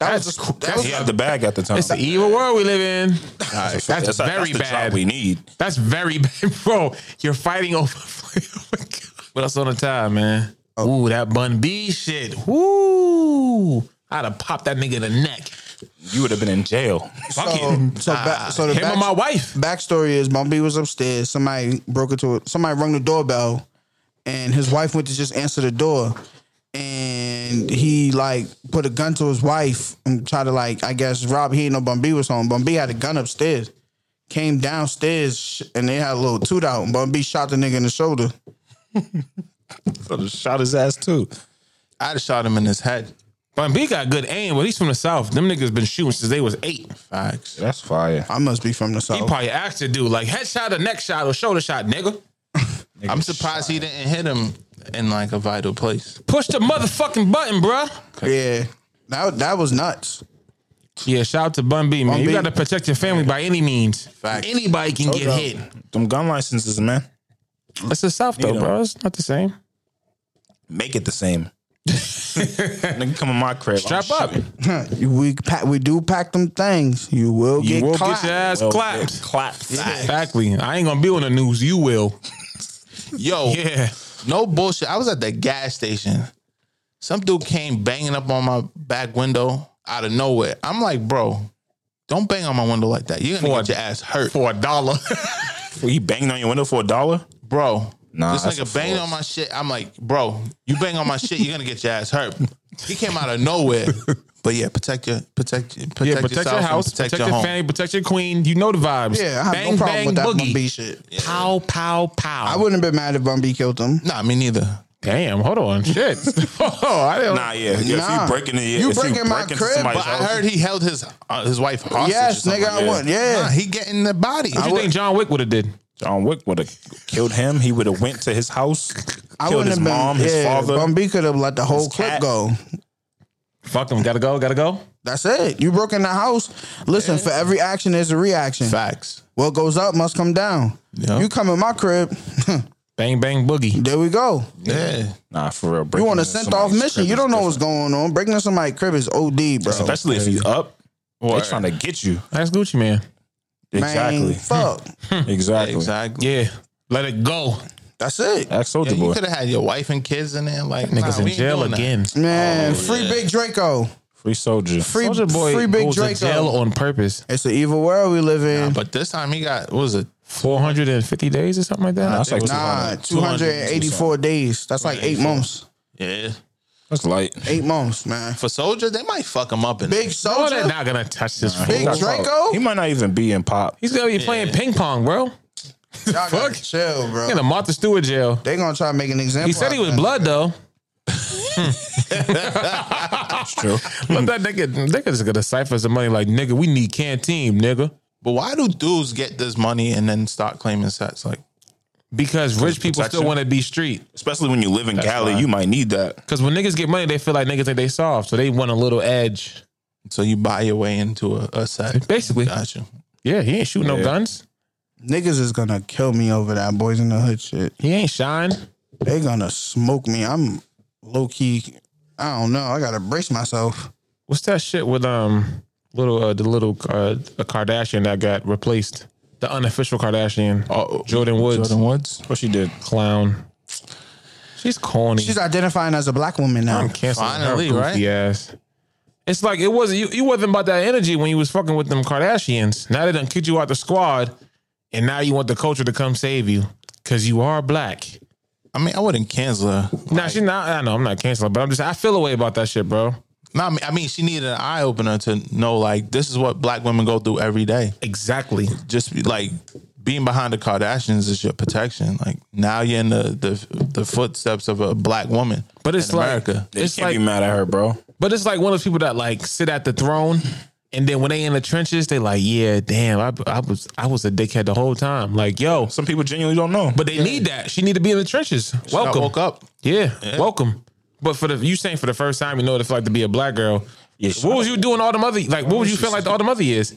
[SPEAKER 3] that
[SPEAKER 6] That's
[SPEAKER 3] was
[SPEAKER 6] cool.
[SPEAKER 3] that was
[SPEAKER 4] He had the bag at the time.
[SPEAKER 6] It's the evil world we live in. That's,
[SPEAKER 4] a-
[SPEAKER 6] very
[SPEAKER 4] the
[SPEAKER 6] bad.
[SPEAKER 4] job we need.
[SPEAKER 6] That's very bad, bro. You're fighting over. what else on the tie, man? Ooh, that Bun B shit. Ooh, I'd have popped that nigga in the neck.
[SPEAKER 4] You would have been in jail.
[SPEAKER 6] Fuck
[SPEAKER 3] so,
[SPEAKER 6] it. Ah,
[SPEAKER 3] so, ba- so the
[SPEAKER 6] Uh, Him
[SPEAKER 3] back-
[SPEAKER 6] and my wife.
[SPEAKER 3] backstory is Bumblebee was upstairs. Somebody broke into it. Somebody rung the doorbell, and his wife went to just answer the door. And he like put a gun to his wife and tried to like I guess rob. He ain't know Bumblebee was home. Bumblebee had a gun upstairs. came downstairs sh- and they had a little toot out. Bun B shot the nigga in the shoulder.
[SPEAKER 4] Could've Shot his ass too.
[SPEAKER 5] I'd have shot him in his head.
[SPEAKER 6] Bun B got good aim, but he's from the south. Them niggas been shooting since they was eight.
[SPEAKER 5] Facts.
[SPEAKER 4] That's fire.
[SPEAKER 3] I must be from the
[SPEAKER 6] He
[SPEAKER 3] south.
[SPEAKER 6] probably asked to do like headshot or neck shot or shoulder shot, nigga.
[SPEAKER 5] I'm surprised he didn't hit him in like a vital place.
[SPEAKER 6] Push the motherfucking button, bruh.
[SPEAKER 3] yeah, that that was nuts.
[SPEAKER 6] Yeah, shout out to Bun B, man.
[SPEAKER 3] Bun
[SPEAKER 6] you
[SPEAKER 3] B.
[SPEAKER 6] gotta protect your family by any means.
[SPEAKER 5] Facts.
[SPEAKER 6] Anybody can get hit.
[SPEAKER 4] Them gun licenses, man.
[SPEAKER 6] It's the South though,
[SPEAKER 4] Neither.
[SPEAKER 6] bro. It's not the same.
[SPEAKER 4] Make it the same. Nigga, come in my crib.
[SPEAKER 6] Strap
[SPEAKER 4] I'm
[SPEAKER 6] up.
[SPEAKER 4] shooting.
[SPEAKER 3] We pack, we do pack them things. You will
[SPEAKER 6] You
[SPEAKER 3] get
[SPEAKER 6] will
[SPEAKER 3] clapped.
[SPEAKER 6] get your ass
[SPEAKER 4] Well,
[SPEAKER 6] clapped.
[SPEAKER 4] Clapped.
[SPEAKER 6] Exactly. I ain't gonna be on the news. You will.
[SPEAKER 5] Yo,
[SPEAKER 6] Yeah.
[SPEAKER 5] no bullshit. I was at the gas station. Some dude came banging up on my back window out of nowhere. I'm like, bro, don't bang on my window like that. You're gonna
[SPEAKER 6] For-
[SPEAKER 5] get your ass hurt,
[SPEAKER 6] For a dollar.
[SPEAKER 4] He banged on your window for a dollar?
[SPEAKER 5] bro.
[SPEAKER 4] Nah,
[SPEAKER 5] this
[SPEAKER 4] that's a
[SPEAKER 5] nigga banged
[SPEAKER 4] force.
[SPEAKER 5] on my shit. I'm like, bro, you bang on my shit, you're gonna get your ass hurt. He came out of nowhere. But yeah, protect your protect protect,
[SPEAKER 6] yeah, protect
[SPEAKER 5] yourself
[SPEAKER 6] your
[SPEAKER 5] and
[SPEAKER 6] house,
[SPEAKER 5] protect,
[SPEAKER 6] protect,
[SPEAKER 5] your,
[SPEAKER 6] your,
[SPEAKER 5] home.
[SPEAKER 6] family, protect your queen. You know the vibes.
[SPEAKER 3] Yeah, I have
[SPEAKER 6] bang,
[SPEAKER 3] no problem
[SPEAKER 6] bang,
[SPEAKER 3] with that Bun
[SPEAKER 6] boogie.
[SPEAKER 3] B shit.
[SPEAKER 6] Pow, pow, pow.
[SPEAKER 3] I wouldn't have been mad if Bun B killed him.
[SPEAKER 5] Nah, me neither.
[SPEAKER 6] Damn, hold on. Shit. oh, I didn't.
[SPEAKER 4] Nah, yeah. yeah
[SPEAKER 3] Nah.
[SPEAKER 4] If you breaking the,
[SPEAKER 3] You
[SPEAKER 4] if
[SPEAKER 3] breaking my
[SPEAKER 4] breaking
[SPEAKER 3] crib,
[SPEAKER 4] somebody's
[SPEAKER 5] But I
[SPEAKER 4] house-
[SPEAKER 5] heard he held his uh, his wife hostage.
[SPEAKER 3] yes,
[SPEAKER 5] or something.
[SPEAKER 3] nigga, I
[SPEAKER 4] yeah.
[SPEAKER 3] would. Yeah,
[SPEAKER 5] Nah, he getting the body.
[SPEAKER 6] What you think John Wick would have did?
[SPEAKER 4] John Wick would have killed him. He would have went to his house,
[SPEAKER 3] I
[SPEAKER 4] killed
[SPEAKER 3] wouldn't
[SPEAKER 4] his
[SPEAKER 3] have been.
[SPEAKER 4] mom,
[SPEAKER 3] yeah,
[SPEAKER 4] his father.
[SPEAKER 3] Bun B could have let the whole clip
[SPEAKER 4] cat.
[SPEAKER 3] go.
[SPEAKER 6] Fuck him. Gotta go. Gotta go.
[SPEAKER 3] That's it. You broke in the house. Listen, for every action, there's a reaction.
[SPEAKER 5] Facts.
[SPEAKER 3] What goes up must come down.
[SPEAKER 5] Yeah.
[SPEAKER 3] You come in my crib.
[SPEAKER 6] Bang, bang, boogie.
[SPEAKER 3] There we go.
[SPEAKER 5] Yeah.
[SPEAKER 4] Nah, for real.
[SPEAKER 3] You
[SPEAKER 4] breaking
[SPEAKER 3] on a
[SPEAKER 4] into
[SPEAKER 3] sent off
[SPEAKER 4] somebody's
[SPEAKER 3] mission.
[SPEAKER 4] crib
[SPEAKER 3] You
[SPEAKER 4] is
[SPEAKER 3] don't know what's
[SPEAKER 4] different.
[SPEAKER 3] going on. Breaking into somebody's crib is OD, bro.
[SPEAKER 4] Especially if he's up. They're trying to get you.
[SPEAKER 6] That's Gucci man.
[SPEAKER 3] Man,
[SPEAKER 4] Exactly.
[SPEAKER 3] fuck.
[SPEAKER 4] Exactly.
[SPEAKER 5] Exactly.
[SPEAKER 6] Yeah. Let it go.
[SPEAKER 3] That's it.
[SPEAKER 4] Ask Soldier
[SPEAKER 5] Yeah, you
[SPEAKER 4] Boy.
[SPEAKER 5] could have had your wife and kids in there. Like nah,
[SPEAKER 6] Niggas
[SPEAKER 5] we
[SPEAKER 6] in
[SPEAKER 5] ain't
[SPEAKER 6] jail
[SPEAKER 5] doing that.
[SPEAKER 6] again.
[SPEAKER 4] Oh,
[SPEAKER 3] Man, free Big Draco.
[SPEAKER 4] Free Soldier.
[SPEAKER 3] Free,
[SPEAKER 6] Soldier boy
[SPEAKER 3] free Big
[SPEAKER 6] goes to jail
[SPEAKER 3] Draco.
[SPEAKER 6] on purpose.
[SPEAKER 3] It's an evil world we live in.
[SPEAKER 5] But this time he got what was it?
[SPEAKER 6] 450 days or something like that.
[SPEAKER 4] That's like
[SPEAKER 3] Nah,
[SPEAKER 4] 200.
[SPEAKER 3] 284 days. That's like eight months.
[SPEAKER 5] Yeah.
[SPEAKER 4] That's light.
[SPEAKER 3] Eight months, man.
[SPEAKER 5] For soldier, they might fuck him up in
[SPEAKER 3] Big
[SPEAKER 6] oh, they're
[SPEAKER 3] Soldier.
[SPEAKER 6] not gonna touch this. fool.
[SPEAKER 3] Big Draco.
[SPEAKER 4] He might not even be in pop.
[SPEAKER 6] He's gonna be oh, playing ping pong, bro.
[SPEAKER 3] Y'all gotta
[SPEAKER 6] Fuck.
[SPEAKER 3] chill, bro.
[SPEAKER 6] In the Martha Stewart jail.
[SPEAKER 3] They gonna try to make an example.
[SPEAKER 6] He said he
[SPEAKER 3] out
[SPEAKER 6] was
[SPEAKER 3] of
[SPEAKER 6] blood though.
[SPEAKER 4] That's true.
[SPEAKER 6] But that nigga, nigga's gonna cipher some money. Like nigga, we need canteen, nigga,
[SPEAKER 5] But why do dudes get this money and then start claiming sets? Like
[SPEAKER 6] because rich people
[SPEAKER 4] protection.
[SPEAKER 6] still want to be street.
[SPEAKER 4] Especially when you live in Cali, you might need that.
[SPEAKER 6] Because when niggas get money, they feel like niggas think they soft, so they want a little edge.
[SPEAKER 5] so you buy your way into a, a set.
[SPEAKER 6] Basically.
[SPEAKER 5] Gotcha.
[SPEAKER 6] Yeah, he ain't shooting no guns.
[SPEAKER 3] Niggas is gonna kill me over that boys in the hood shit.
[SPEAKER 6] He ain't shine.
[SPEAKER 3] They gonna smoke me. I'm low key. I don't know. I gotta brace myself.
[SPEAKER 6] What's that shit with um little uh, the little uh, a Kardashian that got replaced? The unofficial Kardashian,
[SPEAKER 5] Oh,
[SPEAKER 6] Jordan Woods
[SPEAKER 5] Jordan Woods.
[SPEAKER 4] What she did.
[SPEAKER 6] clown. She's corny.
[SPEAKER 3] She's identifying as a black woman now.
[SPEAKER 6] I'm canceling
[SPEAKER 5] Finally,
[SPEAKER 6] her goofy
[SPEAKER 5] right?
[SPEAKER 6] ass. It's like it wasn't you, you wasn't about that energy when you was fucking with them Kardashians. Now they done kicked you out the squad, and now you want the culture to come save you because you are black.
[SPEAKER 5] I mean, I wouldn't cancel her.
[SPEAKER 6] Now she not. I know I'm not canceling, but I'm just I feel a way about that shit, bro.
[SPEAKER 5] No, I mean, I mean, she needed an eye opener to know like this is what black women go through every day.
[SPEAKER 6] Exactly.
[SPEAKER 5] Just be, like being behind the Kardashians is your protection. Like now you're in the the, the footsteps of a black woman.
[SPEAKER 6] But it's
[SPEAKER 5] in
[SPEAKER 6] like
[SPEAKER 5] America.
[SPEAKER 4] You
[SPEAKER 6] it's
[SPEAKER 4] can't
[SPEAKER 6] like
[SPEAKER 4] be mad at her, bro.
[SPEAKER 6] But it's like one of those people that like sit at the throne, and then when they in the trenches, they like, yeah, damn, I, I was I was a dickhead the whole time. Like, yo,
[SPEAKER 4] Some people genuinely don't know.
[SPEAKER 6] but they need that. She need to be in the trenches. Welcome,
[SPEAKER 5] I woke up.
[SPEAKER 6] yeah, welcome. But for the you saying for the first time, you know what it's like to be a black girl.
[SPEAKER 4] Yeah,
[SPEAKER 6] What was you doing all the mother? Like, what was you
[SPEAKER 4] she-
[SPEAKER 6] feeling like all the mother years?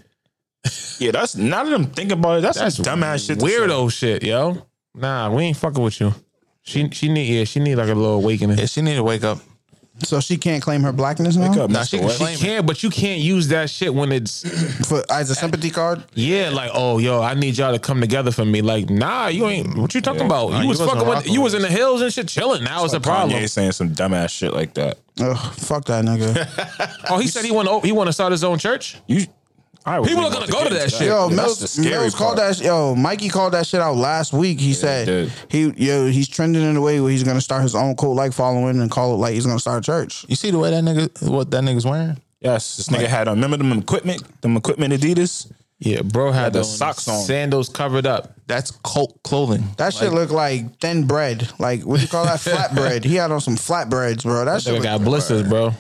[SPEAKER 4] yeah, that's none of them think about it. That's,
[SPEAKER 6] That's
[SPEAKER 4] some dumbass shit. to say.
[SPEAKER 6] Weirdo shit, yo. Nah, we ain't fucking with you. She she need yeah, she need like a little awakening.
[SPEAKER 5] Yeah, she needed to wake up.
[SPEAKER 3] so she can't claim her blackness now
[SPEAKER 4] Wake up,
[SPEAKER 5] Now
[SPEAKER 4] Mr.
[SPEAKER 5] she can
[SPEAKER 4] White.
[SPEAKER 5] claim it.
[SPEAKER 6] Can but you can't use that shit when it's
[SPEAKER 3] for as a sympathy card.
[SPEAKER 6] Yeah, like oh yo, I need y'all to come together for me. Like nah, you ain't. What you talking about? you was
[SPEAKER 5] wasn't
[SPEAKER 6] fucking with.
[SPEAKER 5] rocking
[SPEAKER 6] You
[SPEAKER 5] with
[SPEAKER 6] was in the hills and shit, chilling. Now it's a problem.
[SPEAKER 4] Kanye saying some dumbass shit like that.
[SPEAKER 3] Ugh, fuck that nigga.
[SPEAKER 6] Oh, he said he want to. He want to start his own church.
[SPEAKER 4] You, I would
[SPEAKER 6] People are
[SPEAKER 4] really want
[SPEAKER 6] gonna go to
[SPEAKER 4] get
[SPEAKER 6] that
[SPEAKER 4] into
[SPEAKER 6] shit.
[SPEAKER 3] Yo,
[SPEAKER 4] Yeah, that's the
[SPEAKER 3] Mills,
[SPEAKER 4] scary
[SPEAKER 3] Mills called
[SPEAKER 4] part.
[SPEAKER 3] that. sh- Yo, Mikey called that shit out last week. He said
[SPEAKER 4] did.
[SPEAKER 3] he yo he's trending in a way where he's gonna start his own cult like following and call it like he's gonna start a church.
[SPEAKER 5] You see the way that nigga, what that nigga's wearing?
[SPEAKER 4] Yes, this nigga had. on- Remember them equipment, them equipment Adidas.
[SPEAKER 6] Yeah, bro had
[SPEAKER 4] the
[SPEAKER 6] on
[SPEAKER 4] socks on.
[SPEAKER 6] sandals covered up.
[SPEAKER 5] That's cult clothing.
[SPEAKER 3] That shit look like thin bread. Like what you call that flatbread? He had on some flatbreads, bro. That shit
[SPEAKER 6] Nigga
[SPEAKER 3] look,
[SPEAKER 6] got blisters, bro.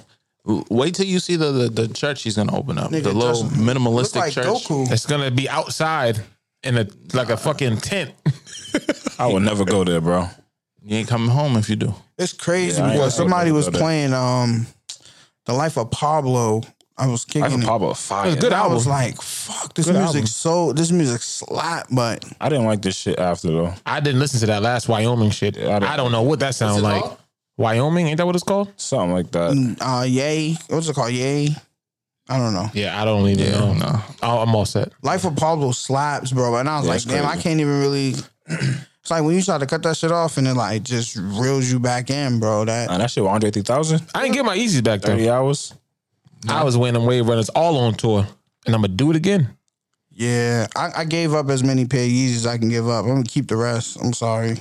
[SPEAKER 5] Wait till you see the the, the church he's gonna open up.
[SPEAKER 3] Nigga,
[SPEAKER 5] the
[SPEAKER 3] just
[SPEAKER 5] little
[SPEAKER 3] look
[SPEAKER 5] minimalistic
[SPEAKER 3] like
[SPEAKER 5] church.
[SPEAKER 3] Goku.
[SPEAKER 6] It's gonna be outside in a like a fucking tent.
[SPEAKER 4] I would never go there, bro.
[SPEAKER 5] You ain't coming home if you do.
[SPEAKER 3] It's crazy
[SPEAKER 4] Yeah, I ain't
[SPEAKER 3] because
[SPEAKER 4] got-
[SPEAKER 3] somebody
[SPEAKER 4] I would
[SPEAKER 3] was
[SPEAKER 4] never go
[SPEAKER 3] playing um the life of Pablo. I was kicking.
[SPEAKER 4] I could
[SPEAKER 3] it.
[SPEAKER 4] pop a fire.
[SPEAKER 6] It's good
[SPEAKER 3] I was
[SPEAKER 6] album.
[SPEAKER 3] like, fuck, this
[SPEAKER 4] Good
[SPEAKER 3] music
[SPEAKER 4] album.
[SPEAKER 3] so this music slap, but
[SPEAKER 4] I didn't like this shit after though.
[SPEAKER 6] I didn't listen to that last Wyoming shit.
[SPEAKER 4] Yeah, I
[SPEAKER 6] I
[SPEAKER 4] don't-
[SPEAKER 6] don't, know what that sounds like. Wyoming, ain't that what it's called?
[SPEAKER 4] Something like that.
[SPEAKER 3] uh yay. What's it called? Yay. I don't know.
[SPEAKER 6] Yeah, I don't even know.
[SPEAKER 5] no.
[SPEAKER 6] Oh, I'm all set.
[SPEAKER 3] Life of Pablo slaps, bro. And I was like,
[SPEAKER 4] it's
[SPEAKER 3] damn, I
[SPEAKER 4] crazy.
[SPEAKER 3] can't even really It's like when you try to cut that shit off and it like just reels you back in, bro. That
[SPEAKER 4] And that shit, one hundred three thousand,
[SPEAKER 6] I didn't get my easies back though.
[SPEAKER 4] thirty hours.
[SPEAKER 6] I was winning wave runners all on tour, and I'm gonna do it again.
[SPEAKER 3] yeah. I, I gave up as many pair of Yeezys as I can give up. I'm gonna keep the rest. I'm sorry.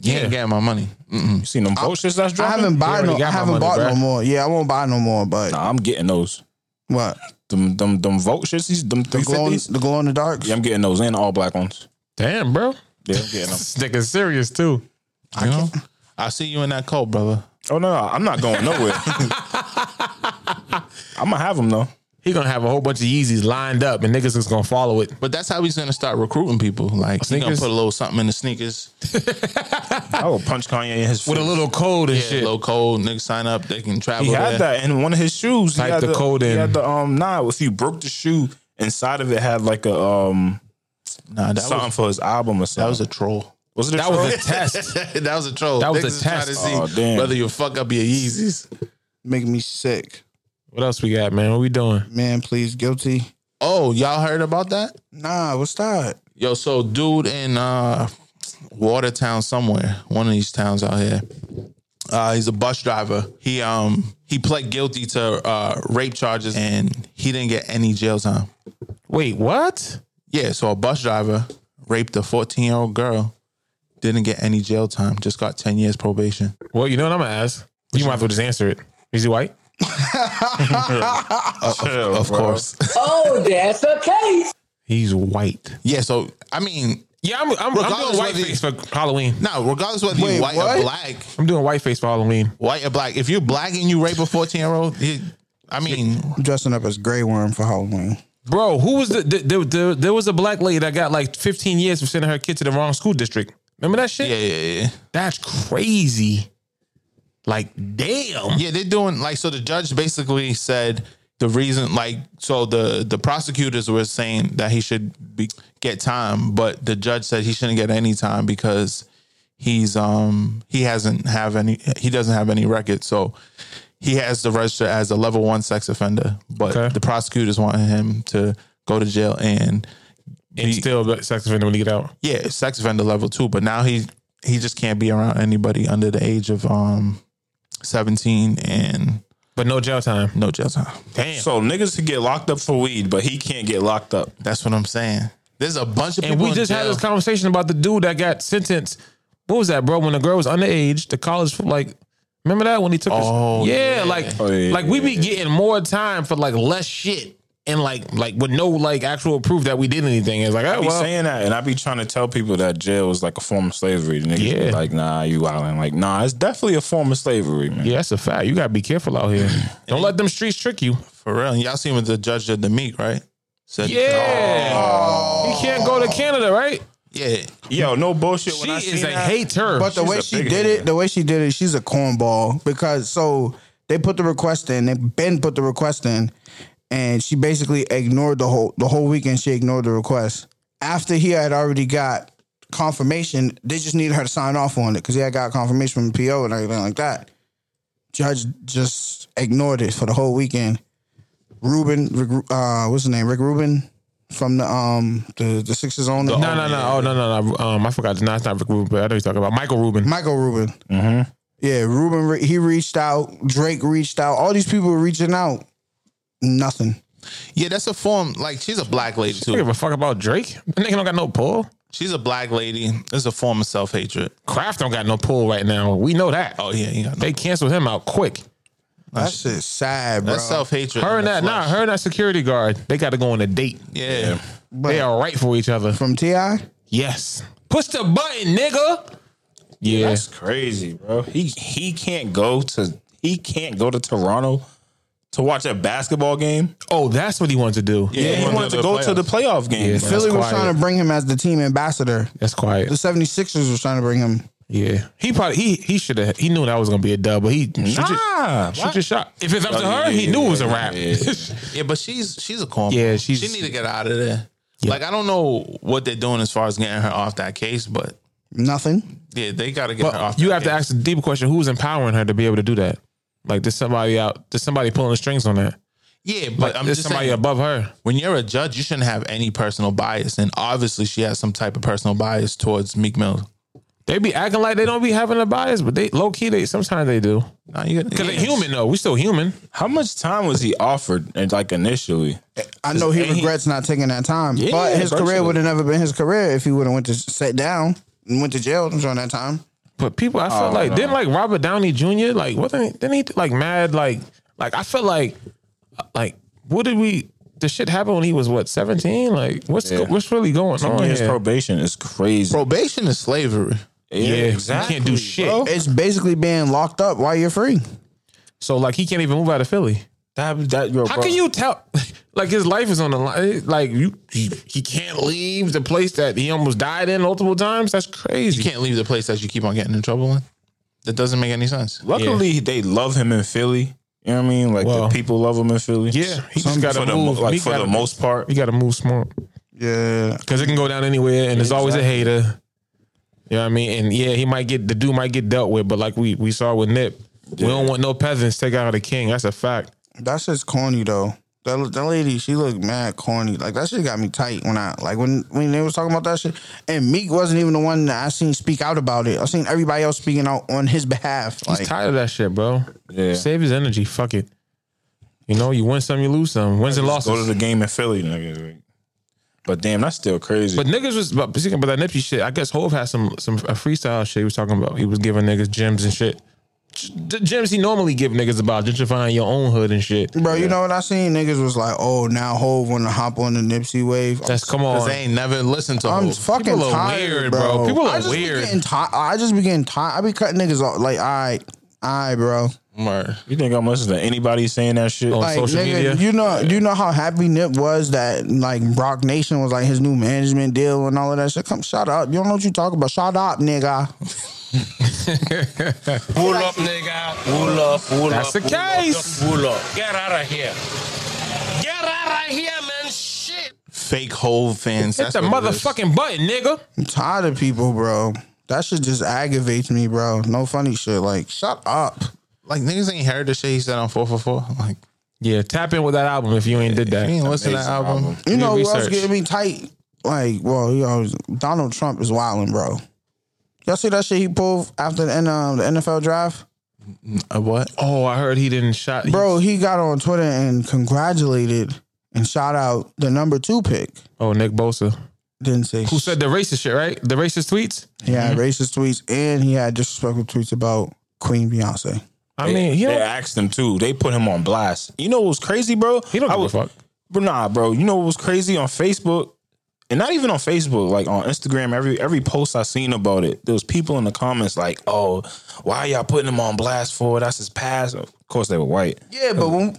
[SPEAKER 5] You ain't getting my money. Mm-mm.
[SPEAKER 4] You seen them poachers that's
[SPEAKER 3] I
[SPEAKER 4] dropping?
[SPEAKER 3] haven't bought
[SPEAKER 6] already
[SPEAKER 3] no
[SPEAKER 6] got
[SPEAKER 3] I
[SPEAKER 6] my
[SPEAKER 3] haven't
[SPEAKER 6] money,
[SPEAKER 3] bought
[SPEAKER 6] bruh.
[SPEAKER 3] no more. Yeah, I won't buy no more, but
[SPEAKER 4] Nah, I'm getting those.
[SPEAKER 3] what?
[SPEAKER 4] Them, them, them vultures. These, them
[SPEAKER 3] The
[SPEAKER 4] three
[SPEAKER 3] glow in,
[SPEAKER 4] fifties.
[SPEAKER 3] the glow in the dark?
[SPEAKER 4] Yeah, I'm getting those and all black ones.
[SPEAKER 6] Damn, bro.
[SPEAKER 4] Yeah, I'm getting them.
[SPEAKER 6] This nigga's serious too.
[SPEAKER 5] You know? I see you in that cult, brother.
[SPEAKER 4] Oh no, I'm not going nowhere. I'm gonna have them though.
[SPEAKER 6] He gonna have a whole bunch of Yeezys lined up, and niggas is gonna follow it.
[SPEAKER 5] But that's how he's gonna start recruiting people. Like he's gonna
[SPEAKER 6] Sneakers?
[SPEAKER 5] put a little something in the sneakers.
[SPEAKER 4] I will punch Kanye in his.
[SPEAKER 6] with a
[SPEAKER 4] face.
[SPEAKER 6] little code and
[SPEAKER 5] Yeah,
[SPEAKER 6] shit.
[SPEAKER 5] low code. Niggas sign up. They can travel.
[SPEAKER 4] He had
[SPEAKER 5] there.
[SPEAKER 4] that in one of his shoes.
[SPEAKER 6] Type
[SPEAKER 4] he had
[SPEAKER 6] the code
[SPEAKER 4] He
[SPEAKER 6] in.
[SPEAKER 4] had the um. Nah, if you broke the shoe, inside of it had like a um
[SPEAKER 5] Nah, that
[SPEAKER 4] something
[SPEAKER 5] was
[SPEAKER 4] for his album or
[SPEAKER 5] that was
[SPEAKER 4] something.
[SPEAKER 5] a troll.
[SPEAKER 4] Was, it? A
[SPEAKER 6] that was a
[SPEAKER 4] troll?
[SPEAKER 6] test.
[SPEAKER 5] that was a troll.
[SPEAKER 6] That
[SPEAKER 5] Niggas
[SPEAKER 6] was a
[SPEAKER 5] is trying
[SPEAKER 6] test.
[SPEAKER 5] to see
[SPEAKER 4] Oh, damn.
[SPEAKER 5] Whether you fuck up your Yeezys.
[SPEAKER 3] Making me sick.
[SPEAKER 6] what else we got, man? What we doing?
[SPEAKER 3] Man, please, guilty.
[SPEAKER 5] Oh, y'all heard about that?
[SPEAKER 3] Nah, what's that?
[SPEAKER 5] Yo, so dude in uh Watertown somewhere, one of these towns out here. Uh, he's a bus driver. He um he pled guilty to uh rape charges and he didn't get any jail time.
[SPEAKER 6] Wait, what?
[SPEAKER 5] Yeah, so a bus driver raped a 14 year old girl, didn't get any jail time, just got 10 years probation.
[SPEAKER 6] Well, you know what I'm gonna ask. You might as well just answer it. Is he white?
[SPEAKER 4] Chill,
[SPEAKER 5] Uh, Of
[SPEAKER 4] bro.
[SPEAKER 5] course.
[SPEAKER 8] Oh, that's a case.
[SPEAKER 6] He's white.
[SPEAKER 5] yeah, so I mean,
[SPEAKER 6] Yeah, I'm. I'm, I'm
[SPEAKER 5] Regardless
[SPEAKER 6] doing white
[SPEAKER 5] whether he-
[SPEAKER 6] face for Halloween.
[SPEAKER 5] now regardless whether
[SPEAKER 3] Wait,
[SPEAKER 5] you're white
[SPEAKER 3] what?
[SPEAKER 5] or black,
[SPEAKER 6] I'm doing white face for Halloween.
[SPEAKER 5] white or black, if you're black and you rape a 14 year old, I mean,
[SPEAKER 3] I'm dressing up as Grey Worm for Halloween.
[SPEAKER 6] Bro, who was the, the, the, the there was a black lady that got like 15 years for sending her kid to the wrong school district. Remember that shit?
[SPEAKER 5] yeah, yeah, yeah.
[SPEAKER 6] That's crazy. Like, damn.
[SPEAKER 5] Yeah, they're doing like so. The judge basically said the reason, like, so the the prosecutors were saying that he should be, get time, but the judge said he shouldn't get any time because he's um he hasn't have any he doesn't have any record, so he has to register as a level one sex offender. But
[SPEAKER 6] Okay.
[SPEAKER 5] the prosecutors wanted him to go to jail and
[SPEAKER 6] And still a sex offender when he get out.
[SPEAKER 5] yeah, sex offender level two, but now he he just can't be around anybody under the age of um seventeen and
[SPEAKER 6] But no jail time.
[SPEAKER 5] no jail time.
[SPEAKER 6] Damn.
[SPEAKER 4] So niggas can get locked up for weed, but he can't get locked up.
[SPEAKER 5] That's what I'm saying. There's a bunch of people.
[SPEAKER 6] And we
[SPEAKER 5] in
[SPEAKER 6] just had
[SPEAKER 5] jail.
[SPEAKER 6] this conversation about the dude that got sentenced. What was that, bro? When the girl was underage, the college like remember that when he took. his-
[SPEAKER 5] Oh,
[SPEAKER 6] yeah,
[SPEAKER 5] yeah.
[SPEAKER 6] like
[SPEAKER 4] Oh, yeah,
[SPEAKER 6] like we be getting more time for like less shit and like like with no like actual proof that we did anything. It's like
[SPEAKER 4] I
[SPEAKER 6] oh,
[SPEAKER 4] be
[SPEAKER 6] well,
[SPEAKER 4] saying that, and I be trying to tell people that jail is like a form of slavery. The niggas be
[SPEAKER 6] Yeah.
[SPEAKER 4] like, nah, you wildin'. Like, nah, it's definitely a form of slavery, man.
[SPEAKER 6] yeah, that's a fact. You gotta be careful out here. Don't let them streets trick you.
[SPEAKER 5] for real. And y'all seen what the judge did to Meek, right? Said,
[SPEAKER 6] Yeah,
[SPEAKER 4] Oh.
[SPEAKER 6] you can't go to Canada, right?
[SPEAKER 5] yeah.
[SPEAKER 4] Yo, no bullshit.
[SPEAKER 6] She
[SPEAKER 4] when I
[SPEAKER 6] is
[SPEAKER 4] seen
[SPEAKER 6] a
[SPEAKER 4] that-
[SPEAKER 6] hater.
[SPEAKER 3] But the
[SPEAKER 4] she's
[SPEAKER 3] way
[SPEAKER 4] a
[SPEAKER 3] she
[SPEAKER 4] big
[SPEAKER 3] did
[SPEAKER 4] hater.
[SPEAKER 3] it, the way she did it, she's a cornball because so they put the request in. They Ben put the request in, and she basically ignored the whole the whole weekend. She ignored the request after he had already got confirmation. They just needed her to sign off on it because he had got confirmation from the PO and everything like that. Judge just ignored it for the whole weekend. Ruben, Rick- uh, what's his name? Rick Ruben from the um the the Sixers owner.
[SPEAKER 6] no, no, no. Oh, no, no, no. Um, I forgot. No, it's not Rick Rubin, but I know you're talking about Michael Rubin.
[SPEAKER 3] Michael Rubin. Yeah, Rubin. re- He reached out. Drake reached out. All these people were reaching out. Nothing.
[SPEAKER 5] Yeah, that's a form. Like, she's a black lady,
[SPEAKER 6] I don't give
[SPEAKER 5] too.
[SPEAKER 6] a fuck about Drake. That nigga don't got no pull.
[SPEAKER 5] She's a black lady. It's a form of self hatred.
[SPEAKER 6] Kraft don't got no pull right now. We know that.
[SPEAKER 5] Oh, yeah. You got no-
[SPEAKER 6] They canceled him out quick.
[SPEAKER 3] That shit's sad, bro.
[SPEAKER 5] That's self hatred.
[SPEAKER 6] Her and that, nah, her and that security guard, they got to go on a date.
[SPEAKER 5] Yeah.
[SPEAKER 6] They
[SPEAKER 3] But
[SPEAKER 6] are right for each other.
[SPEAKER 3] from Ti,
[SPEAKER 6] Yes. Push the button, nigga. Yeah.
[SPEAKER 4] That's crazy, bro. He he can't go to he can't go to Toronto to watch a basketball game.
[SPEAKER 6] oh, that's what he wanted to do.
[SPEAKER 4] Yeah, he wanted to go to the playoff game.
[SPEAKER 6] Yeah.
[SPEAKER 3] Philly was
[SPEAKER 6] quiet.
[SPEAKER 3] trying to bring him as the team ambassador.
[SPEAKER 6] That's quiet.
[SPEAKER 3] The 76ers was trying to bring him.
[SPEAKER 6] Yeah. He probably he he should have he knew that was gonna be a dub, but he shoot your-
[SPEAKER 4] Nah,
[SPEAKER 6] shoot your shot. Oh, If it's up to her, he
[SPEAKER 4] yeah,
[SPEAKER 6] knew it was a
[SPEAKER 4] yeah,
[SPEAKER 6] wrap.
[SPEAKER 5] Yeah, but she's she's a corn.
[SPEAKER 6] Yeah, she's-
[SPEAKER 5] she need to get out of there. Like I don't know what they're doing as far as getting her off that case, but
[SPEAKER 3] Nothing.
[SPEAKER 5] yeah, they got to get her off.
[SPEAKER 6] But you
[SPEAKER 5] that
[SPEAKER 6] have to
[SPEAKER 5] case.
[SPEAKER 6] ask the deeper question: Who's empowering her to be able to do that? Like, there's somebody out. There's somebody pulling the strings on that.
[SPEAKER 5] Yeah,
[SPEAKER 6] Like,
[SPEAKER 5] but I'm
[SPEAKER 6] there's
[SPEAKER 5] just
[SPEAKER 6] somebody
[SPEAKER 5] saying,
[SPEAKER 6] above her.
[SPEAKER 5] when you're a judge, you shouldn't have any personal bias, and obviously she has some type of personal bias towards Meek Mill.
[SPEAKER 6] They be acting like they don't be having a bias, but they low key. They sometimes they do
[SPEAKER 5] Nah, you
[SPEAKER 6] because they human though. We still human.
[SPEAKER 4] How much time was he offered and like initially?
[SPEAKER 3] I know he
[SPEAKER 4] And he-
[SPEAKER 3] regrets not taking that time, but his
[SPEAKER 4] virtually.
[SPEAKER 3] career would have never been his career if he would have went to sat down and went to jail during that time.
[SPEAKER 6] But people, I
[SPEAKER 4] Oh,
[SPEAKER 6] feel like didn't like Robert Downey Jr. Like what? Didn't he like mad? Like like I feel like like what did we? The shit happened when he was what seventeen? Like what's go- what's really going on
[SPEAKER 4] His
[SPEAKER 6] here?
[SPEAKER 4] probation is crazy.
[SPEAKER 5] Probation is slavery.
[SPEAKER 6] yeah, He can't do shit.
[SPEAKER 4] bro.
[SPEAKER 3] It's basically being locked up while you're free.
[SPEAKER 6] So like he can't even move out of Philly.
[SPEAKER 4] That, that, yo,
[SPEAKER 6] How
[SPEAKER 4] bro.
[SPEAKER 6] can you tell? Like his life is on the line. Like you, he, he can't leave the place that he almost died in multiple times. That's
[SPEAKER 5] You
[SPEAKER 6] crazy.
[SPEAKER 5] can't leave the place that you keep on getting in trouble in. That doesn't make any sense.
[SPEAKER 4] Luckily, they love him in Philly. You know what I mean? Like
[SPEAKER 6] Well,
[SPEAKER 4] the people love him in Philly.
[SPEAKER 6] Yeah, he
[SPEAKER 4] Some-
[SPEAKER 6] just got
[SPEAKER 4] for
[SPEAKER 6] to
[SPEAKER 4] the,
[SPEAKER 6] move.
[SPEAKER 4] mo- like
[SPEAKER 6] He
[SPEAKER 4] for
[SPEAKER 6] gotta-
[SPEAKER 4] the most part.
[SPEAKER 6] he got to move smart
[SPEAKER 3] Yeah.
[SPEAKER 6] because it can go down anywhere, and there's always a hater. You know what I mean? And yeah, he might get the dude might get dealt with, but like we we saw with Nip, we don't want no peasants take out the king. That's a fact.
[SPEAKER 3] That shit's corny though. That, that lady, she looked mad corny. Like that shit got me tight when I like when when they was talking about that shit. And Meek wasn't even the one that I seen speak out about it. I seen everybody else speaking out on his behalf.
[SPEAKER 6] He's
[SPEAKER 3] Like
[SPEAKER 6] tired of that shit, bro.
[SPEAKER 4] Yeah.
[SPEAKER 6] Save his energy. Fuck it. You know, you win some, you lose some. Wins and
[SPEAKER 4] Go to
[SPEAKER 6] losses.
[SPEAKER 4] the game in Philly, nigga. But damn, that's still crazy.
[SPEAKER 6] But niggas was but speaking about that Nipsey shit. I guess Hove had some some a freestyle shit he was talking about. He was giving niggas gems and shit. G- The gems he normally give niggas about gentrifying your own hood and shit.
[SPEAKER 3] Bro, you know what I seen? Niggas was like, "Oh, now Hov want to hop on the Nipsey wave."
[SPEAKER 6] That's come
[SPEAKER 5] Because
[SPEAKER 6] on.
[SPEAKER 5] they ain't never listened to
[SPEAKER 3] I'm
[SPEAKER 5] Hov.
[SPEAKER 3] fucking
[SPEAKER 6] people are
[SPEAKER 3] tired,
[SPEAKER 6] weird,
[SPEAKER 3] bro.
[SPEAKER 6] bro. People are
[SPEAKER 3] I just
[SPEAKER 6] weird.
[SPEAKER 3] Be getting ti- I just be getting tired. I be cutting niggas off. Like, all right, all right, bro.
[SPEAKER 5] Mer.
[SPEAKER 4] you think I'm listening to anybody saying that shit?
[SPEAKER 6] On
[SPEAKER 3] Like,
[SPEAKER 6] social
[SPEAKER 3] nigga,
[SPEAKER 6] media.
[SPEAKER 3] you know, do you know how happy Nip was that like Brock Nation was like his new management deal and all of that shit? Come, shut up. You don't know what you talking about. Shut up, nigga.
[SPEAKER 9] Pull up, nigga. Pull up, pull
[SPEAKER 6] That's
[SPEAKER 9] up.
[SPEAKER 6] the
[SPEAKER 9] pull up,
[SPEAKER 6] case.
[SPEAKER 9] just Pull up. Get out of here. Get out of here, man. Shit.
[SPEAKER 5] Fake Hove fans.
[SPEAKER 6] Hit
[SPEAKER 5] that's
[SPEAKER 6] the
[SPEAKER 5] what it is.
[SPEAKER 6] motherfucking button, nigga.
[SPEAKER 3] I'm tired of people, bro. That shit just aggravates me, bro. No funny shit. Like, shut up.
[SPEAKER 5] Like niggas ain't heard the shit he said on four four four. Like
[SPEAKER 6] Yeah, tap in with that album if you ain't did
[SPEAKER 5] you ain't
[SPEAKER 6] that.
[SPEAKER 5] listen to that album.
[SPEAKER 3] You know who else
[SPEAKER 6] research.
[SPEAKER 3] getting me tight? Like, well, he always Donald Trump is wilding, bro. Y'all see that shit he pulled after the, N- um, the NFL draft?
[SPEAKER 5] A what?
[SPEAKER 6] Oh, I heard he didn't shot.
[SPEAKER 3] Bro, he got on Twitter and congratulated and shout out the number two pick.
[SPEAKER 6] Oh, Nick Bosa.
[SPEAKER 3] Didn't say
[SPEAKER 6] Who said the racist shit, right? The racist tweets?
[SPEAKER 3] he had racist tweets and he had disrespectful tweets about Queen Beyonce.
[SPEAKER 6] I mean, he
[SPEAKER 4] they
[SPEAKER 6] don't,
[SPEAKER 4] asked him too. They put him on blast. You know what was crazy, bro?
[SPEAKER 6] he don't
[SPEAKER 4] I
[SPEAKER 6] give a
[SPEAKER 4] was,
[SPEAKER 6] fuck.
[SPEAKER 4] But nah, bro. You know what was crazy on Facebook, and not even on Facebook, like on Instagram. Every every post I seen about it, there was people in the comments like, "Oh, why y'all putting him on blast for? That's his past." Of course, they were white.
[SPEAKER 3] Yeah, but when,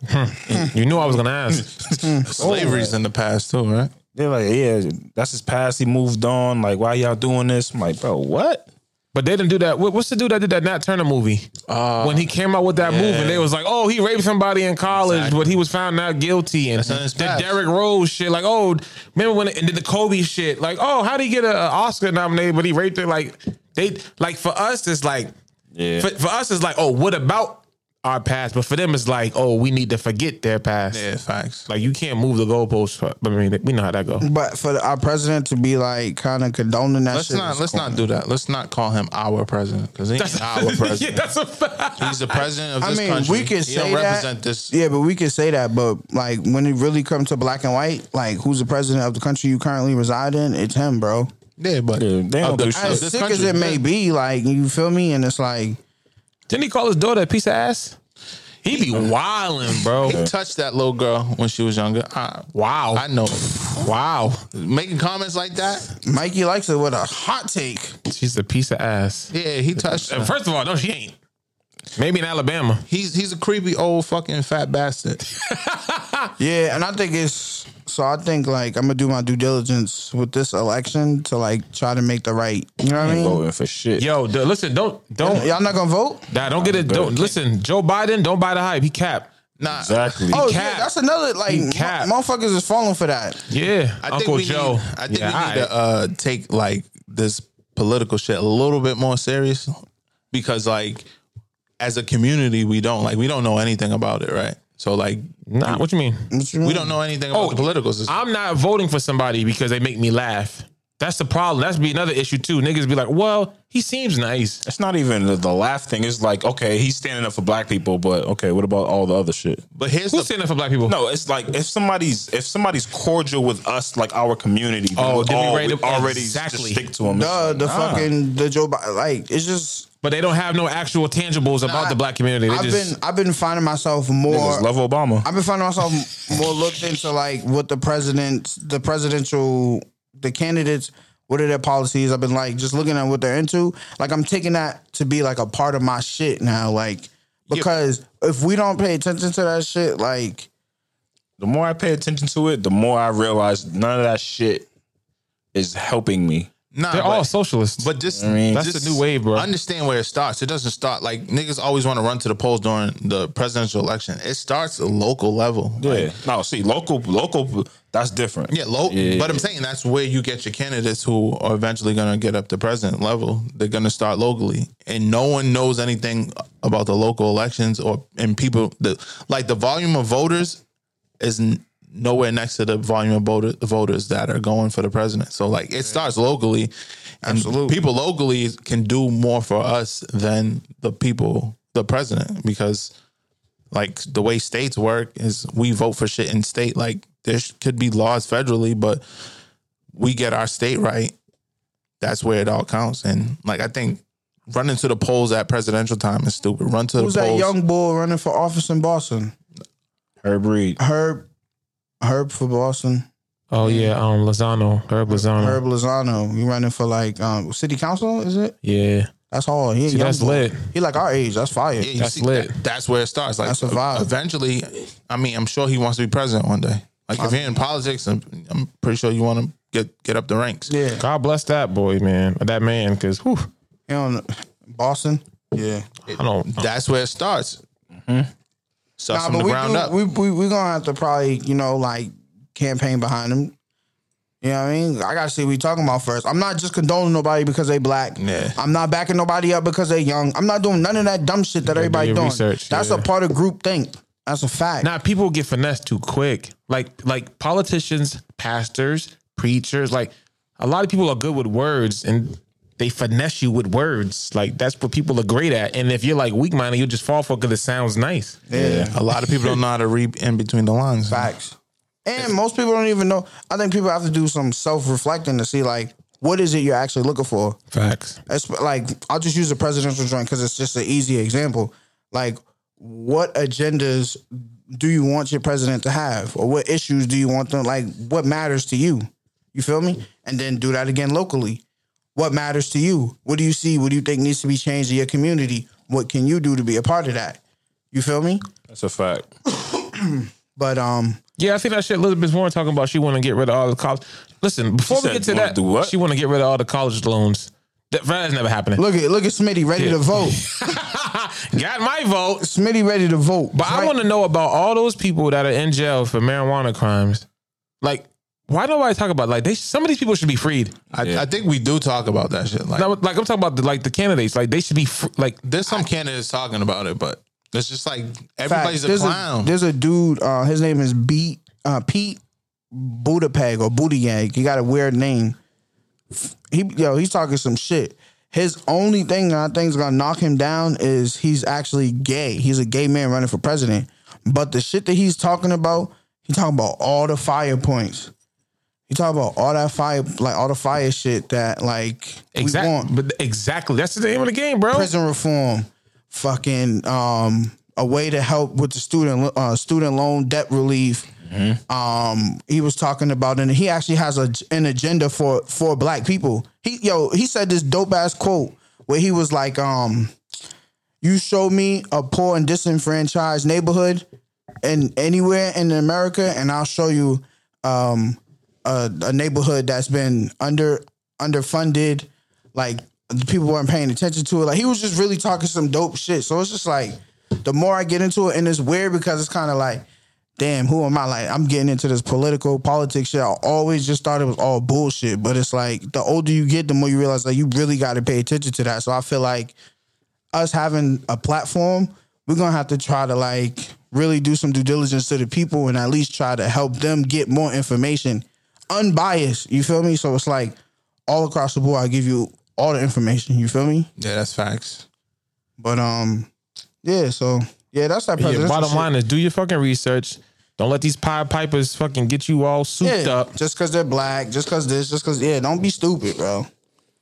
[SPEAKER 6] You knew I was gonna ask.
[SPEAKER 5] Slavery's in the past too, right?
[SPEAKER 4] They're like, "Yeah, that's his past. He moved on. Like, why y'all doing this?" I'm like, "Bro, what?"
[SPEAKER 6] But they didn't do that. What- What's the dude that did that Nat Turner movie? when he came out with that movie, they was like, "Oh, he raped somebody in college, but he was found not guilty." And
[SPEAKER 5] in his
[SPEAKER 6] the
[SPEAKER 5] past.
[SPEAKER 6] Derrick Rose shit, like, "Oh, remember when?" And then the Kobe shit, like, "Oh, how did he get an Oscar nominated, but he raped it?" Like, they like for us, it's like,
[SPEAKER 4] Yeah.
[SPEAKER 6] for, for us, it's like, "Oh, what about our past?" But for them, it's like, "Oh, we need to forget their past."
[SPEAKER 5] Yeah, facts.
[SPEAKER 6] Like, you can't move the goalposts. for- But I mean, we know how that go.
[SPEAKER 3] but for our president to be like kind of condoning that
[SPEAKER 5] Let's
[SPEAKER 3] shit.
[SPEAKER 5] not
[SPEAKER 3] is
[SPEAKER 5] let's
[SPEAKER 3] corny.
[SPEAKER 5] not do that. Let's not call him our president because he ain't our
[SPEAKER 6] yeah,
[SPEAKER 5] president.
[SPEAKER 6] that's a fact.
[SPEAKER 5] He's the president of
[SPEAKER 3] I
[SPEAKER 5] this
[SPEAKER 3] mean,
[SPEAKER 5] country.
[SPEAKER 3] we can
[SPEAKER 5] he
[SPEAKER 3] say
[SPEAKER 5] don't represent
[SPEAKER 3] that.
[SPEAKER 5] this.
[SPEAKER 3] Yeah, but we can say that. But like, when it really comes to black and white, like, who's the president of the country you currently reside in? It's him, bro.
[SPEAKER 5] Yeah, but
[SPEAKER 4] Yeah, they don't
[SPEAKER 5] of the-
[SPEAKER 4] do
[SPEAKER 5] of
[SPEAKER 4] shit.
[SPEAKER 3] As
[SPEAKER 5] this
[SPEAKER 3] sick as
[SPEAKER 5] country.
[SPEAKER 3] it may be, like, you feel me? And it's like,
[SPEAKER 6] Didn't he call his daughter a piece of ass? He be wilding, bro.
[SPEAKER 5] He touched that little girl when she was younger. I,
[SPEAKER 6] Wow.
[SPEAKER 5] I know. Wow. Making comments like that?
[SPEAKER 3] Mikey likes it with a hot take.
[SPEAKER 6] She's a piece of ass.
[SPEAKER 5] Yeah, he touched her.
[SPEAKER 6] First of all, no, she ain't. Maybe in Alabama.
[SPEAKER 5] He's he's a creepy old fucking fat bastard.
[SPEAKER 3] Yeah, and I think it's so. I think like I'm gonna do my due diligence with this election to like try to make the right. You know what I mean?
[SPEAKER 4] voting for shit.
[SPEAKER 6] Yo, d- listen, don't don't
[SPEAKER 3] Y'all not gonna vote?
[SPEAKER 6] nah, don't get it. Don't listen, Joe Biden, don't buy the hype. He capped.
[SPEAKER 5] Nah.
[SPEAKER 4] Exactly.
[SPEAKER 3] Oh yeah,
[SPEAKER 6] capped.
[SPEAKER 3] that's another like mo-
[SPEAKER 6] capped.
[SPEAKER 3] motherfuckers is falling for that.
[SPEAKER 6] Yeah.
[SPEAKER 5] I think
[SPEAKER 6] Uncle
[SPEAKER 5] we
[SPEAKER 6] Joe.
[SPEAKER 5] Need, I think
[SPEAKER 6] Yeah,
[SPEAKER 5] we need
[SPEAKER 6] all
[SPEAKER 5] to uh,
[SPEAKER 6] right.
[SPEAKER 5] take like this political shit a little bit more serious because like as a community we don't like we don't know anything about it, right? So like
[SPEAKER 6] Nah, what you mean?
[SPEAKER 5] we don't know anything about
[SPEAKER 6] Oh,
[SPEAKER 5] the political system.
[SPEAKER 6] I'm not voting for somebody because they make me laugh. That's the problem. That's be another issue too. Niggas be like, well, he seems nice.
[SPEAKER 4] It's not even the, the laugh thing. It's like, okay, he's standing up for black people, but okay, what about all the other shit?
[SPEAKER 5] but here's
[SPEAKER 6] Who's
[SPEAKER 5] the
[SPEAKER 6] standing up for black people?
[SPEAKER 4] No, it's like if somebody's if somebody's cordial with us, like our community,
[SPEAKER 6] Oh,
[SPEAKER 4] we'll
[SPEAKER 6] then we
[SPEAKER 4] all-
[SPEAKER 6] ready to-
[SPEAKER 4] we already
[SPEAKER 6] exactly.
[SPEAKER 4] just stick to them.
[SPEAKER 3] Duh, the fucking the Joe Biden, like it's just
[SPEAKER 6] But they don't have no actual tangibles about
[SPEAKER 3] I-
[SPEAKER 6] the black community. They
[SPEAKER 3] I've
[SPEAKER 6] just
[SPEAKER 3] been I've been finding myself more.
[SPEAKER 4] love Obama.
[SPEAKER 3] I've been finding myself more looked into like what the president, the presidential, the candidates, what are their policies. I've been like just looking at what they're into. Like I'm taking that to be like a part of my shit now. Like because if we don't pay attention to that shit, like
[SPEAKER 4] The more I pay attention to it, the more I realize none of that shit is helping me.
[SPEAKER 5] nah,
[SPEAKER 6] they're
[SPEAKER 5] but-
[SPEAKER 6] all socialists.
[SPEAKER 5] But just
[SPEAKER 6] That's
[SPEAKER 5] just
[SPEAKER 6] the new wave, bro.
[SPEAKER 5] Understand where it starts. It doesn't start like niggas always want to run to the polls during the presidential election. It starts at local level.
[SPEAKER 4] Yeah.
[SPEAKER 5] Like,
[SPEAKER 4] no, see, local, local, that's different.
[SPEAKER 5] yeah, low. But I'm saying that's where you get your candidates who are eventually going to get up to president level. They're going to start locally, and no one knows anything about the local elections or and people the like the volume of voters is n- nowhere next to the volume of voter, voters that are going for the president. So like it starts locally, and people locally can do more for us than the people, the president, because like the way states work is we vote for shit in state. Like there sh- could be laws federally, but we get our state right. That's where it all counts. And like I think running to the polls at presidential time is stupid. Run to
[SPEAKER 3] who's
[SPEAKER 5] the
[SPEAKER 3] that
[SPEAKER 5] polls.
[SPEAKER 3] young bull running for office in Boston?
[SPEAKER 4] Herb Reed.
[SPEAKER 3] Herb, Herb for Boston.
[SPEAKER 6] oh yeah, um, Lozano, Herb Lozano.
[SPEAKER 3] Herb Lozano, you running for like um, city council? Is it?
[SPEAKER 6] Yeah,
[SPEAKER 3] That's all. He ain't
[SPEAKER 6] See,
[SPEAKER 3] young
[SPEAKER 6] that's
[SPEAKER 3] boy.
[SPEAKER 6] lit.
[SPEAKER 3] He like our age. That's fire.
[SPEAKER 5] Yeah, you
[SPEAKER 6] That's
[SPEAKER 5] see,
[SPEAKER 6] lit.
[SPEAKER 5] that- that's where it starts. Like
[SPEAKER 3] That's a vibe.
[SPEAKER 5] eventually, I mean, I'm sure he wants to be president one day. Like if you're in politics, I'm, I'm pretty sure you want to get get up the ranks.
[SPEAKER 3] yeah.
[SPEAKER 6] God bless that boy, man. That man, because whew,
[SPEAKER 3] He on Boston. Yeah.
[SPEAKER 6] I don't.
[SPEAKER 5] That's where it starts.
[SPEAKER 6] Mm-hmm.
[SPEAKER 5] Starts
[SPEAKER 3] Nah,
[SPEAKER 5] from
[SPEAKER 3] but
[SPEAKER 5] the
[SPEAKER 3] we,
[SPEAKER 5] ground
[SPEAKER 3] do,
[SPEAKER 5] up.
[SPEAKER 3] we we we gonna have to probably you know like campaign behind him. You know what I mean? I gotta see what we talking about first. I'm not just condoning nobody because they black.
[SPEAKER 5] Yeah.
[SPEAKER 3] I'm not backing nobody up because they young. I'm not doing none of that dumb shit that everybody
[SPEAKER 6] your
[SPEAKER 3] doing.
[SPEAKER 6] research,
[SPEAKER 3] That's
[SPEAKER 6] yeah.
[SPEAKER 3] a part of group think. That's a fact.
[SPEAKER 6] Now people get finessed too quick. Like like politicians, pastors, preachers. Like a lot of people are good with words, and they finesse you with words. Like that's what people are great at. And if you're like weak minded, you just fall for because it sounds nice.
[SPEAKER 5] A lot of people don't know how to read in between the lines.
[SPEAKER 3] Facts. And most people don't even know. I think people have to do some self reflecting to see like what is it you're actually looking for.
[SPEAKER 6] Facts.
[SPEAKER 3] It's like I'll just use the presidential joint because it's just an easy example. Like, what agendas do you want your president to have, or what issues do you want them? Like, what matters to you? You feel me? And then do that again locally. What matters to you? What do you see? What do you think needs to be changed in your community? What can you do to be a part of that? You feel me?
[SPEAKER 4] That's a fact.
[SPEAKER 3] But um,
[SPEAKER 6] Yeah, I think that shit Elizabeth Warren talking about she want to get rid of all the college. Listen, before
[SPEAKER 4] said
[SPEAKER 6] we get to
[SPEAKER 4] wanna
[SPEAKER 6] that,
[SPEAKER 4] do what?
[SPEAKER 6] she want to get rid of all the college loans. That, that's never happening.
[SPEAKER 3] look at look at Smitty ready to vote.
[SPEAKER 6] Got my vote.
[SPEAKER 3] Smitty ready to vote.
[SPEAKER 6] But I want to know about all those people that are in jail for marijuana crimes. Like, why nobody talk about like they? Some of these people should be freed.
[SPEAKER 5] I, I think we do talk about that shit. Like
[SPEAKER 6] Now, like I'm talking about the, like the candidates. Like they should be fr- like
[SPEAKER 5] there's some candidates talking about it, but it's just like everybody's a
[SPEAKER 3] there's
[SPEAKER 5] clown.
[SPEAKER 3] there's a dude. Uh, his name is Beat uh, Pete Budapeg or Buttigieg. He got a weird name. He yo, he's talking some shit. His only thing that I think is gonna knock him down is he's actually gay. He's a gay man running for president. But the shit that he's talking about, he talking about all the fire points. He talking about all that fire, like all the fire shit that like we want
[SPEAKER 6] exactly. But exactly, that's the name of the game, bro.
[SPEAKER 3] prison reform, fucking um, a way to help with the student uh, student loan debt relief. Um, he was talking about, and he actually has a, an agenda for for black people. He yo, he said this dope ass quote where he was like, um, "You show me a poor and disenfranchised neighborhood, and anywhere in America, and I'll show you um, a, a neighborhood that's been under underfunded, like the people weren't paying attention to it. Like he was just really talking some dope shit. So it's just like the more I get into it, and it's weird because it's kind of like, damn, who am I? Like I'm getting into this political politics shit. I always just thought it was all bullshit, but it's like the older you get, the more you realize like you really got to pay attention to that. So I feel like us having a platform, we're gonna have to try to like really do some due diligence to the people and at least try to help them get more information unbiased. You feel me? So it's like all across the board, I give you all the information. You feel me?
[SPEAKER 5] Yeah, that's facts.
[SPEAKER 3] But um, yeah. So yeah, that's that.
[SPEAKER 6] Yeah,
[SPEAKER 3] presidential
[SPEAKER 6] bottom
[SPEAKER 3] shit.
[SPEAKER 6] line is do your fucking research. Don't let these pie pipers fucking get you all souped
[SPEAKER 3] yeah,
[SPEAKER 6] up.
[SPEAKER 3] just because they're black, just because this, just because yeah, don't be stupid, bro.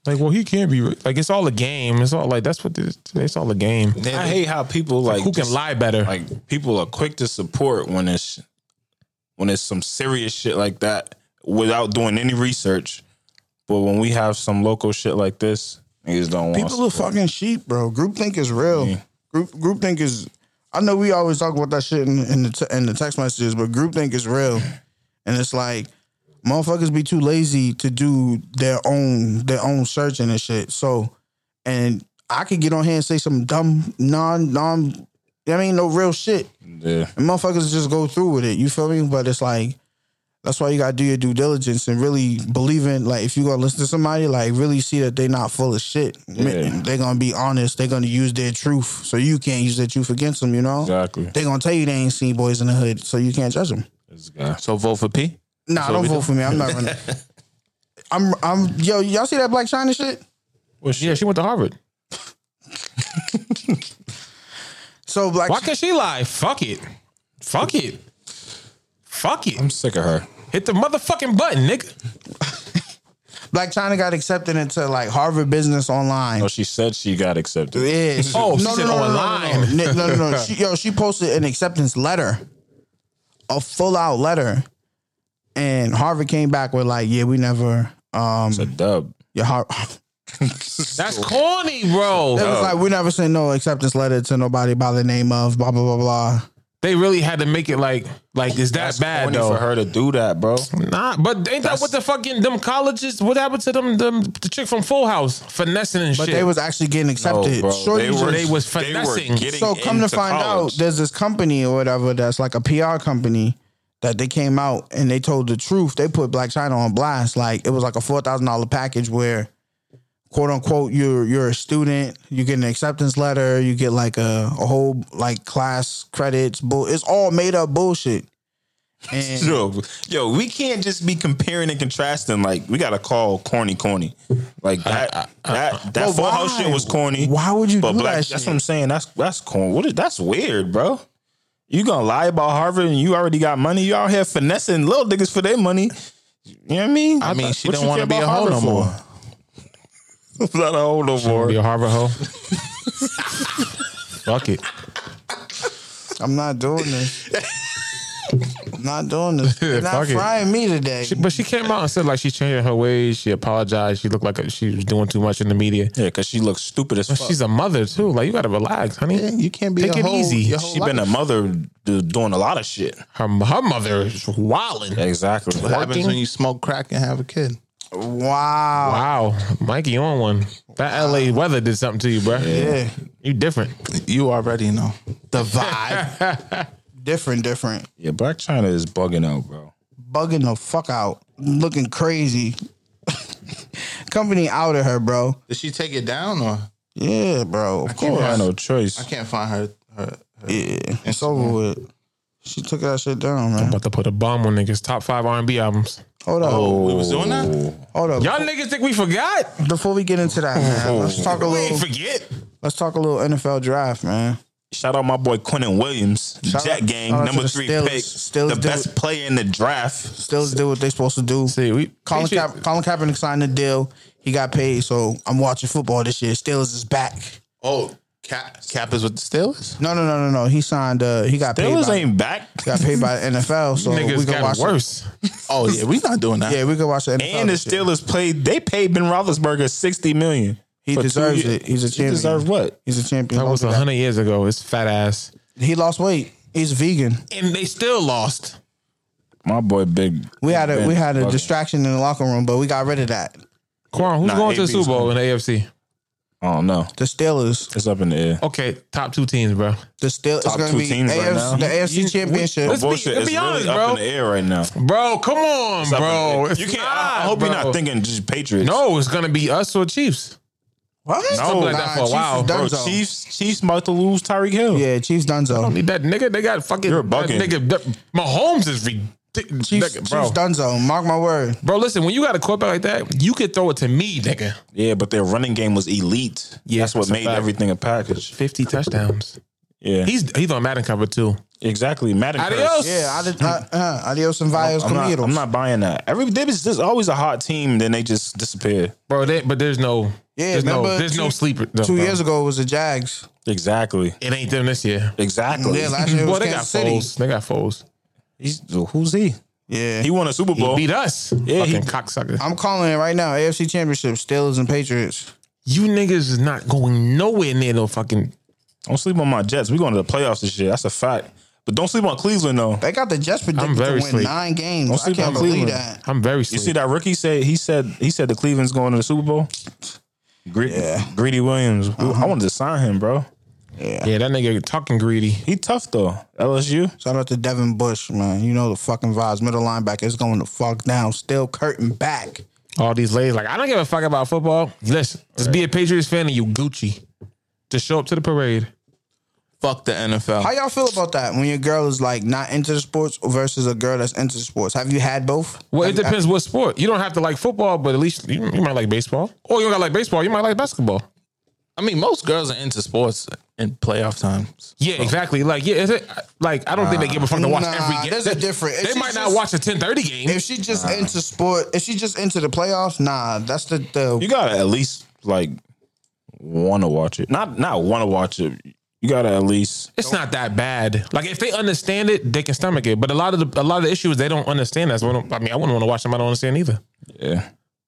[SPEAKER 6] Like, well, he can't be like it's all a game. It's all like that's what this, it's all a game.
[SPEAKER 4] I hate how people like
[SPEAKER 6] Who can
[SPEAKER 4] just-
[SPEAKER 6] lie better?
[SPEAKER 4] Like people are quick to support when it's when it's some serious shit like that without doing any research. But when we have some local shit like this, niggas don't want.
[SPEAKER 3] People are fucking sheep, bro. Groupthink is real. Group groupthink is. I know we always talk about that shit in, in the te- in the text messages, but groupthink is real, and it's like motherfuckers be too lazy to do their own their own searching and shit. So, and I could get on here and say some dumb non non. I mean, no real shit.
[SPEAKER 4] yeah.
[SPEAKER 3] And motherfuckers just go through with it. You feel me? But it's like that's why you gotta do your due diligence and really believe in like if you gonna listen to somebody, like really see that they not full of shit.
[SPEAKER 4] Yeah.
[SPEAKER 3] They're gonna be honest. They're gonna use their truth. So you can't use their truth against them, you know?
[SPEAKER 4] Exactly.
[SPEAKER 3] They're gonna tell you they ain't seen boys in the hood, so you can't judge them.
[SPEAKER 4] This guy.
[SPEAKER 5] So vote for P.
[SPEAKER 3] Nah, don't vote for me. I'm not running. I'm I'm yo, y'all see that Black China shit?
[SPEAKER 6] Yeah, she went to Harvard.
[SPEAKER 3] So Black
[SPEAKER 6] Why can't she lie? Fuck it. Fuck it. Fuck it.
[SPEAKER 4] I'm sick of her.
[SPEAKER 6] Hit the motherfucking button, nigga.
[SPEAKER 3] Black China got accepted into like Harvard Business Online.
[SPEAKER 4] No, she said she got accepted.
[SPEAKER 3] Yeah.
[SPEAKER 6] Oh, she said online.
[SPEAKER 3] No, no, no. no, no. She, yo, she posted an acceptance letter, a full out letter, and Harvard came back with like, yeah, we never. Um,
[SPEAKER 4] It's a dub.
[SPEAKER 3] your Har-
[SPEAKER 6] That's corny, bro.
[SPEAKER 3] it was like we never sent no acceptance letter to nobody by the name of blah blah blah blah.
[SPEAKER 6] They really had to make it like like is that bad
[SPEAKER 4] Corny
[SPEAKER 6] though?
[SPEAKER 4] for her to do that, bro.
[SPEAKER 6] Nah, but ain't that what the fucking them colleges? What happened to them? Them the chick from Full House finessing and
[SPEAKER 3] But
[SPEAKER 6] shit.
[SPEAKER 3] they was actually getting accepted.
[SPEAKER 4] bro.
[SPEAKER 3] Sure,
[SPEAKER 4] They
[SPEAKER 3] you
[SPEAKER 4] were-
[SPEAKER 3] just-
[SPEAKER 6] they was
[SPEAKER 4] They were
[SPEAKER 6] finessing.
[SPEAKER 4] getting
[SPEAKER 3] so come to
[SPEAKER 4] into
[SPEAKER 3] find
[SPEAKER 4] college.
[SPEAKER 3] out, there's this company or whatever that's like a PR company that they came out and they told the truth. They put Black China on blast. Like it was like a four thousand dollar package where, quote unquote, you're you're a student, you get an acceptance letter, you get like a, a whole like class credits. Bull, it's all made up bullshit. And
[SPEAKER 4] Yo, yo, we can't just be comparing and contrasting. Like, we gotta call corny, corny. Like that, that, that
[SPEAKER 3] But
[SPEAKER 4] full house
[SPEAKER 3] why?
[SPEAKER 4] shit was corny.
[SPEAKER 3] Why would you
[SPEAKER 4] But
[SPEAKER 3] do
[SPEAKER 4] black, that's
[SPEAKER 3] that shit?
[SPEAKER 4] what I'm saying. That's that's corny. What is that's weird, bro? You gonna lie about Harvard and you already got money? You out here finessing little niggas for their money. You know what I mean?
[SPEAKER 5] I mean, she
[SPEAKER 4] What
[SPEAKER 5] don't
[SPEAKER 4] you
[SPEAKER 5] want to
[SPEAKER 4] care
[SPEAKER 5] be a
[SPEAKER 4] about
[SPEAKER 5] hoe no
[SPEAKER 4] Harvard for?
[SPEAKER 5] more.
[SPEAKER 4] Not a hoe no more.
[SPEAKER 6] be a Harvard hoe. Fuck it.
[SPEAKER 3] I'm not doing this. I'm not doing this. You're not
[SPEAKER 6] Fuck it.
[SPEAKER 3] frying me today.
[SPEAKER 6] She- but she came out and said like she's changing her ways. She apologized. She looked like a, she was doing too much in the media.
[SPEAKER 4] Yeah, because she looks stupid as fuck.
[SPEAKER 6] She's a mother too. Like you gotta relax, honey.
[SPEAKER 5] You can't be
[SPEAKER 6] Take
[SPEAKER 5] a
[SPEAKER 6] it
[SPEAKER 5] whole,
[SPEAKER 6] easy.
[SPEAKER 5] Your whole
[SPEAKER 4] She been a
[SPEAKER 5] life.
[SPEAKER 4] mother do- doing a lot of shit.
[SPEAKER 6] Her her mother is wilding.
[SPEAKER 4] Exactly.
[SPEAKER 5] What happens
[SPEAKER 6] working.
[SPEAKER 5] when you smoke crack and have a kid?
[SPEAKER 3] wow.
[SPEAKER 6] Wow, Mikey on one. That LA weather did something to you, bro.
[SPEAKER 3] Yeah.
[SPEAKER 6] You different.
[SPEAKER 5] You already know.
[SPEAKER 3] The vibe. different, different.
[SPEAKER 4] Yeah, Black China is bugging out, bro.
[SPEAKER 3] bugging the fuck out, looking crazy. Company out of her, bro.
[SPEAKER 5] Did she take it down or?
[SPEAKER 3] Yeah, bro. Of
[SPEAKER 5] can't
[SPEAKER 3] course.
[SPEAKER 4] I
[SPEAKER 5] find-
[SPEAKER 4] had no choice.
[SPEAKER 5] I can't find her. her, her.
[SPEAKER 3] Yeah, it's over with. She took that shit down, man.
[SPEAKER 6] About to put a bomb on niggas. Top five R and B albums.
[SPEAKER 3] Hold up,
[SPEAKER 5] We was doing that.
[SPEAKER 3] hold up.
[SPEAKER 6] Y'all niggas think we forgot?
[SPEAKER 3] Before we get into that,
[SPEAKER 4] Oh.
[SPEAKER 3] man, let's talk a little.
[SPEAKER 6] forget.
[SPEAKER 3] Let's talk a little NFL draft, man.
[SPEAKER 4] Shout out my boy Quentin Williams,
[SPEAKER 3] Shout
[SPEAKER 4] Jack
[SPEAKER 3] out-
[SPEAKER 4] Gang,
[SPEAKER 3] shout out to
[SPEAKER 4] number
[SPEAKER 3] the
[SPEAKER 4] three
[SPEAKER 3] Steelers.
[SPEAKER 4] pick,
[SPEAKER 3] Steelers
[SPEAKER 4] the
[SPEAKER 3] do
[SPEAKER 4] best
[SPEAKER 3] it.
[SPEAKER 4] player in the draft.
[SPEAKER 3] Still do what they supposed to do.
[SPEAKER 6] See, we
[SPEAKER 3] Colin,
[SPEAKER 6] Patriot-
[SPEAKER 3] Ka- Colin Kaepernick signed the deal. He got paid, so I'm watching football this year. Steelers is back.
[SPEAKER 5] Oh, Cap, Cap is with the Steelers.
[SPEAKER 3] No, no, no, no, no. He signed. Uh, he got paid.
[SPEAKER 4] Steelers
[SPEAKER 3] By,
[SPEAKER 4] ain't back.
[SPEAKER 3] got paid by the NFL, so oh, we
[SPEAKER 6] Niggas
[SPEAKER 3] can watch.
[SPEAKER 6] got
[SPEAKER 3] the-
[SPEAKER 6] worse.
[SPEAKER 5] Oh yeah, we not doing that.
[SPEAKER 3] Yeah, we can watch the NFL.
[SPEAKER 4] And the
[SPEAKER 3] this year.
[SPEAKER 4] Steelers played. They paid Ben Roethlisberger sixty million.
[SPEAKER 3] He
[SPEAKER 4] for two
[SPEAKER 3] deserves
[SPEAKER 4] years.
[SPEAKER 3] it. He's a
[SPEAKER 4] He
[SPEAKER 3] champion.
[SPEAKER 4] deserves what?
[SPEAKER 3] He's a champion.
[SPEAKER 6] That
[SPEAKER 3] Don't
[SPEAKER 6] was
[SPEAKER 3] do that.
[SPEAKER 6] hundred years ago. It's fat ass,
[SPEAKER 3] He lost weight. He's vegan.
[SPEAKER 6] and they still lost.
[SPEAKER 4] My boy, big.
[SPEAKER 3] We had a
[SPEAKER 4] Ben
[SPEAKER 3] we had a
[SPEAKER 4] fucking-
[SPEAKER 3] distraction in the locker room, but we got rid of that.
[SPEAKER 6] Quan, who's
[SPEAKER 4] Nah,
[SPEAKER 6] going to
[SPEAKER 4] AB's
[SPEAKER 6] the Super Bowl in the AFC?
[SPEAKER 4] I don't know.
[SPEAKER 3] The Steelers.
[SPEAKER 4] It's up in the air.
[SPEAKER 6] Okay, top two teams, bro.
[SPEAKER 3] The Steel. It's
[SPEAKER 4] Top
[SPEAKER 3] going
[SPEAKER 4] two
[SPEAKER 3] to be
[SPEAKER 4] teams right
[SPEAKER 3] AFC,
[SPEAKER 4] now.
[SPEAKER 3] the AFC
[SPEAKER 6] you-
[SPEAKER 3] Championship.
[SPEAKER 6] we- let's- be-
[SPEAKER 4] Bullshit.
[SPEAKER 6] let's
[SPEAKER 4] It's
[SPEAKER 6] be honest,
[SPEAKER 4] really up
[SPEAKER 6] bro.
[SPEAKER 4] in the air right now.
[SPEAKER 6] Bro, come on,
[SPEAKER 4] It's up in
[SPEAKER 6] bro.
[SPEAKER 4] the air.
[SPEAKER 6] It's
[SPEAKER 4] you can't.
[SPEAKER 6] Not,
[SPEAKER 4] I, I hope you're
[SPEAKER 6] bro.
[SPEAKER 4] not thinking just Patriots.
[SPEAKER 6] No, it's gonna be us or Chiefs.
[SPEAKER 3] what?
[SPEAKER 6] No, like that for a
[SPEAKER 3] Chiefs
[SPEAKER 6] while,
[SPEAKER 3] is
[SPEAKER 4] bro.
[SPEAKER 3] Dunzo.
[SPEAKER 4] Chiefs. Chiefs about to lose Tyreek Hill.
[SPEAKER 3] Yeah, Chiefs Dunzo.
[SPEAKER 6] Need that nigga? They got fucking.
[SPEAKER 4] You're
[SPEAKER 6] that
[SPEAKER 4] bugging.
[SPEAKER 6] nigga. That, Mahomes is ridiculous,
[SPEAKER 3] Chiefs,
[SPEAKER 6] nigga, bro.
[SPEAKER 3] Chiefs Dunzo. Mark my word.
[SPEAKER 6] bro, listen. When you got a quarterback like that, you could throw it to me, nigga.
[SPEAKER 4] Yeah, but their running game was elite.
[SPEAKER 6] Yeah,
[SPEAKER 4] that's what
[SPEAKER 6] that's a
[SPEAKER 4] made
[SPEAKER 6] fact.
[SPEAKER 4] everything a package.
[SPEAKER 6] Fifty touchdowns.
[SPEAKER 4] Yeah,
[SPEAKER 6] He's he's on Madden cover too.
[SPEAKER 4] exactly. Madden. curse.
[SPEAKER 6] Adios.
[SPEAKER 3] Yeah, I did, uh, uh, adios and vios
[SPEAKER 4] I'm not,
[SPEAKER 3] comidos.
[SPEAKER 4] I'm not buying that. Every there is just always a hot team, then they just disappear.
[SPEAKER 6] bro. They, but there's no.
[SPEAKER 3] Yeah,
[SPEAKER 6] there's no.
[SPEAKER 3] remember
[SPEAKER 6] There's no
[SPEAKER 3] two-
[SPEAKER 6] sleeper.
[SPEAKER 3] Two years ago it was the Jags.
[SPEAKER 4] Exactly.
[SPEAKER 6] it ain't them this year.
[SPEAKER 4] Exactly.
[SPEAKER 3] Yeah, last year it
[SPEAKER 6] Well,
[SPEAKER 3] was
[SPEAKER 6] they got
[SPEAKER 3] Kansas City.
[SPEAKER 6] foes. They got foes.
[SPEAKER 4] He's, who's he?
[SPEAKER 3] Yeah,
[SPEAKER 4] He won a Super Bowl.
[SPEAKER 6] He beat us.
[SPEAKER 4] Yeah, he-
[SPEAKER 6] fucking cocksucker.
[SPEAKER 3] I'm calling it right now. AFC Championship, Steelers and Patriots.
[SPEAKER 6] you niggas is not going nowhere near no fucking.
[SPEAKER 4] don't sleep on my Jets. We going to the playoffs this year. That's a fact. But don't sleep on Cleveland though.
[SPEAKER 3] They got the Jets predicted to
[SPEAKER 6] very
[SPEAKER 3] win
[SPEAKER 6] sleep.
[SPEAKER 3] nine games.
[SPEAKER 4] Don't
[SPEAKER 3] I
[SPEAKER 4] sleep
[SPEAKER 3] can't
[SPEAKER 4] on
[SPEAKER 3] believe
[SPEAKER 4] Cleveland.
[SPEAKER 3] that.
[SPEAKER 6] I'm very.
[SPEAKER 4] You
[SPEAKER 6] Sleep.
[SPEAKER 4] see that rookie said he said he said the Cleveland's going to the Super Bowl. Gre- Greedy Williams. I wanted to sign him, bro.
[SPEAKER 6] Yeah, that nigga talking greedy.
[SPEAKER 4] He tough though. LSU.
[SPEAKER 3] Shout out to Devin Bush, man. You know the fucking vibes. Middle linebacker is going the fuck down. Still curtain back.
[SPEAKER 6] all these ladies. Like, I don't give a fuck about football. Listen, just be a Patriots fan and you Gucci. Just show up to the parade.
[SPEAKER 5] Fuck the NFL.
[SPEAKER 3] How y'all feel about that when your girl is like not into the sports versus a girl that's into the sports? Have you had both?
[SPEAKER 6] Well, it depends what sport. You don't have to like football, but at least you, you might like baseball. Or you don't got to like baseball. You might like basketball.
[SPEAKER 5] I mean, most girls are into sports in playoff times.
[SPEAKER 6] Yeah, exactly. Like, yeah, is it, like I don't think they give a fuck to watch
[SPEAKER 3] Nah,
[SPEAKER 6] every game.
[SPEAKER 3] there's a difference.
[SPEAKER 6] They
[SPEAKER 3] It's
[SPEAKER 6] might not
[SPEAKER 3] just-
[SPEAKER 6] watch a ten thirty game.
[SPEAKER 3] If she just into sport, if she just into the playoffs, nah, that's the the
[SPEAKER 4] You gotta at least like want to watch it. Not not want to watch it. You gotta at least.
[SPEAKER 6] It's not that bad. Like if they understand it, they can stomach it. But a lot of the a lot of the issue is they don't understand that. So I, don't- I mean, I wouldn't want to watch them. I don't understand either.
[SPEAKER 4] Yeah.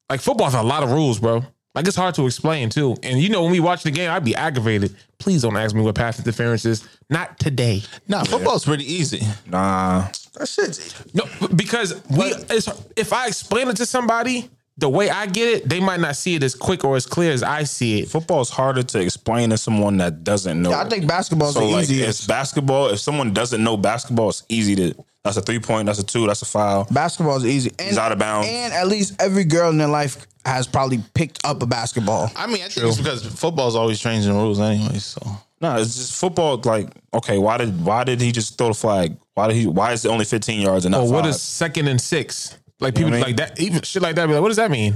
[SPEAKER 6] like football's a lot of rules, bro. Like it's hard to explain too. And you know, when we watch the game, I'd be aggravated. Please don't ask me what pass interference is. Not today.
[SPEAKER 5] Nah, football's pretty easy.
[SPEAKER 4] Nah.
[SPEAKER 3] that shit's
[SPEAKER 6] No, because we it's, if I explain it to somebody the way I get it, they might not see it as quick or as clear as I see it.
[SPEAKER 4] Football's harder to explain to someone that doesn't know.
[SPEAKER 3] I
[SPEAKER 4] it.
[SPEAKER 3] think basketball's
[SPEAKER 4] so.
[SPEAKER 3] the
[SPEAKER 4] Like it's
[SPEAKER 3] easiest.
[SPEAKER 4] basketball. If someone doesn't know basketball, it's easy to. That's a three point. That's a two. That's a foul.
[SPEAKER 3] Basketball's easy. And,
[SPEAKER 4] He's out of bounds.
[SPEAKER 3] And at least every girl in their life has probably picked up a basketball.
[SPEAKER 5] I mean, I think it's because football's always changing the rules anyway. So
[SPEAKER 4] No, it's just football. Like, okay, why did why did he just throw the flag? Why did he? Why is it only fifteen yards and not
[SPEAKER 6] Or Oh, what
[SPEAKER 4] five?
[SPEAKER 6] is second and six? Like people
[SPEAKER 4] what I mean?
[SPEAKER 6] like that, even shit like that. Be like, what does that mean?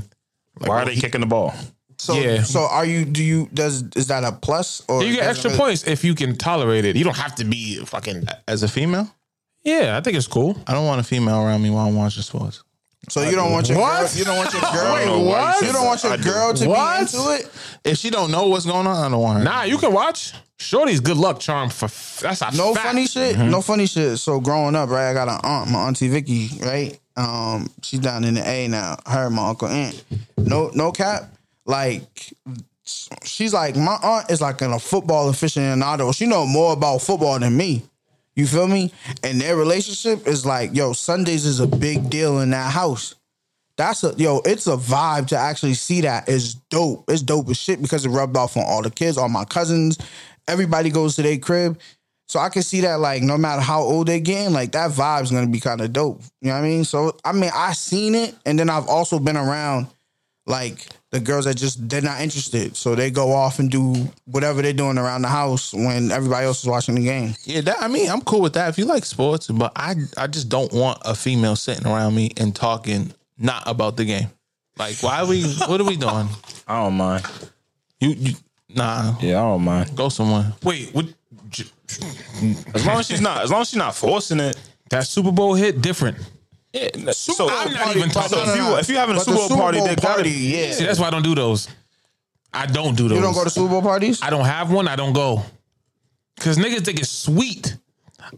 [SPEAKER 6] oh,
[SPEAKER 4] why are they kicking the ball?
[SPEAKER 3] So
[SPEAKER 6] Yeah.
[SPEAKER 3] so are you do you does is that a plus or
[SPEAKER 6] You get
[SPEAKER 3] does it
[SPEAKER 6] extra
[SPEAKER 3] really-
[SPEAKER 6] points if you can tolerate it. You don't have to be fucking.
[SPEAKER 5] as a female,
[SPEAKER 6] Yeah, I think it's cool.
[SPEAKER 5] I don't want a female around me while I'm watching sports.
[SPEAKER 3] So you don't want your girl,
[SPEAKER 6] What?
[SPEAKER 3] you don't want your girl
[SPEAKER 4] don't know why you
[SPEAKER 3] you
[SPEAKER 4] said
[SPEAKER 3] don't
[SPEAKER 4] that.
[SPEAKER 3] want your
[SPEAKER 4] I do.
[SPEAKER 3] girl to
[SPEAKER 6] What?
[SPEAKER 3] be into it.
[SPEAKER 5] If she don't know what's going on, I don't want her.
[SPEAKER 6] Nah, you can watch. Shorty's good luck charm for f- that's a
[SPEAKER 3] No
[SPEAKER 6] fact.
[SPEAKER 3] funny shit. No funny shit. So growing up, right, I got an aunt, my auntie Vicky, right. Um, she's down in the A now. Her, and my uncle, aunt. No, no cap. Like, she's like my aunt is like in a football aficionado. She know more about football than me. You feel me? And their relationship is like, yo, Sundays is a big deal in that house. That's a yo, it's a vibe to actually see that. It's dope. It's dope as shit because it rubbed off on all the kids, all my cousins. Everybody goes to their crib. So I can see that like no matter how old they getting, like that vibe's gonna be kind of dope. You know what I mean? So I mean I seen it and then I've also been around like the girls that just they're not interested. So they go off and do whatever they're doing around the house when everybody else is watching the game.
[SPEAKER 5] Yeah, that, I mean, I'm cool with that if you like sports, but I I just don't want a female sitting around me and talking not about the game. Like, why are we? what are we doing?
[SPEAKER 4] I don't mind.
[SPEAKER 5] You, you nah,
[SPEAKER 4] Yeah, I don't mind.
[SPEAKER 5] go somewhere.
[SPEAKER 6] Wait, what? j-
[SPEAKER 4] As long as she's not. As long as she's not forcing it.
[SPEAKER 6] That Super Bowl hit different.
[SPEAKER 4] Yeah. So
[SPEAKER 6] I'm not even talking.
[SPEAKER 4] if you if you having a
[SPEAKER 3] But the
[SPEAKER 4] Super Bowl
[SPEAKER 3] Super
[SPEAKER 4] party,
[SPEAKER 3] Bowl
[SPEAKER 4] they gotta
[SPEAKER 3] party, yeah.
[SPEAKER 6] See, that's why I don't do those. I don't do those.
[SPEAKER 3] You don't go to Super Bowl parties?
[SPEAKER 6] I don't have one. I don't go. Cause niggas think it's sweet.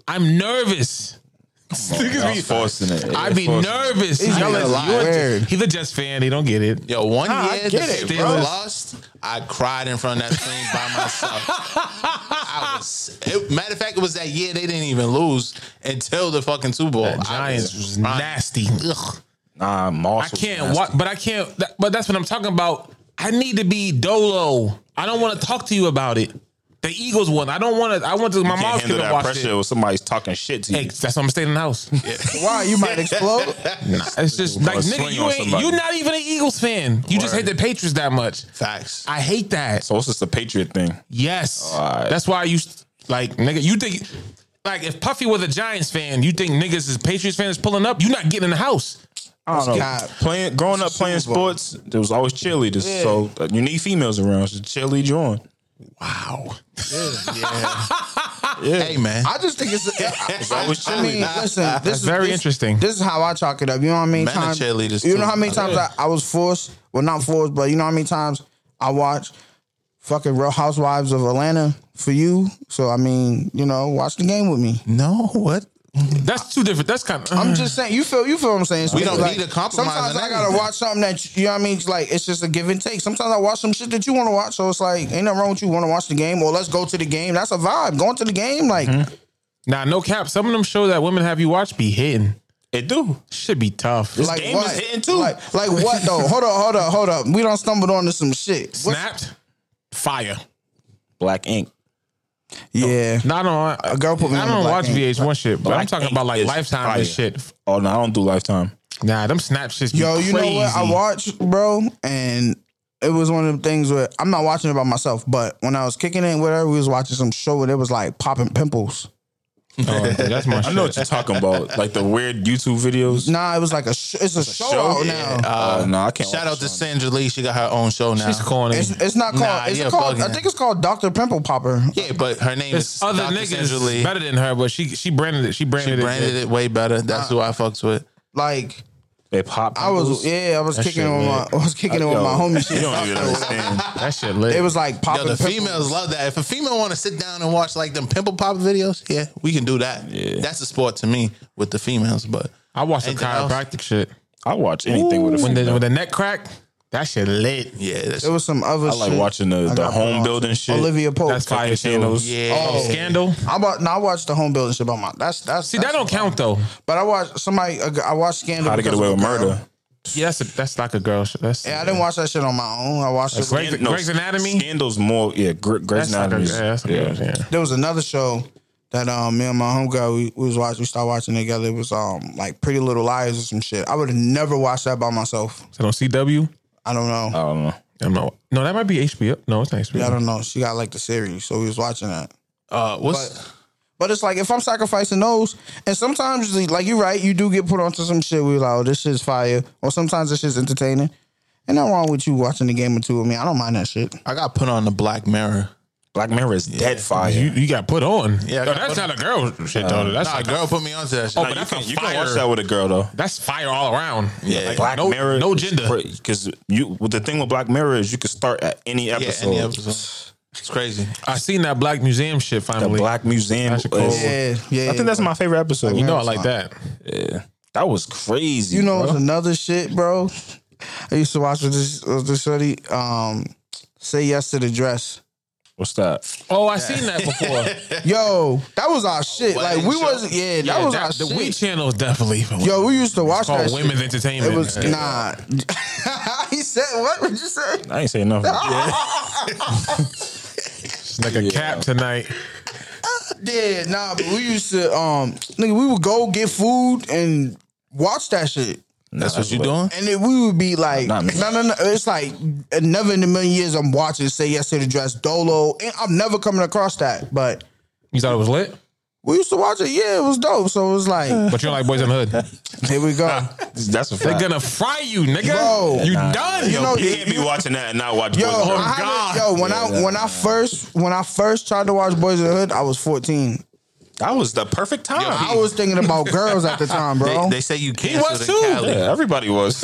[SPEAKER 6] I'm nervous. Niggas be-
[SPEAKER 2] forcing it.
[SPEAKER 6] I be nervous.
[SPEAKER 3] He's
[SPEAKER 6] Y'all
[SPEAKER 3] being a
[SPEAKER 6] is-
[SPEAKER 3] liar.
[SPEAKER 6] you're a-
[SPEAKER 3] Weird.
[SPEAKER 6] He's a Jets fan. He don't get it.
[SPEAKER 5] Yo, one
[SPEAKER 6] I
[SPEAKER 5] year
[SPEAKER 6] get
[SPEAKER 5] that
[SPEAKER 6] it,
[SPEAKER 5] they
[SPEAKER 6] bro.
[SPEAKER 5] lost, I cried in front of that thing by myself. I was. It, matter of fact, it was that year they didn't even lose until the fucking Super Bowl.
[SPEAKER 6] That
[SPEAKER 5] I
[SPEAKER 6] Giants was
[SPEAKER 5] crying.
[SPEAKER 6] nasty. Ugh.
[SPEAKER 2] Nah, I'm also
[SPEAKER 6] I can't
[SPEAKER 2] nasty.
[SPEAKER 6] watch, but I can't. that- but that's what I'm talking about. I need to be dolo. I don't want to talk to you about it. The Eagles won. I don't want to. I want to. My
[SPEAKER 2] You can't
[SPEAKER 6] mom's
[SPEAKER 2] handle
[SPEAKER 6] gonna
[SPEAKER 2] that
[SPEAKER 6] watch
[SPEAKER 2] pressure
[SPEAKER 6] it.
[SPEAKER 2] when somebody's talking shit to you.
[SPEAKER 6] Hey, that's why I'm staying in the house.
[SPEAKER 3] Why you might explode?
[SPEAKER 6] It's just like
[SPEAKER 2] Or
[SPEAKER 6] nigga,
[SPEAKER 2] swing
[SPEAKER 6] you
[SPEAKER 2] on
[SPEAKER 6] ain't.
[SPEAKER 2] somebody.
[SPEAKER 6] You're not even an Eagles fan. You just hate
[SPEAKER 2] Word.
[SPEAKER 6] the Patriots that much.
[SPEAKER 5] Facts.
[SPEAKER 6] I hate that.
[SPEAKER 2] So it's just a patriot thing.
[SPEAKER 6] Yes.
[SPEAKER 2] Alright.
[SPEAKER 6] That's why you s- like nigga. You think like if Puffy was a Giants fan, you think niggas is Patriots fans pulling up? You're not getting in the house.
[SPEAKER 2] I don't know.
[SPEAKER 3] God.
[SPEAKER 2] Playing, growing up playing sports, there was always cheerleaders. So uh, you need females around. So cheerlead you on.
[SPEAKER 5] Wow. Yeah. Hey man.
[SPEAKER 3] I just think it's. I,
[SPEAKER 2] always
[SPEAKER 3] I mean,
[SPEAKER 2] chilly.
[SPEAKER 3] listen. This is
[SPEAKER 6] very
[SPEAKER 3] this-
[SPEAKER 6] interesting.
[SPEAKER 3] This is how I chalk it up. You know how many
[SPEAKER 5] Men are
[SPEAKER 3] times?
[SPEAKER 5] cheerleaders
[SPEAKER 3] You know
[SPEAKER 5] too.
[SPEAKER 3] how many times I, I was forced? Well, not forced, but you know how many times I watched fucking Real Housewives of Atlanta for you. So I mean, you know, watch the game with me.
[SPEAKER 5] no, what?
[SPEAKER 6] That's two different. That's kind of. uh-huh.
[SPEAKER 3] I'm just saying. You feel? You feel what I'm saying? So
[SPEAKER 5] Mm. We don't
[SPEAKER 3] like,
[SPEAKER 5] need to compromise
[SPEAKER 3] Sometimes
[SPEAKER 5] on
[SPEAKER 3] I gotta
[SPEAKER 5] anything.
[SPEAKER 3] watch something that you know what I mean. It's like it's just a give and take. Sometimes I watch some shit that you want to watch. So it's like ain't nothing wrong with you want to watch the game or let's go to the game. That's a vibe. Going to the game, like
[SPEAKER 5] Mm-hmm.
[SPEAKER 6] Nah, no cap. Some of them show that women have you watch be hitting.
[SPEAKER 2] It do.
[SPEAKER 6] Should be tough.
[SPEAKER 3] like
[SPEAKER 2] game is
[SPEAKER 3] what?
[SPEAKER 2] hitting too.
[SPEAKER 3] Like, like what though? hold up, hold up, hold up. We don't stumbled onto some shit. What's-
[SPEAKER 6] Snapped. Fire.
[SPEAKER 2] Black ink.
[SPEAKER 3] Yeah.
[SPEAKER 6] No, I don't.
[SPEAKER 3] A girl put me
[SPEAKER 6] I
[SPEAKER 3] on the
[SPEAKER 6] don't
[SPEAKER 3] black
[SPEAKER 6] watch
[SPEAKER 3] ink.
[SPEAKER 6] VH1 shit, but I'm
[SPEAKER 2] Black
[SPEAKER 6] talking
[SPEAKER 2] ink
[SPEAKER 6] about like
[SPEAKER 2] is
[SPEAKER 6] Lifetime
[SPEAKER 2] fire.
[SPEAKER 6] and shit.
[SPEAKER 2] Oh no, I don't do lifetime.
[SPEAKER 6] Nah, them snap shits. Be
[SPEAKER 3] Yo, you know what? I
[SPEAKER 6] crazy.
[SPEAKER 3] watched, bro, and it was one of the things where I'm not watching it by myself, but when I was kicking it, whatever, we was watching some show and it was like popping pimples.
[SPEAKER 6] Oh, that's my
[SPEAKER 2] I
[SPEAKER 6] shit.
[SPEAKER 2] know what you're talking about. Like the weird YouTube videos.
[SPEAKER 3] Nah, it was like a sh- it's a show, out now.
[SPEAKER 2] oh no, I can't.
[SPEAKER 5] Shout
[SPEAKER 2] watch
[SPEAKER 5] out to
[SPEAKER 2] that.
[SPEAKER 5] Sandra Lee. She got her own show now.
[SPEAKER 6] She's corny.
[SPEAKER 3] It's, it's not called.
[SPEAKER 5] Nah,
[SPEAKER 3] it's
[SPEAKER 5] you're
[SPEAKER 3] called. I
[SPEAKER 5] bugging.
[SPEAKER 3] think it's called Doctor Pimple Popper.
[SPEAKER 5] yeah, but her name
[SPEAKER 6] It's
[SPEAKER 5] is
[SPEAKER 6] other
[SPEAKER 5] Dr. Sandra
[SPEAKER 6] niggas
[SPEAKER 5] Lee.
[SPEAKER 6] better than her, but she she branded it. She branded,
[SPEAKER 5] She branded
[SPEAKER 6] it.
[SPEAKER 5] it way better. That's who I fucks with.
[SPEAKER 3] Like
[SPEAKER 2] They pop.
[SPEAKER 3] I was, yeah, I was kicking it with my, I was
[SPEAKER 4] Uh,
[SPEAKER 3] kicking it with my homie.
[SPEAKER 2] You
[SPEAKER 3] Shit.
[SPEAKER 2] don't even understand.
[SPEAKER 6] That shit lit.
[SPEAKER 3] It was like
[SPEAKER 5] Yo,
[SPEAKER 3] popping.
[SPEAKER 5] the
[SPEAKER 3] pimples.
[SPEAKER 5] females love that. If a female want to sit down and watch like them pimple pop videos, yeah, we can do that.
[SPEAKER 2] Yeah.
[SPEAKER 5] That's a sport to me with the females. But
[SPEAKER 6] I watched the
[SPEAKER 5] Anything else?
[SPEAKER 6] chiropractic shit.
[SPEAKER 2] I watch anything with a
[SPEAKER 6] When the,
[SPEAKER 2] female.
[SPEAKER 6] when the neck crack, that shit lit.
[SPEAKER 5] yeah, that's,
[SPEAKER 3] It was some other.
[SPEAKER 2] I like
[SPEAKER 3] shit.
[SPEAKER 2] watching the,
[SPEAKER 3] I
[SPEAKER 2] the
[SPEAKER 3] got put
[SPEAKER 2] home
[SPEAKER 3] on.
[SPEAKER 2] building shit.
[SPEAKER 3] Olivia Pope.
[SPEAKER 6] That's fire too.
[SPEAKER 2] channels.
[SPEAKER 5] yeah.
[SPEAKER 6] Oh, Scandal.
[SPEAKER 3] I bought. No, I watched the home building shit by my. That's that's.
[SPEAKER 6] See, that don't count though.
[SPEAKER 3] But I watched somebody. uh, I watched Scandal.
[SPEAKER 2] How to get
[SPEAKER 3] because
[SPEAKER 2] away
[SPEAKER 3] of
[SPEAKER 2] with
[SPEAKER 3] a girl.
[SPEAKER 2] murder.
[SPEAKER 6] Yeah, that's, a, that's like a girl shit. That's
[SPEAKER 3] Yeah, I didn't watch that shit on my own. I watched. It.
[SPEAKER 6] Grey's- Grey's Anatomy?
[SPEAKER 2] Scandals more. Yeah, Gre- Grey's
[SPEAKER 6] That's like a,
[SPEAKER 2] Anatomy.
[SPEAKER 6] yeah, that's a girl. Yeah.
[SPEAKER 3] There was another show that um me and my homegirl we, we was watching. We started watching together. It was um like Pretty Little Liars or some shit. I would have never watched that by myself.
[SPEAKER 6] So on CW,
[SPEAKER 3] I don't know.
[SPEAKER 6] Uh.
[SPEAKER 2] I don't know.
[SPEAKER 6] I'm not. No, that might be HBO. No, it's not HBO.
[SPEAKER 3] Yeah, I don't know. She got like the series, so we was watching that.
[SPEAKER 5] Uh, what's
[SPEAKER 3] But it's like if I'm sacrificing those, and sometimes like you're right, you do get put onto some shit. We like, oh, this shit's fire, or sometimes this shit's entertaining. And nothing wrong with you watching a game or two with me. I don't mind that shit.
[SPEAKER 5] I got put on the Black Mirror.
[SPEAKER 2] Black Mirror is dead fire.
[SPEAKER 6] You, you got put on.
[SPEAKER 5] Yeah, I
[SPEAKER 6] Yo,
[SPEAKER 5] got
[SPEAKER 6] that's
[SPEAKER 5] put Uh,
[SPEAKER 6] not a girl shit though. That's
[SPEAKER 5] Nah,
[SPEAKER 6] like
[SPEAKER 5] a girl put me onto that. Shit.
[SPEAKER 6] Oh,
[SPEAKER 5] Like,
[SPEAKER 2] you
[SPEAKER 6] but that's
[SPEAKER 2] can,
[SPEAKER 6] a
[SPEAKER 2] you can watch
[SPEAKER 6] fire.
[SPEAKER 2] that with a girl though.
[SPEAKER 6] that's fire all around.
[SPEAKER 5] yeah,
[SPEAKER 2] Black
[SPEAKER 6] no-
[SPEAKER 2] Mirror,
[SPEAKER 6] no gender.
[SPEAKER 2] Because you, well, the thing with Black Mirror is you can start at any
[SPEAKER 5] yeah,
[SPEAKER 2] episode.
[SPEAKER 5] any episode. It's crazy.
[SPEAKER 6] I seen that Black Museum shit
[SPEAKER 2] The
[SPEAKER 6] finally.
[SPEAKER 2] Black Museum.
[SPEAKER 6] That's a cool-
[SPEAKER 2] is-
[SPEAKER 3] Yeah, yeah.
[SPEAKER 2] I think that's my favorite episode.
[SPEAKER 6] you know, I like that.
[SPEAKER 2] that was crazy.
[SPEAKER 3] You know, it's
[SPEAKER 2] bro.
[SPEAKER 3] another shit, bro. I used to watch with this with this shorty. Um, say yes to the dress.
[SPEAKER 2] what's that?
[SPEAKER 6] Oh, I seen that before.
[SPEAKER 3] Yo, that was our shit.
[SPEAKER 5] wedding
[SPEAKER 3] Like we
[SPEAKER 5] show?
[SPEAKER 3] wasn't. Yeah, that was
[SPEAKER 6] that-
[SPEAKER 3] our
[SPEAKER 6] the
[SPEAKER 3] shit.
[SPEAKER 6] We channel is definitely.
[SPEAKER 3] Yo, we used to watch
[SPEAKER 6] called
[SPEAKER 3] that.
[SPEAKER 6] Women's
[SPEAKER 3] Shit.
[SPEAKER 6] Entertainment.
[SPEAKER 3] It was nah. he said, "What would you say?"
[SPEAKER 2] I ain't say nothing.
[SPEAKER 6] It's like a cap tonight.
[SPEAKER 3] Yeah, nah, but we used to um nigga, we would go get food and watch that shit.
[SPEAKER 5] that's, what you doing?
[SPEAKER 3] And then we would be like, no,
[SPEAKER 2] Not me.
[SPEAKER 3] no, no. It's like never in a million years I'm watching Say Yes to the Dress Dolo. And I'm never coming across that. But
[SPEAKER 6] You thought it was lit,
[SPEAKER 3] we used to watch it. Yeah, it was dope. So it was like,
[SPEAKER 6] but you're like Boys in the Hood.
[SPEAKER 3] here we go.
[SPEAKER 2] That's a
[SPEAKER 6] They're
[SPEAKER 2] fact.
[SPEAKER 6] gonna fry you, nigga.
[SPEAKER 3] Bro.
[SPEAKER 6] you done?
[SPEAKER 3] You know,
[SPEAKER 2] you can't be watching that and not watch.
[SPEAKER 3] Yo,
[SPEAKER 2] Boys
[SPEAKER 5] Oh,
[SPEAKER 2] in the
[SPEAKER 3] I
[SPEAKER 2] Hood.
[SPEAKER 3] haven't- yo, when I when I first when I first tried to watch Boys in the Hood, I was 14.
[SPEAKER 2] That was the perfect time.
[SPEAKER 3] I was thinking about girls at the time, bro.
[SPEAKER 5] They, they say you
[SPEAKER 2] he
[SPEAKER 5] canceled
[SPEAKER 2] was too.
[SPEAKER 5] in Cali.
[SPEAKER 2] Yeah, everybody was.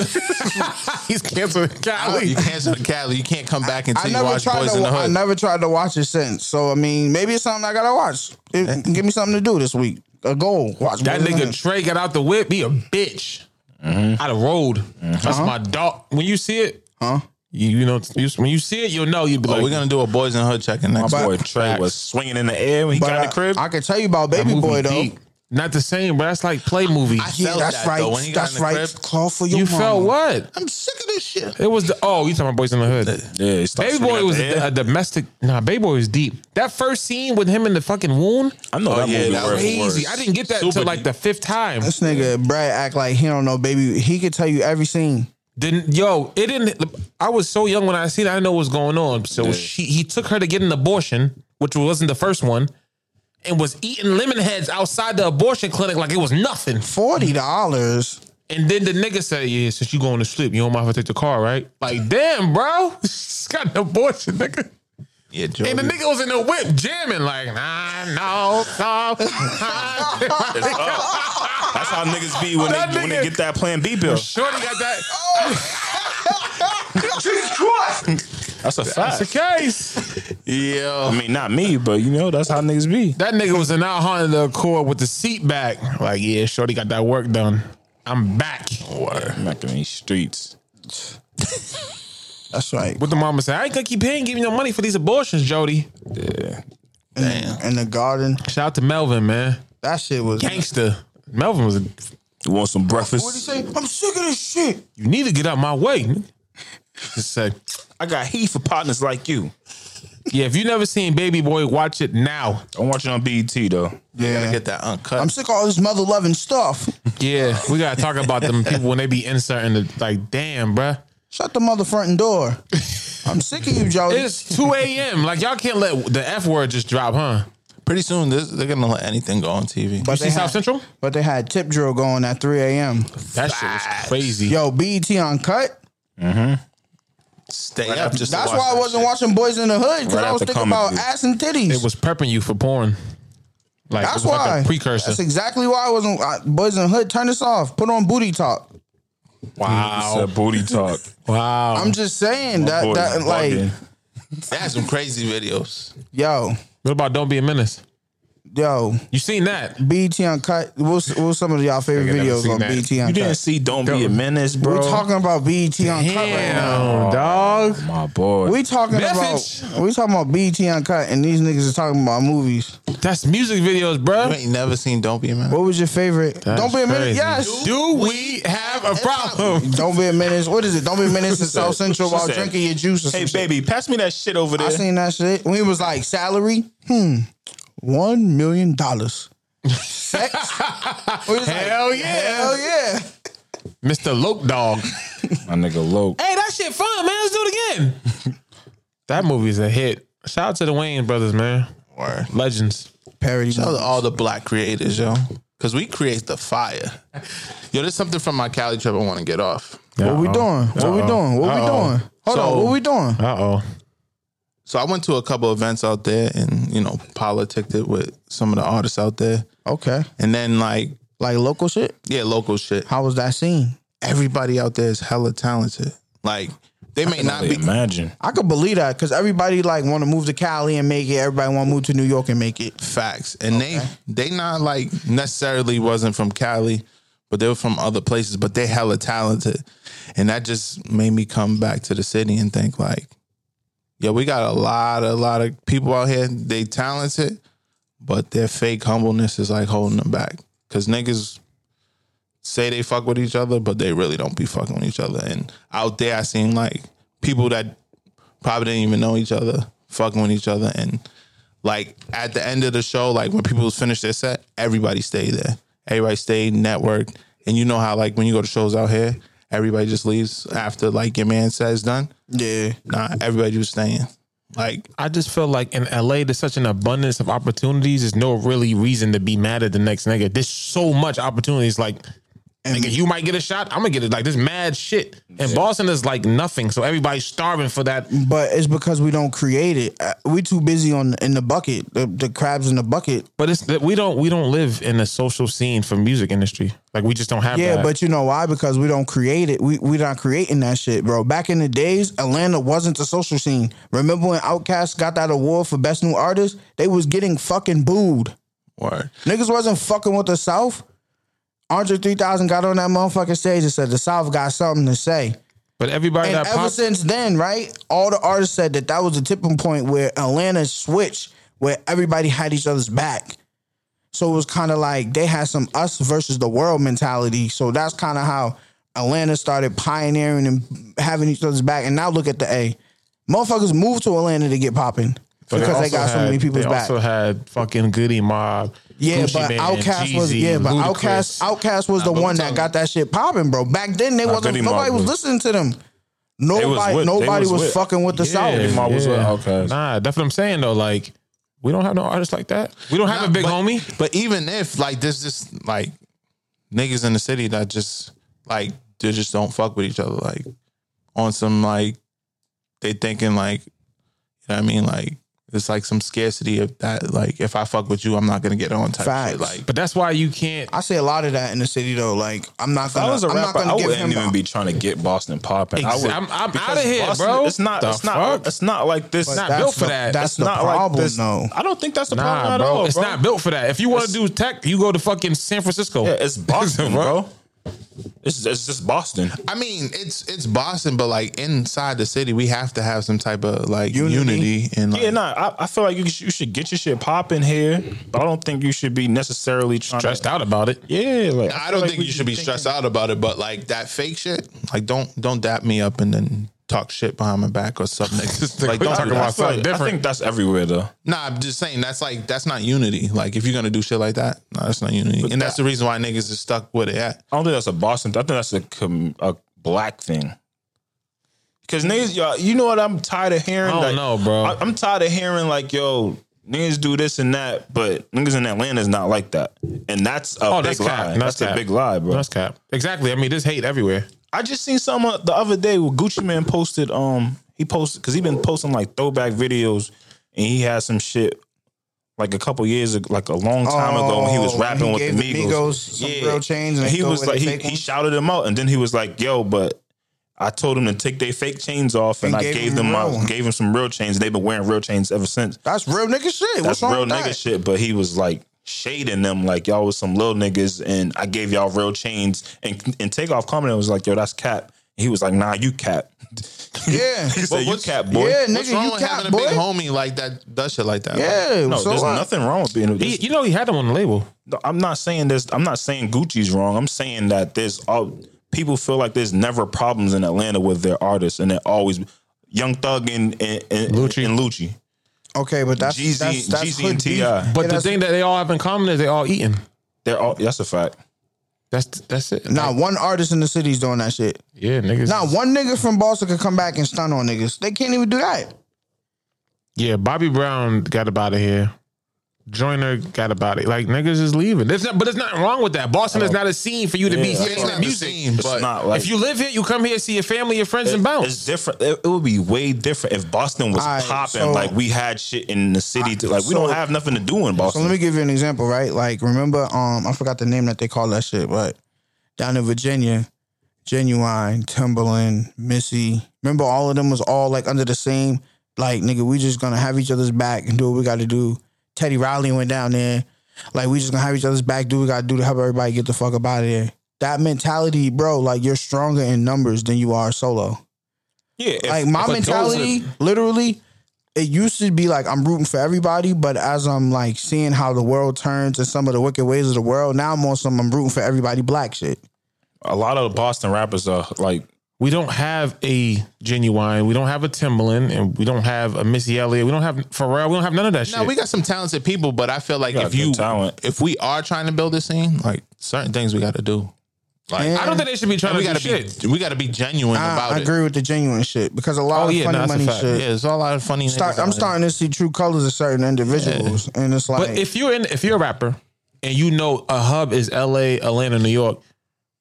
[SPEAKER 6] He's canceling Cali.
[SPEAKER 5] You canceled in Cali. You can't come back until
[SPEAKER 3] I
[SPEAKER 5] you
[SPEAKER 3] never
[SPEAKER 5] watch
[SPEAKER 3] tried
[SPEAKER 5] Boys
[SPEAKER 3] to.
[SPEAKER 5] in the
[SPEAKER 3] wa- I
[SPEAKER 5] Hood.
[SPEAKER 3] never tried to watch it since. So I mean, maybe it's something I gotta watch. It, give me something to do this week. A goal. Watch
[SPEAKER 6] That
[SPEAKER 3] Boys in the
[SPEAKER 6] nigga
[SPEAKER 3] Hood.
[SPEAKER 6] Trey got out the whip. He a bitch. Out of road. That's my dog. When you see it,
[SPEAKER 3] Mm-hmm. Uh-huh. Huh? Oh,
[SPEAKER 6] you, you know you, when you see it, you'll know. You'll be
[SPEAKER 5] But
[SPEAKER 6] like,
[SPEAKER 5] we're gonna do a Boys in the Hood check-in next
[SPEAKER 3] But-
[SPEAKER 5] week.
[SPEAKER 2] Boy, Trey was swinging in the air when he
[SPEAKER 3] But
[SPEAKER 2] got in
[SPEAKER 3] I-
[SPEAKER 2] the crib.
[SPEAKER 3] I, can tell you about Baby Boy though.
[SPEAKER 6] Not the same, but that's like play movie.
[SPEAKER 5] I
[SPEAKER 3] Yeah,
[SPEAKER 5] felt
[SPEAKER 3] that's
[SPEAKER 5] that,
[SPEAKER 3] right.
[SPEAKER 5] though, when he got
[SPEAKER 3] that's
[SPEAKER 5] in the
[SPEAKER 3] right.
[SPEAKER 5] crib.
[SPEAKER 3] Call for your
[SPEAKER 6] you
[SPEAKER 3] mama.
[SPEAKER 6] felt what?
[SPEAKER 5] I'm sick of this shit.
[SPEAKER 6] It was the oh, you talking about Boys in the Hood?
[SPEAKER 2] yeah, he started
[SPEAKER 6] Baby
[SPEAKER 2] swinging
[SPEAKER 6] Boy
[SPEAKER 2] out
[SPEAKER 6] was
[SPEAKER 2] the air.
[SPEAKER 6] a, a domestic. Nah, Baby Boy was deep. That first scene with him in the fucking wound,
[SPEAKER 2] I know that
[SPEAKER 5] yeah,
[SPEAKER 2] movie
[SPEAKER 5] that
[SPEAKER 2] word for word.
[SPEAKER 6] crazy. I didn't get that
[SPEAKER 2] Super
[SPEAKER 6] until like
[SPEAKER 2] deep.
[SPEAKER 6] the fifth time.
[SPEAKER 3] This nigga Brad act like he don't know Baby. He could tell you every scene.
[SPEAKER 6] Didn't yo? It didn't. I was so young when I seen. It, I didn't know what was going on. So she, he took her to get an abortion, which wasn't the first one, and was eating lemon heads outside the abortion clinic like it was nothing.
[SPEAKER 3] Forty
[SPEAKER 5] Mm-hmm.
[SPEAKER 3] dollars.
[SPEAKER 6] And then the nigga said, "Yeah, since you going to sleep, you don't mind if I take the car, right?" Like, damn, bro, she's got an abortion, nigga.
[SPEAKER 5] Yeah, Joe.
[SPEAKER 6] And the nigga was in the whip jamming, like, nah, no, no. nah."
[SPEAKER 2] That's how niggas be when
[SPEAKER 6] That
[SPEAKER 2] they when
[SPEAKER 6] nigga-
[SPEAKER 2] they get that Plan B bill.
[SPEAKER 6] Shorty got that.
[SPEAKER 2] That's a fact.
[SPEAKER 6] It's a case.
[SPEAKER 5] Yeah.
[SPEAKER 2] I mean, not me, but you know that's how niggas be.
[SPEAKER 6] That nigga was in our Honda Accord with the seat back. Like, yeah, Shorty got that work done. I'm back.
[SPEAKER 2] Back in these streets.
[SPEAKER 3] That's right.
[SPEAKER 6] What the mama said, I ain't gonna keep paying, giving you no money for these abortions, Jody.
[SPEAKER 3] In the garden.
[SPEAKER 6] Shout out to Melvin, man.
[SPEAKER 3] That shit was.
[SPEAKER 6] Gangster. Melvin was, a,
[SPEAKER 2] You want some
[SPEAKER 3] What do you
[SPEAKER 2] breakfast?
[SPEAKER 3] say? I'm sick of this shit.
[SPEAKER 6] you need to get out my way. Just say,
[SPEAKER 2] I got heat for partners like you.
[SPEAKER 6] yeah, if you never seen Baby Boy, watch it now.
[SPEAKER 2] Don't watch it on
[SPEAKER 4] E
[SPEAKER 2] BET though.
[SPEAKER 3] Yeah.
[SPEAKER 5] Get that uncut.
[SPEAKER 3] I'm sick of all this mother loving stuff.
[SPEAKER 6] Yeah, we gotta talk about them people when they be inserting the like, damn, bruh.
[SPEAKER 3] Shut the mother front door. I'm sick of you, Jody.
[SPEAKER 6] It's 2 a.m. Like y'all can't let the F word just drop, huh?
[SPEAKER 5] Pretty soon, this, they're gonna let anything go on TV.
[SPEAKER 3] but
[SPEAKER 6] See South
[SPEAKER 3] had,
[SPEAKER 6] Central?
[SPEAKER 3] but they had tip drill going at 3 a.m.
[SPEAKER 6] That shit was crazy.
[SPEAKER 3] Yo, BET uncut.
[SPEAKER 5] Stay up. Just to
[SPEAKER 3] That's why
[SPEAKER 5] watch
[SPEAKER 3] I
[SPEAKER 5] that
[SPEAKER 3] wasn't
[SPEAKER 5] shit.
[SPEAKER 3] watching Boys in the Hood because
[SPEAKER 2] Right
[SPEAKER 3] I was
[SPEAKER 2] after
[SPEAKER 3] thinking
[SPEAKER 2] Comic
[SPEAKER 3] about
[SPEAKER 2] View.
[SPEAKER 3] ass and titties.
[SPEAKER 6] It was prepping you for porn. Like
[SPEAKER 3] That's
[SPEAKER 6] it was
[SPEAKER 3] why.
[SPEAKER 6] like a precursor.
[SPEAKER 3] That's exactly why I wasn't. I, Boys in the Hood, turn this off. Put on booty talk.
[SPEAKER 2] It's a booty talk.
[SPEAKER 6] wow.
[SPEAKER 3] I'm just saying that.
[SPEAKER 2] Boy,
[SPEAKER 3] that like,
[SPEAKER 2] bugging.
[SPEAKER 5] They had some crazy videos.
[SPEAKER 3] yo,
[SPEAKER 6] what about Don't Be a Menace?
[SPEAKER 3] yo,
[SPEAKER 6] You seen that?
[SPEAKER 3] BET uncut. What's what's some of y'all favorite
[SPEAKER 6] Nigga, never
[SPEAKER 3] videos
[SPEAKER 6] seen
[SPEAKER 3] on
[SPEAKER 6] that.
[SPEAKER 3] BET
[SPEAKER 2] you
[SPEAKER 3] uncut?
[SPEAKER 2] didn't see Don't Be a Menace, bro.
[SPEAKER 3] We're talking about BET uncut right now.
[SPEAKER 6] Damn, dog.
[SPEAKER 2] My boy.
[SPEAKER 3] We talking
[SPEAKER 6] Message.
[SPEAKER 3] about we talking about BET uncut, and these niggas are talking about movies.
[SPEAKER 6] That's music videos,
[SPEAKER 5] You
[SPEAKER 6] bruh.
[SPEAKER 5] ain't never seen Don't Be a Man.
[SPEAKER 3] What was your favorite? Don't be a menace.
[SPEAKER 6] crazy.
[SPEAKER 3] Yes.
[SPEAKER 6] Do we have a problem?
[SPEAKER 3] Don't be a menace. What is it? Don't be a menace in South Central
[SPEAKER 2] she
[SPEAKER 3] while
[SPEAKER 2] said,
[SPEAKER 3] drinking your juice. Or
[SPEAKER 2] hey,
[SPEAKER 3] some shit.
[SPEAKER 2] baby, pass me that shit over there.
[SPEAKER 3] I seen that shit. When it was like salary, hmm, one million dollars. Sex. We was like,
[SPEAKER 6] Hell yeah.
[SPEAKER 3] Hell yeah.
[SPEAKER 6] Mr. Loke Dog.
[SPEAKER 2] My nigga Loke.
[SPEAKER 6] Hey, that shit fun, man. Let's do it again. that movie's a hit. Shout out to the Wayne brothers, man.
[SPEAKER 5] Or
[SPEAKER 6] Legends.
[SPEAKER 3] Parody.
[SPEAKER 5] Shout out to
[SPEAKER 3] movies.
[SPEAKER 5] all the black creators, yo. Because we create the fire. Yo, there's something from my Cali trip I want to get off.
[SPEAKER 3] What we doing? What we doing? What we doing? Hold on. What we doing?
[SPEAKER 6] Uh oh.
[SPEAKER 5] So I went to a couple events out there and, you know, politicked it with some of the artists out there.
[SPEAKER 3] Okay.
[SPEAKER 5] And then, like,
[SPEAKER 3] Like local shit.
[SPEAKER 5] yeah, local shit.
[SPEAKER 3] How was that scene?
[SPEAKER 5] Everybody out there is hella talented. Like, they may not be.
[SPEAKER 2] Imagine.
[SPEAKER 3] I could believe that because everybody like want to move to Cali and make it. Everybody want to move to New York and make it.
[SPEAKER 5] Facts. And they they not like necessarily wasn't from Cali, but they were from other places, but they hella talented. And that just made me come back to the city and think like, yeah, we got a lot, a lot of people out here, they talented, but their fake humbleness is like holding them back. Cause niggas say they fuck with each other, but they really don't be fucking with each other. And out there I seen like people that probably didn't even know each other, fucking with each other and like at the end of the show, like when people finished their set, everybody stayed there. Everybody stayed, networked, and you know how like when you go to shows out here, everybody just leaves after like your man says done.
[SPEAKER 3] Yeah,
[SPEAKER 5] Nah, everybody was staying. Like
[SPEAKER 6] I just feel like in LA, there's such an abundance of opportunities. There's no really reason to be mad at the next nigga. There's so much opportunities. Like And Nigga, you might get a shot. I'm gonna get it. Like this mad shit. And Boston is like nothing. So everybody's starving for that.
[SPEAKER 3] But it's because we don't create it. Uh, We too busy on in the bucket, the, the crabs in the bucket.
[SPEAKER 6] But it's that we don't we don't live in a social scene for music industry. Like we just don't have
[SPEAKER 3] Yeah,
[SPEAKER 6] that.
[SPEAKER 3] but you know why? Because we don't create it. We we not creating that shit, bro. Back in the days, Atlanta wasn't a social scene. Remember when Outkast got that award for best new artist? They was getting fucking booed.
[SPEAKER 5] Word.
[SPEAKER 3] Niggas wasn't fucking with the South. Andre 3000 got on that motherfucking stage and said the South got something to say.
[SPEAKER 6] But everybody
[SPEAKER 3] And
[SPEAKER 6] that
[SPEAKER 3] ever
[SPEAKER 6] pops
[SPEAKER 3] since then, right? All the artists said that that was the tipping point where Atlanta switched, where everybody had each other's back. So it was kind of like they had some us versus the world mentality. So that's kind of how Atlanta started pioneering and having each other's back. And now look at the A. Motherfuckers moved to Atlanta to get popping
[SPEAKER 6] But
[SPEAKER 3] because they
[SPEAKER 6] also
[SPEAKER 3] got so
[SPEAKER 6] had-
[SPEAKER 3] many people's
[SPEAKER 6] they
[SPEAKER 3] back.
[SPEAKER 6] also had fucking Goody Mob.
[SPEAKER 3] Yeah,
[SPEAKER 6] Gucci
[SPEAKER 3] but
[SPEAKER 6] Mane,
[SPEAKER 3] Outcast was
[SPEAKER 6] Jeezy,
[SPEAKER 3] yeah, but
[SPEAKER 6] Ludacris.
[SPEAKER 3] Outcast Outcast was the
[SPEAKER 4] but we
[SPEAKER 3] one that
[SPEAKER 4] talking-
[SPEAKER 3] got that shit popping, bro. Back then they wasn't
[SPEAKER 4] Goody Mob
[SPEAKER 3] nobody was,
[SPEAKER 4] was-
[SPEAKER 3] listening to them. Nobody
[SPEAKER 4] with- they
[SPEAKER 3] nobody
[SPEAKER 4] was
[SPEAKER 3] was,
[SPEAKER 4] with-
[SPEAKER 3] fucking with the
[SPEAKER 6] Yeah,
[SPEAKER 3] South.
[SPEAKER 4] Mob was with
[SPEAKER 6] yeah.
[SPEAKER 4] Outkast.
[SPEAKER 6] Nah, that's what I'm saying though. Like we don't have no artists like that. We don't have a big
[SPEAKER 5] but,
[SPEAKER 6] homie.
[SPEAKER 5] But even if like there's just like niggas in the city that just like they just don't fuck with each other. Like on some like they thinking like you know what I mean like it's like some scarcity of that like if I fuck with you I'm not gonna get on type
[SPEAKER 3] Facts.
[SPEAKER 5] shit. Like
[SPEAKER 6] But that's why you can't.
[SPEAKER 3] I see a lot of that in the city though. Like I'm not
[SPEAKER 4] If
[SPEAKER 3] gonna
[SPEAKER 4] I was a
[SPEAKER 3] I'm not
[SPEAKER 4] rapper,
[SPEAKER 3] gonna
[SPEAKER 4] I
[SPEAKER 3] give
[SPEAKER 4] wouldn't
[SPEAKER 3] him
[SPEAKER 4] even be trying to get Boston popping. I would,
[SPEAKER 6] Exa- I'm- I'm
[SPEAKER 4] because
[SPEAKER 6] outta here,
[SPEAKER 4] Boston-
[SPEAKER 6] bro.
[SPEAKER 4] It's not.
[SPEAKER 6] The
[SPEAKER 4] It's not.
[SPEAKER 6] fuck?
[SPEAKER 4] It's not like this.
[SPEAKER 3] But
[SPEAKER 6] not
[SPEAKER 3] that's
[SPEAKER 6] built for
[SPEAKER 3] the-
[SPEAKER 6] that.
[SPEAKER 3] That's
[SPEAKER 4] it's
[SPEAKER 3] the
[SPEAKER 4] not
[SPEAKER 3] problem
[SPEAKER 4] like this.
[SPEAKER 3] though.
[SPEAKER 4] I don't think that's the problem
[SPEAKER 6] Nah,
[SPEAKER 4] at
[SPEAKER 6] bro,
[SPEAKER 4] all.
[SPEAKER 6] it's
[SPEAKER 4] bro.
[SPEAKER 6] not built for that. If you want to do tech, you go to fucking San Francisco.
[SPEAKER 4] Yeah, it's Boston, bro. It's it's just Boston.
[SPEAKER 5] I mean it's it's Boston but like inside the city we have to have some type of like
[SPEAKER 3] Unity.
[SPEAKER 5] unity, and like,
[SPEAKER 4] Yeah, nah. I, I feel like you, sh- you should get your shit popping here, but I don't think you should be necessarily trying to-
[SPEAKER 6] Stressed out about it.
[SPEAKER 4] Yeah, like
[SPEAKER 5] I
[SPEAKER 4] feel
[SPEAKER 5] don't
[SPEAKER 4] like
[SPEAKER 5] think
[SPEAKER 4] we
[SPEAKER 5] you should be
[SPEAKER 4] thinking-
[SPEAKER 5] stressed out about it, but like that fake shit, like don't don't dap me up and then talk shit behind my back or something. like
[SPEAKER 6] we
[SPEAKER 5] don't
[SPEAKER 6] talking
[SPEAKER 5] do
[SPEAKER 4] I,
[SPEAKER 5] that.
[SPEAKER 6] about-
[SPEAKER 4] feel like, I
[SPEAKER 6] different.
[SPEAKER 4] think that's everywhere though.
[SPEAKER 5] Nah, I'm just saying that's like that's not unity. Like if you're gonna do shit like that, nah, that's not unity, and that's the reason why niggas is stuck with it. At.
[SPEAKER 4] I don't think that's a Boston. I think that's a com- a black thing. Because niggas, y'all, you know what I'm tired of hearing.
[SPEAKER 6] I don't
[SPEAKER 4] like,
[SPEAKER 6] know, bro.
[SPEAKER 4] I, am tired of hearing like, yo, niggas do this and that, but niggas in Atlanta is not like that, and that's a
[SPEAKER 6] Oh,
[SPEAKER 4] big
[SPEAKER 6] that's cap.
[SPEAKER 4] lie.
[SPEAKER 6] That's
[SPEAKER 4] That's, a
[SPEAKER 6] cap.
[SPEAKER 4] big lie, bro.
[SPEAKER 6] That's cap. Exactly. I mean, there's hate everywhere.
[SPEAKER 4] I just seen some uh, the other day where Gucci Man posted. Um, he posted because he been posting like throwback videos, and he had some shit like a couple years, ago, like a long time ago when he was
[SPEAKER 3] Oh, when
[SPEAKER 4] rapping
[SPEAKER 3] he
[SPEAKER 4] with
[SPEAKER 3] gave
[SPEAKER 4] the
[SPEAKER 3] the
[SPEAKER 4] Migos.
[SPEAKER 3] Migos some real chains and they
[SPEAKER 4] he
[SPEAKER 3] throw
[SPEAKER 4] was
[SPEAKER 3] away
[SPEAKER 4] like,
[SPEAKER 3] the
[SPEAKER 4] he,
[SPEAKER 3] fake
[SPEAKER 4] he
[SPEAKER 3] ones?
[SPEAKER 4] shouted him out, and then he was like, "Yo, but." I told him to take their fake chains off, and,
[SPEAKER 3] And
[SPEAKER 4] I
[SPEAKER 3] gave
[SPEAKER 4] gave
[SPEAKER 3] him
[SPEAKER 4] them
[SPEAKER 3] real
[SPEAKER 4] my,
[SPEAKER 3] ones.
[SPEAKER 4] gave him some real chains. They've been wearing real chains ever since.
[SPEAKER 3] That's real nigga shit.
[SPEAKER 4] That's
[SPEAKER 3] What's wrong
[SPEAKER 4] real
[SPEAKER 3] with
[SPEAKER 4] nigga
[SPEAKER 3] that?
[SPEAKER 4] shit. But he was like shading them, like y'all was some little niggas, and I gave y'all real chains. And and takeoff commented was like, "Yo, that's cap." He was like, "Nah, you cap."
[SPEAKER 3] Yeah.
[SPEAKER 4] he said, "You
[SPEAKER 5] what's-
[SPEAKER 4] cap, boy."
[SPEAKER 3] Yeah,
[SPEAKER 5] What's
[SPEAKER 3] nigga,
[SPEAKER 5] wrong
[SPEAKER 3] you
[SPEAKER 5] with
[SPEAKER 3] cap,
[SPEAKER 5] having
[SPEAKER 3] boy.
[SPEAKER 5] a big homie like that? Does shit like that?
[SPEAKER 3] Yeah,
[SPEAKER 4] No,
[SPEAKER 3] so
[SPEAKER 4] there's
[SPEAKER 3] what?
[SPEAKER 4] nothing wrong with being.
[SPEAKER 6] He,
[SPEAKER 4] This,
[SPEAKER 6] you know, he had them on the label.
[SPEAKER 4] no, I'm not saying this. I'm not saying Gucci's wrong. I'm saying that there's all people feel like there's never problems in Atlanta with their artists, and they're always Young Thug and and, and
[SPEAKER 6] Lucci.
[SPEAKER 4] and Lucci.
[SPEAKER 3] Okay, but that's
[SPEAKER 4] Jeezy-
[SPEAKER 3] that's, that's
[SPEAKER 4] Jeezy
[SPEAKER 3] hood
[SPEAKER 4] and
[SPEAKER 3] beef.
[SPEAKER 4] T.I..
[SPEAKER 6] But
[SPEAKER 3] Yeah,
[SPEAKER 6] the
[SPEAKER 3] that's-
[SPEAKER 6] thing that they all have in common is they all eating.
[SPEAKER 4] They're all. That's a fact.
[SPEAKER 6] That's that's it.
[SPEAKER 3] Not one artist in the city is doing that shit.
[SPEAKER 6] yeah, niggas.
[SPEAKER 3] Not one nigga from Boston could come back and stun on niggas. They can't even do that.
[SPEAKER 6] Yeah, Bobby Brown got up out of here. Joyner got about it. Like niggas is leaving. There's not, but there's nothing wrong with that. Boston is not a scene for you to be
[SPEAKER 4] Oh. Yeah,
[SPEAKER 6] hearing
[SPEAKER 5] it's
[SPEAKER 6] that
[SPEAKER 5] not the
[SPEAKER 6] music.
[SPEAKER 5] scene,
[SPEAKER 4] It's
[SPEAKER 5] but
[SPEAKER 4] not like
[SPEAKER 6] if you live here, you come here, see your family, your friends, and bounce.
[SPEAKER 4] It's different. It, it would be way different if Boston was
[SPEAKER 3] Alright,
[SPEAKER 4] popping
[SPEAKER 3] so-
[SPEAKER 4] like we had shit in the city. To, like we
[SPEAKER 3] so-
[SPEAKER 4] don't have nothing to do in
[SPEAKER 3] So
[SPEAKER 4] Boston.
[SPEAKER 3] let me give you an example, right? Like remember, um, I forgot the name that they call that shit, but down in Virginia, Genuine, Timberland, Missy. Remember, all of them was all like under the same. Like nigga, we just gonna have each other's back and do what we got to do. Teddy Riley went down there. Like we just gonna have each other's back, do what we gotta do to help everybody get the fuck up out of there. That mentality, bro. Like you're stronger in numbers than you are solo.
[SPEAKER 4] yeah, if-
[SPEAKER 3] like my
[SPEAKER 6] if a
[SPEAKER 3] mentality, literally, it used to be like I'm rooting for everybody, but as I'm like seeing how the world turns and some of the wicked ways of the world, now I'm on some I'm rooting for everybody black shit.
[SPEAKER 4] a lot of Boston rappers are like
[SPEAKER 6] we don't have a genuine. We don't have a Timbaland, and we don't have a Missy Elliott. We don't have Pharrell. We don't have none of that
[SPEAKER 5] No,
[SPEAKER 6] shit.
[SPEAKER 5] we got some talented people, but I feel like
[SPEAKER 4] got
[SPEAKER 5] if you
[SPEAKER 4] good talent.
[SPEAKER 5] if we are trying to build a scene, like certain things we got to do. Like
[SPEAKER 3] And
[SPEAKER 6] I don't think they should be trying
[SPEAKER 5] we
[SPEAKER 6] to do
[SPEAKER 5] got to
[SPEAKER 6] shit.
[SPEAKER 5] be we got to be genuine about
[SPEAKER 3] Ah, I, I
[SPEAKER 5] it.
[SPEAKER 3] agree with the genuine shit because a lot
[SPEAKER 6] Oh,
[SPEAKER 3] of
[SPEAKER 6] yeah,
[SPEAKER 3] funny
[SPEAKER 6] no, that's a
[SPEAKER 3] money
[SPEAKER 6] fact.
[SPEAKER 3] shit.
[SPEAKER 5] Yeah, it's all a lot of funny.
[SPEAKER 3] Start,
[SPEAKER 5] niggas out
[SPEAKER 3] I'm
[SPEAKER 5] here.
[SPEAKER 3] starting to see true colors of certain individuals, and it's like
[SPEAKER 6] But if you're in, if you're a rapper and you know a hub is L.A., Atlanta, New York,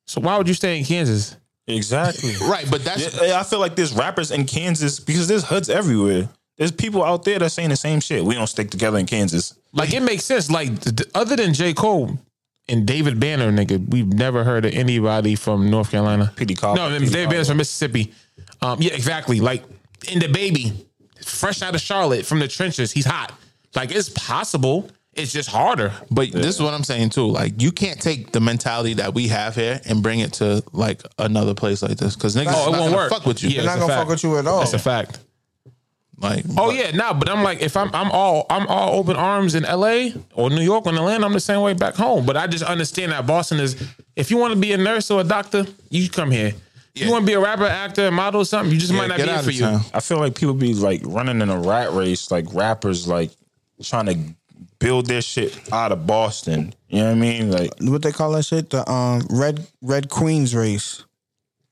[SPEAKER 6] So why would you stay in Kansas?
[SPEAKER 4] Exactly.
[SPEAKER 5] Right, but that's
[SPEAKER 4] Yeah, I feel like there's rappers in Kansas because there's hoods everywhere. There's people out there that's saying the same shit. We don't stick together in Kansas.
[SPEAKER 6] Like it makes sense. Like th- th- other than J Cole and David Banner, nigga, we've never heard of anybody from North Carolina.
[SPEAKER 4] P.D. Call.
[SPEAKER 6] No, David Banner's from Mississippi. Um, yeah, exactly. Like in the baby, fresh out of Charlotte from the trenches, he's hot. Like it's possible. It's just harder.
[SPEAKER 5] But this is what I'm saying too. Like you can't take the mentality that we have here and bring it to like another place like this because niggas
[SPEAKER 6] Oh, it
[SPEAKER 5] not
[SPEAKER 6] won't
[SPEAKER 5] gonna
[SPEAKER 6] work.
[SPEAKER 5] fuck with you.
[SPEAKER 6] Yeah,
[SPEAKER 3] They're not
[SPEAKER 6] it's a
[SPEAKER 3] gonna
[SPEAKER 6] fact.
[SPEAKER 3] fuck with you at all.
[SPEAKER 6] That's a fact.
[SPEAKER 5] Like
[SPEAKER 6] Oh yeah, no, but I'm like, if I'm I'm all I'm all open arms in LA or New York on the land, I'm the same way back home. But I just understand that Boston is if you want to be a nurse or a doctor, you come here.
[SPEAKER 5] Yeah.
[SPEAKER 6] You want to be a rapper, actor, model, or something, you just might not
[SPEAKER 5] get
[SPEAKER 6] be
[SPEAKER 5] out
[SPEAKER 6] it
[SPEAKER 5] of
[SPEAKER 6] for you.
[SPEAKER 5] town.
[SPEAKER 4] I feel like people be like running in a rat race, like rappers like trying to build their shit out of Boston. You know what I mean? Like
[SPEAKER 3] What they call that shit? The um red red queens race.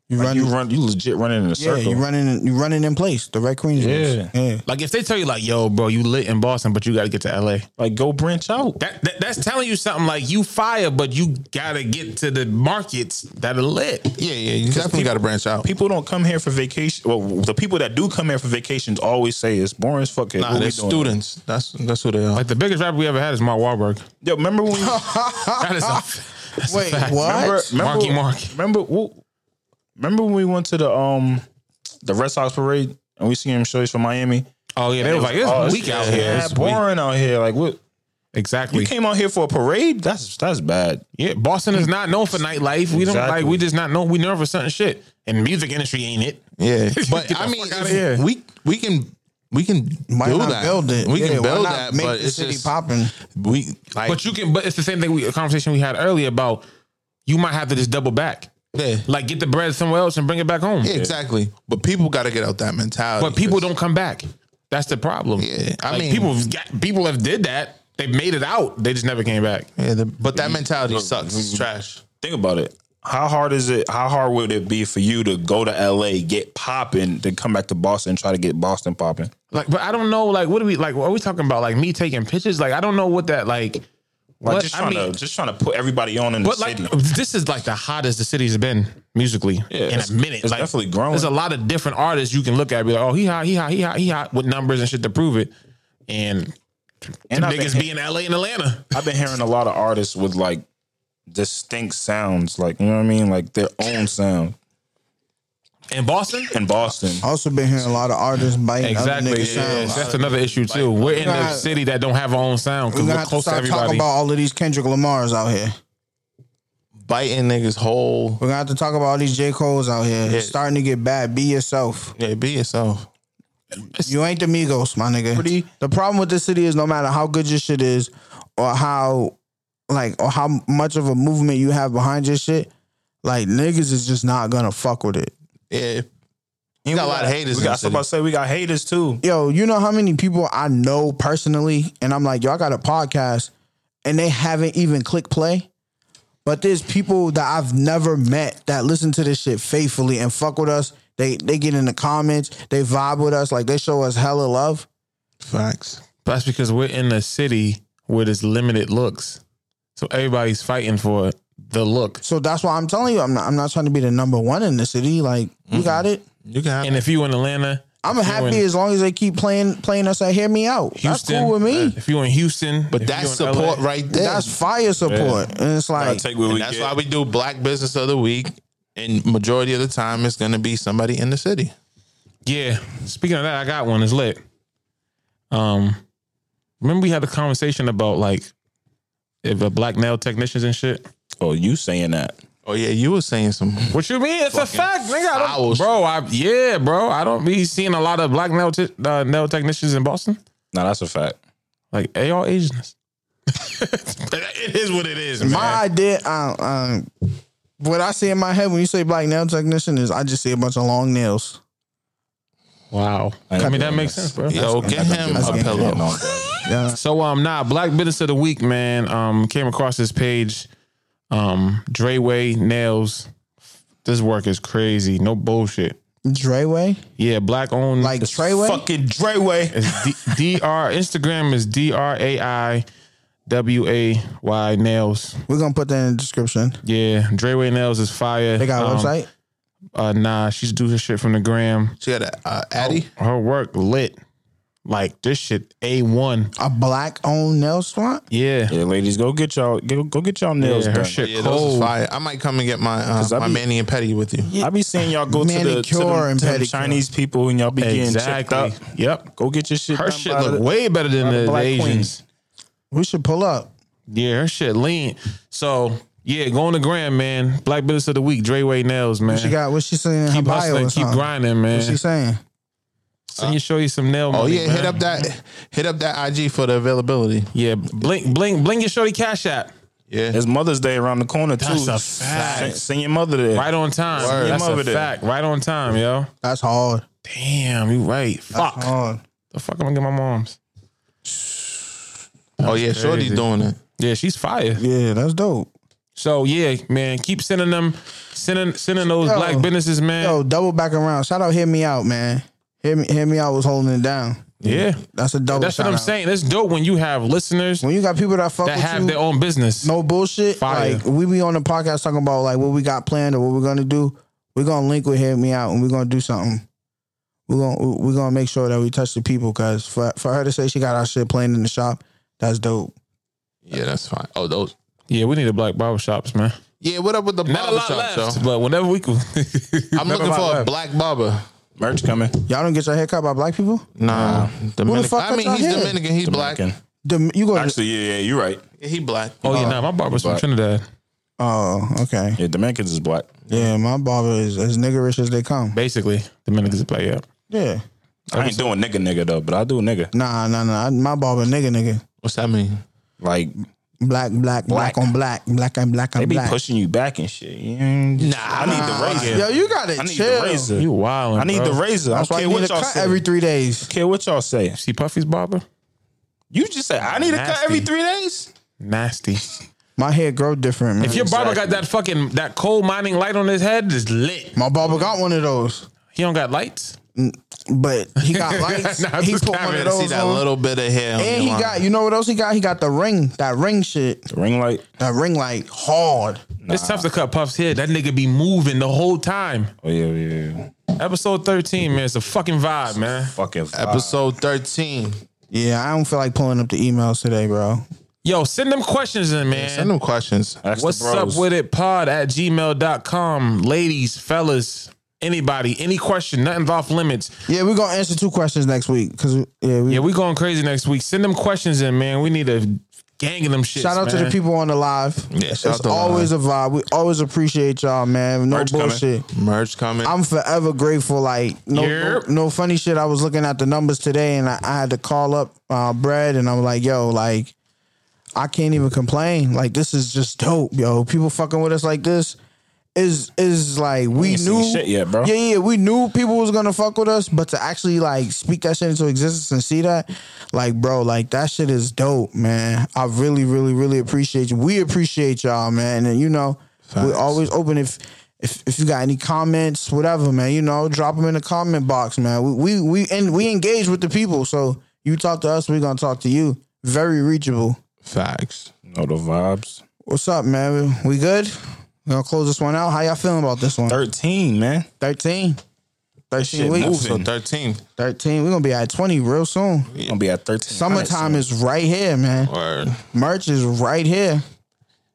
[SPEAKER 3] You
[SPEAKER 4] like,
[SPEAKER 3] run,
[SPEAKER 4] you run, you legit running in a
[SPEAKER 3] yeah,
[SPEAKER 4] circle.
[SPEAKER 3] you running, you running in place. The red queens race. Yeah,
[SPEAKER 6] Like if they tell you like, yo, bro, you lit in Boston, but you got to get to LA.
[SPEAKER 4] Like go branch out.
[SPEAKER 6] That, that that's telling you something like you fire, but you gotta get to the markets that are lit.
[SPEAKER 5] yeah, yeah. You definitely got to branch out.
[SPEAKER 4] People don't come here for vacation. Well, the people that do come here for vacations always say it's boring as fuck. here.
[SPEAKER 5] Nah,
[SPEAKER 4] What we
[SPEAKER 5] they're
[SPEAKER 4] doing?
[SPEAKER 5] students. That's that's who they are.
[SPEAKER 6] Like the biggest rapper we ever had is Mark Wahlberg.
[SPEAKER 4] Yo, remember when? we-
[SPEAKER 6] That is a, that's
[SPEAKER 3] Wait,
[SPEAKER 6] a fact.
[SPEAKER 3] what?
[SPEAKER 4] remember, remember,
[SPEAKER 6] Marky Mark.
[SPEAKER 4] Remember, wh- remember when we went to the um the Red Sox parade and we seen him shows from Miami?
[SPEAKER 6] Oh yeah, they was like, it's
[SPEAKER 4] Oh,
[SPEAKER 6] weak out
[SPEAKER 4] yeah,
[SPEAKER 6] here.
[SPEAKER 4] Yeah,
[SPEAKER 6] It's weak.
[SPEAKER 4] boring out here. Like what?
[SPEAKER 6] Exactly.
[SPEAKER 4] You came out here for a parade? That's that's bad.
[SPEAKER 6] Yeah, Boston is not known for nightlife. We don't
[SPEAKER 4] Exactly.
[SPEAKER 6] like. We just not known. We nervous for certain shit, and the music industry ain't it.
[SPEAKER 5] Yeah,
[SPEAKER 6] Get the
[SPEAKER 5] but I mean,
[SPEAKER 6] fuck
[SPEAKER 5] if
[SPEAKER 6] outta here.
[SPEAKER 5] we we can we can
[SPEAKER 3] Might
[SPEAKER 5] do
[SPEAKER 3] not
[SPEAKER 5] that.
[SPEAKER 3] build it.
[SPEAKER 5] We
[SPEAKER 3] Yeah,
[SPEAKER 5] can
[SPEAKER 3] why
[SPEAKER 5] build
[SPEAKER 3] not
[SPEAKER 5] that,
[SPEAKER 3] make
[SPEAKER 5] but
[SPEAKER 3] the
[SPEAKER 5] it's
[SPEAKER 3] city
[SPEAKER 5] just
[SPEAKER 3] popping.
[SPEAKER 5] we like.
[SPEAKER 6] But you can. But it's the same thing. We a conversation we had earlier about you might have to just double back,
[SPEAKER 5] yeah,
[SPEAKER 6] like get the bread somewhere else and bring it back home.
[SPEAKER 5] yeah, exactly. But people got to get out that mentality.
[SPEAKER 6] But people
[SPEAKER 5] 'cause-
[SPEAKER 6] don't come back. That's the problem.
[SPEAKER 5] Yeah, I
[SPEAKER 6] like,
[SPEAKER 5] mean-
[SPEAKER 6] people have got, people have did that. They made it out. They just never came back.
[SPEAKER 5] Yeah, the, but that mentality sucks. It's trash.
[SPEAKER 4] Think about it. How hard is it? How hard would it be for you to go to LA, get popping, then come back to Boston and try to get Boston popping?
[SPEAKER 6] Like, but I don't know. Like, what do we like? What are we talking about? Like me taking pictures? Like, I don't know what that like.
[SPEAKER 4] Like
[SPEAKER 6] what-
[SPEAKER 4] just
[SPEAKER 6] I
[SPEAKER 4] trying
[SPEAKER 6] mean-
[SPEAKER 4] to just trying to put everybody on in
[SPEAKER 6] But
[SPEAKER 4] the
[SPEAKER 6] like
[SPEAKER 4] city.
[SPEAKER 6] this is like the hottest the city's been musically in
[SPEAKER 4] it's-
[SPEAKER 6] a minute.
[SPEAKER 4] it's
[SPEAKER 6] like,
[SPEAKER 4] definitely growing.
[SPEAKER 6] There's a lot of different artists you can look at and be like, oh, he hot, he hot, he hot, he hot with numbers and shit to prove it. And,
[SPEAKER 4] And I've been
[SPEAKER 6] niggas
[SPEAKER 4] hea-
[SPEAKER 6] be in LA and Atlanta.
[SPEAKER 4] I've been hearing a lot of artists with like distinct sounds, like you know what I mean, like their own sound
[SPEAKER 6] And Boston?
[SPEAKER 4] in Boston.
[SPEAKER 3] Also been hearing a lot of artists biting
[SPEAKER 6] Exactly.
[SPEAKER 3] other
[SPEAKER 6] Yeah,
[SPEAKER 3] niggas' sounds.
[SPEAKER 6] That's another issue too. we're in a
[SPEAKER 3] gotta-
[SPEAKER 6] city that don't have our own sound
[SPEAKER 3] We're
[SPEAKER 6] because
[SPEAKER 3] gonna
[SPEAKER 6] we're
[SPEAKER 3] have to
[SPEAKER 6] close to
[SPEAKER 3] start talking
[SPEAKER 6] everybody.
[SPEAKER 3] about all of these Kendrick Lamar's out here.
[SPEAKER 5] Biting niggas whole.
[SPEAKER 3] We're gonna have to talk about all these J Cole's out here. It's starting to get bad. Be yourself.
[SPEAKER 5] Yeah, be yourself.
[SPEAKER 3] You ain't the Migos, my nigga. The problem with this city is no matter how good your shit is, or how like or how much of a movement you have behind your shit, like niggas is just not gonna fuck with it.
[SPEAKER 5] Yeah, you got a lot of haters.
[SPEAKER 4] We
[SPEAKER 5] in the
[SPEAKER 4] got
[SPEAKER 5] city.
[SPEAKER 4] somebody say we got haters too.
[SPEAKER 3] Yo, you know how many people I know personally, and I'm like, yo, I got a podcast, and they haven't even clicked play. But there's people that I've never met that listen to this shit faithfully and fuck with us. They they get in the comments, they vibe with us, like they show us hella love.
[SPEAKER 5] facts.
[SPEAKER 6] But That's because we're in a city where there's limited looks. So everybody's fighting for the look.
[SPEAKER 3] So that's why I'm telling you, I'm not, I'm not trying to be the number one in the city. Like you got it.
[SPEAKER 5] You can have
[SPEAKER 6] And if you in Atlanta,
[SPEAKER 3] I'm
[SPEAKER 6] if you
[SPEAKER 3] happy
[SPEAKER 6] in
[SPEAKER 3] as long as they keep playing playing us at Hear Me Out. that's
[SPEAKER 6] Houston, uh,
[SPEAKER 3] cool with me.
[SPEAKER 6] If you in Houston,
[SPEAKER 5] But
[SPEAKER 6] if
[SPEAKER 5] that's
[SPEAKER 6] you in LA,
[SPEAKER 5] support right there.
[SPEAKER 3] That's fire support. And it's
[SPEAKER 4] I
[SPEAKER 3] like
[SPEAKER 4] take what
[SPEAKER 5] and
[SPEAKER 4] we
[SPEAKER 5] that's
[SPEAKER 4] get.
[SPEAKER 5] why we do Black Business of the Week. And majority of the time, it's going to be somebody in the city.
[SPEAKER 6] Yeah. Speaking of that, I got one. It's lit. Um, remember we had a conversation about like if a black nail technicians and shit.
[SPEAKER 4] oh, you saying that?
[SPEAKER 5] Oh yeah, you were saying some.
[SPEAKER 6] What you mean? It's a fact, nigga. I
[SPEAKER 5] foul
[SPEAKER 6] don't, bro, I yeah, bro. I don't be seeing a lot of black nail te- uh, nail technicians in Boston.
[SPEAKER 4] Nah, that's a fact.
[SPEAKER 6] Like they all Asians. it is what it is, man.
[SPEAKER 3] my idea. Um, um, what I see in my head when you say black nail technician is I just see a bunch of long nails.
[SPEAKER 6] wow. I mean that makes sense, bro.
[SPEAKER 5] Yo, get him
[SPEAKER 3] that's
[SPEAKER 5] a
[SPEAKER 3] getting
[SPEAKER 5] pillow.
[SPEAKER 6] So um nah, Black Business of the Week, man. Um came across this page. Um Dreyway Nails. This work is crazy. No bullshit.
[SPEAKER 3] Dreyway,
[SPEAKER 6] Yeah, black owned
[SPEAKER 3] like Treyway.
[SPEAKER 4] Fucking Dreyway.
[SPEAKER 6] it's D- DR Instagram is D R A I W A Y Nails.
[SPEAKER 3] We're gonna put that in the description.
[SPEAKER 6] Yeah, Dreyway Nails is fire.
[SPEAKER 3] They got a
[SPEAKER 6] Um,
[SPEAKER 3] website.
[SPEAKER 6] Uh, nah, she's doing shit from the gram.
[SPEAKER 5] She got a uh, Addy.
[SPEAKER 6] Her work lit. Like this shit A one.
[SPEAKER 3] A black owned nail salon.
[SPEAKER 6] Yeah.
[SPEAKER 2] Yeah, ladies, go get y'all go, go get y'all nails
[SPEAKER 6] Yeah, her
[SPEAKER 2] done.
[SPEAKER 6] shit
[SPEAKER 5] Yeah, those is
[SPEAKER 6] cold.
[SPEAKER 5] fire. I might come and get my uh,
[SPEAKER 2] 'Cause I
[SPEAKER 5] my
[SPEAKER 2] be-
[SPEAKER 5] Manny and Petty with you.
[SPEAKER 2] I be seeing y'all go to the, to,
[SPEAKER 3] Manicure
[SPEAKER 2] the,
[SPEAKER 3] and
[SPEAKER 2] to the
[SPEAKER 3] pedicure.
[SPEAKER 2] Chinese people and y'all be
[SPEAKER 6] Exactly.
[SPEAKER 2] getting chipped up.
[SPEAKER 6] Yep.
[SPEAKER 2] Go get your shit.
[SPEAKER 6] Her
[SPEAKER 2] done
[SPEAKER 6] shit
[SPEAKER 2] by
[SPEAKER 6] look
[SPEAKER 2] the-
[SPEAKER 6] way better than
[SPEAKER 2] by the
[SPEAKER 6] the, the
[SPEAKER 2] Black
[SPEAKER 6] Asians.
[SPEAKER 2] Queen.
[SPEAKER 3] We should pull up.
[SPEAKER 6] Yeah, her shit lean. So yeah, go on the gram, man. Black business of the week, Dre Way Nails, man.
[SPEAKER 3] She got what she saying in her
[SPEAKER 6] keep
[SPEAKER 3] bio
[SPEAKER 6] hustling,
[SPEAKER 3] or
[SPEAKER 6] keep
[SPEAKER 3] something.
[SPEAKER 6] grinding,
[SPEAKER 3] What she
[SPEAKER 6] man.
[SPEAKER 3] saying?
[SPEAKER 6] So you show you some nail.
[SPEAKER 5] Oh
[SPEAKER 6] money,
[SPEAKER 5] yeah,
[SPEAKER 6] man.
[SPEAKER 5] hit up that hit up that IG for the availability.
[SPEAKER 6] Yeah, blink, blink, blink your shorty cash app
[SPEAKER 5] Yeah,
[SPEAKER 2] It's Mother's Day around the corner too.
[SPEAKER 6] That's a
[SPEAKER 2] Send,
[SPEAKER 6] fact.
[SPEAKER 2] send your mother there.
[SPEAKER 6] right on time.
[SPEAKER 5] Word.
[SPEAKER 6] That's
[SPEAKER 2] Over
[SPEAKER 6] a
[SPEAKER 2] there.
[SPEAKER 6] fact. Right on time, yo.
[SPEAKER 3] That's hard.
[SPEAKER 6] Damn, you right. Fuck.
[SPEAKER 3] That's hard.
[SPEAKER 6] The fuck I'm gonna get my mom's.
[SPEAKER 5] oh yeah, Shorty's
[SPEAKER 6] crazy.
[SPEAKER 5] doing it.
[SPEAKER 6] Yeah, she's fire.
[SPEAKER 3] Yeah, that's dope.
[SPEAKER 6] So yeah, man, keep sending them, sending sending those
[SPEAKER 3] Yo.
[SPEAKER 6] black businesses, man.
[SPEAKER 3] Yo, double back around. Shout out, hear me out, man. Hear me, hear me out was holding it down.
[SPEAKER 6] Yeah,
[SPEAKER 3] That's a double.
[SPEAKER 6] that's what
[SPEAKER 3] shout
[SPEAKER 6] I'm
[SPEAKER 3] out.
[SPEAKER 6] saying. It's dope when you have listeners
[SPEAKER 3] When you got people that fuck
[SPEAKER 6] that
[SPEAKER 3] with
[SPEAKER 6] have
[SPEAKER 3] you,
[SPEAKER 6] their own business.
[SPEAKER 3] no bullshit.
[SPEAKER 6] Fire.
[SPEAKER 3] Like we be on the podcast talking about like what we got planned or what we're gonna do. We're gonna link with Hear Me Out and we're gonna do something. We're gonna we're gonna make sure that we touch the people because for for her to say she got our shit playing in the shop, that's dope.
[SPEAKER 5] Yeah, that's fine. Oh those.
[SPEAKER 6] Yeah, we need a black barbershops, man.
[SPEAKER 5] Yeah, what up with the
[SPEAKER 6] Not a lot
[SPEAKER 5] barbershop
[SPEAKER 6] left,
[SPEAKER 5] though?
[SPEAKER 6] but whenever we can.
[SPEAKER 5] I'm looking for a black barber.
[SPEAKER 2] Merch coming.
[SPEAKER 3] Y'all don't get your hair cut by black people.
[SPEAKER 5] Nah, Dominican.
[SPEAKER 3] fuck
[SPEAKER 5] I
[SPEAKER 3] cut
[SPEAKER 5] mean,
[SPEAKER 3] y'all
[SPEAKER 5] he's
[SPEAKER 3] hair?
[SPEAKER 5] Dominican. He's black.
[SPEAKER 2] Dominican.
[SPEAKER 3] The, you go. To,
[SPEAKER 2] Actually, yeah, yeah, you're right.
[SPEAKER 5] Yeah, He black. Uh,
[SPEAKER 6] Oh yeah, nah, my barber's from Trinidad.
[SPEAKER 3] oh, okay.
[SPEAKER 2] Yeah, Dominicans is black.
[SPEAKER 3] Yeah, my barber is as niggerish as they come.
[SPEAKER 6] Basically, Dominicans play up.
[SPEAKER 3] Yeah.
[SPEAKER 2] I ain't doing nigga nigga though, but I do nigga.
[SPEAKER 3] Nah, nah, nah. My barber, nigga, nigga.
[SPEAKER 5] What's that mean?
[SPEAKER 2] Like
[SPEAKER 3] Black, black, black,
[SPEAKER 2] Black.
[SPEAKER 3] on black, black on black
[SPEAKER 2] they
[SPEAKER 3] on
[SPEAKER 2] be
[SPEAKER 3] black.
[SPEAKER 2] pushing you back and shit. You ain't-
[SPEAKER 5] Nah,
[SPEAKER 2] I need the razor.
[SPEAKER 3] Yo, you gotta
[SPEAKER 2] I need
[SPEAKER 3] chill.
[SPEAKER 2] the razor.
[SPEAKER 6] You wild.
[SPEAKER 2] I need the
[SPEAKER 6] race.
[SPEAKER 2] razor. I
[SPEAKER 3] That's
[SPEAKER 2] don't
[SPEAKER 3] why
[SPEAKER 2] care
[SPEAKER 3] you need
[SPEAKER 2] what
[SPEAKER 3] a
[SPEAKER 2] y'all
[SPEAKER 3] cut
[SPEAKER 2] say.
[SPEAKER 3] every three days.
[SPEAKER 2] care what y'all say.
[SPEAKER 6] See Puffy's barber?
[SPEAKER 2] You just say I need a cut
[SPEAKER 6] Nasty.
[SPEAKER 2] every three days.
[SPEAKER 6] Nasty.
[SPEAKER 3] My hair grow different, man.
[SPEAKER 6] If your barber got that fucking that coal mining light on his head, it's lit.
[SPEAKER 3] My barber got one of those,
[SPEAKER 6] He don't got lights.
[SPEAKER 3] but he got lights.
[SPEAKER 6] Nah,
[SPEAKER 3] he
[SPEAKER 6] just
[SPEAKER 3] put
[SPEAKER 6] having
[SPEAKER 3] one of
[SPEAKER 6] to see
[SPEAKER 5] See
[SPEAKER 3] those
[SPEAKER 5] that
[SPEAKER 3] on.
[SPEAKER 5] little bit of hair. on
[SPEAKER 3] and
[SPEAKER 5] your
[SPEAKER 3] he
[SPEAKER 5] line.
[SPEAKER 3] got, you know what else he got? He got the ring, that ring shit,
[SPEAKER 2] The ring light.
[SPEAKER 3] that ring like hard.
[SPEAKER 6] It's tough to cut Puff's head. That nigga be moving the whole time.
[SPEAKER 2] Oh yeah, yeah. yeah.
[SPEAKER 6] Episode 13, man. It's a fucking vibe, man.
[SPEAKER 2] Fucking
[SPEAKER 5] episode thirteen.
[SPEAKER 3] Yeah, I don't feel like pulling up the emails today, bro.
[SPEAKER 6] Yo, send them questions in, man.
[SPEAKER 5] Send them questions.
[SPEAKER 2] Ask the
[SPEAKER 6] What's up
[SPEAKER 2] bros.
[SPEAKER 6] with it? Pod at gmail.com. Ladies, fellas, anybody, any question, nothing's off limits.
[SPEAKER 3] Yeah, we're gonna answer two questions next week because yeah, we,
[SPEAKER 6] Yeah, we going crazy next week. Send them questions in, man. We need a gang of them shit.
[SPEAKER 3] Shout out to the people on the live.
[SPEAKER 5] Yeah, shout out
[SPEAKER 3] it's
[SPEAKER 5] to the
[SPEAKER 3] always a vibe. We always appreciate y'all, man. No
[SPEAKER 2] Merch coming.
[SPEAKER 3] bullshit.
[SPEAKER 5] Merch coming.
[SPEAKER 3] I'm forever grateful. Like no,
[SPEAKER 6] Yep.
[SPEAKER 3] no, no funny shit. I was looking at the numbers today, and I, I had to call up uh, Brad, and I'm like, yo, like I can't even complain. Like this is just dope, yo. People fucking with us like this is is like we
[SPEAKER 2] ain't seen
[SPEAKER 3] knew
[SPEAKER 2] shit yet, bro.
[SPEAKER 3] Yeah, yeah, we knew people was gonna fuck with us, but to actually like speak that shit into existence and see that, like, bro, like that shit is dope, man. I really, really, really appreciate you. We appreciate y'all, man, and you know, we're always open if. If, if you got any comments, whatever, man, you know, drop them in the comment box, man. We we, we and we engage with the people, so you talk to us, we're gonna talk to you. Very reachable.
[SPEAKER 5] Facts.
[SPEAKER 2] Know the vibes.
[SPEAKER 3] What's up, man? We good? We gonna close this one out. How y'all feeling about this one?
[SPEAKER 2] Thirteen, man.
[SPEAKER 3] 13. 13
[SPEAKER 2] Shit
[SPEAKER 3] weeks.
[SPEAKER 5] So
[SPEAKER 2] moving.
[SPEAKER 5] thirteen.
[SPEAKER 3] 13. We're going to be at 20 real soon.
[SPEAKER 2] Gonna be at thirteen.
[SPEAKER 3] Summertime is right here, man.
[SPEAKER 5] Word.
[SPEAKER 3] Merch is right here.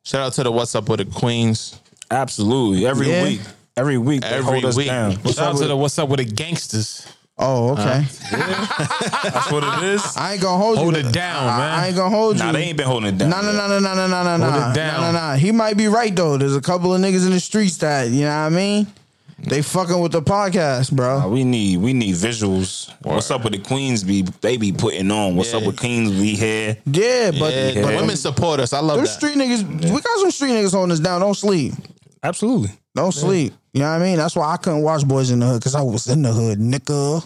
[SPEAKER 5] Shout out to the What's Up with the Queens.
[SPEAKER 2] absolutely every
[SPEAKER 3] Yeah.
[SPEAKER 2] week. Every week they
[SPEAKER 5] Every
[SPEAKER 2] hold us
[SPEAKER 5] week.
[SPEAKER 2] down.
[SPEAKER 6] Shout out to the What's Up with the Gangsters.
[SPEAKER 3] Oh, okay.
[SPEAKER 2] That's what it is.
[SPEAKER 3] I ain't going to hold,
[SPEAKER 6] Hold
[SPEAKER 3] you.
[SPEAKER 6] it down,
[SPEAKER 3] I,
[SPEAKER 6] man.
[SPEAKER 3] I ain't going to hold
[SPEAKER 2] Nah,
[SPEAKER 3] you.
[SPEAKER 2] they ain't been holding it down.
[SPEAKER 3] No, no, no, no, no, no, no, no, no.
[SPEAKER 6] it down.
[SPEAKER 3] No, no, no. He might be right, though. There's a couple of niggas in the streets that, you know what I mean? They fucking with the podcast,
[SPEAKER 2] Nah,
[SPEAKER 3] bro.
[SPEAKER 2] we need we need visuals. What's up with the Queens? Be they be putting on. What's up
[SPEAKER 5] Yeah.
[SPEAKER 2] with Queens? We here.
[SPEAKER 3] Yeah, but,
[SPEAKER 5] Yeah,
[SPEAKER 3] but
[SPEAKER 5] the women support us. I love
[SPEAKER 3] there's
[SPEAKER 5] that.
[SPEAKER 3] street niggas. We got some street niggas holding us down. Don't sleep.
[SPEAKER 2] Absolutely.
[SPEAKER 3] Don't sleep. You know what I mean? That's why I couldn't watch Boys in the Hood because I was in the hood, nigga.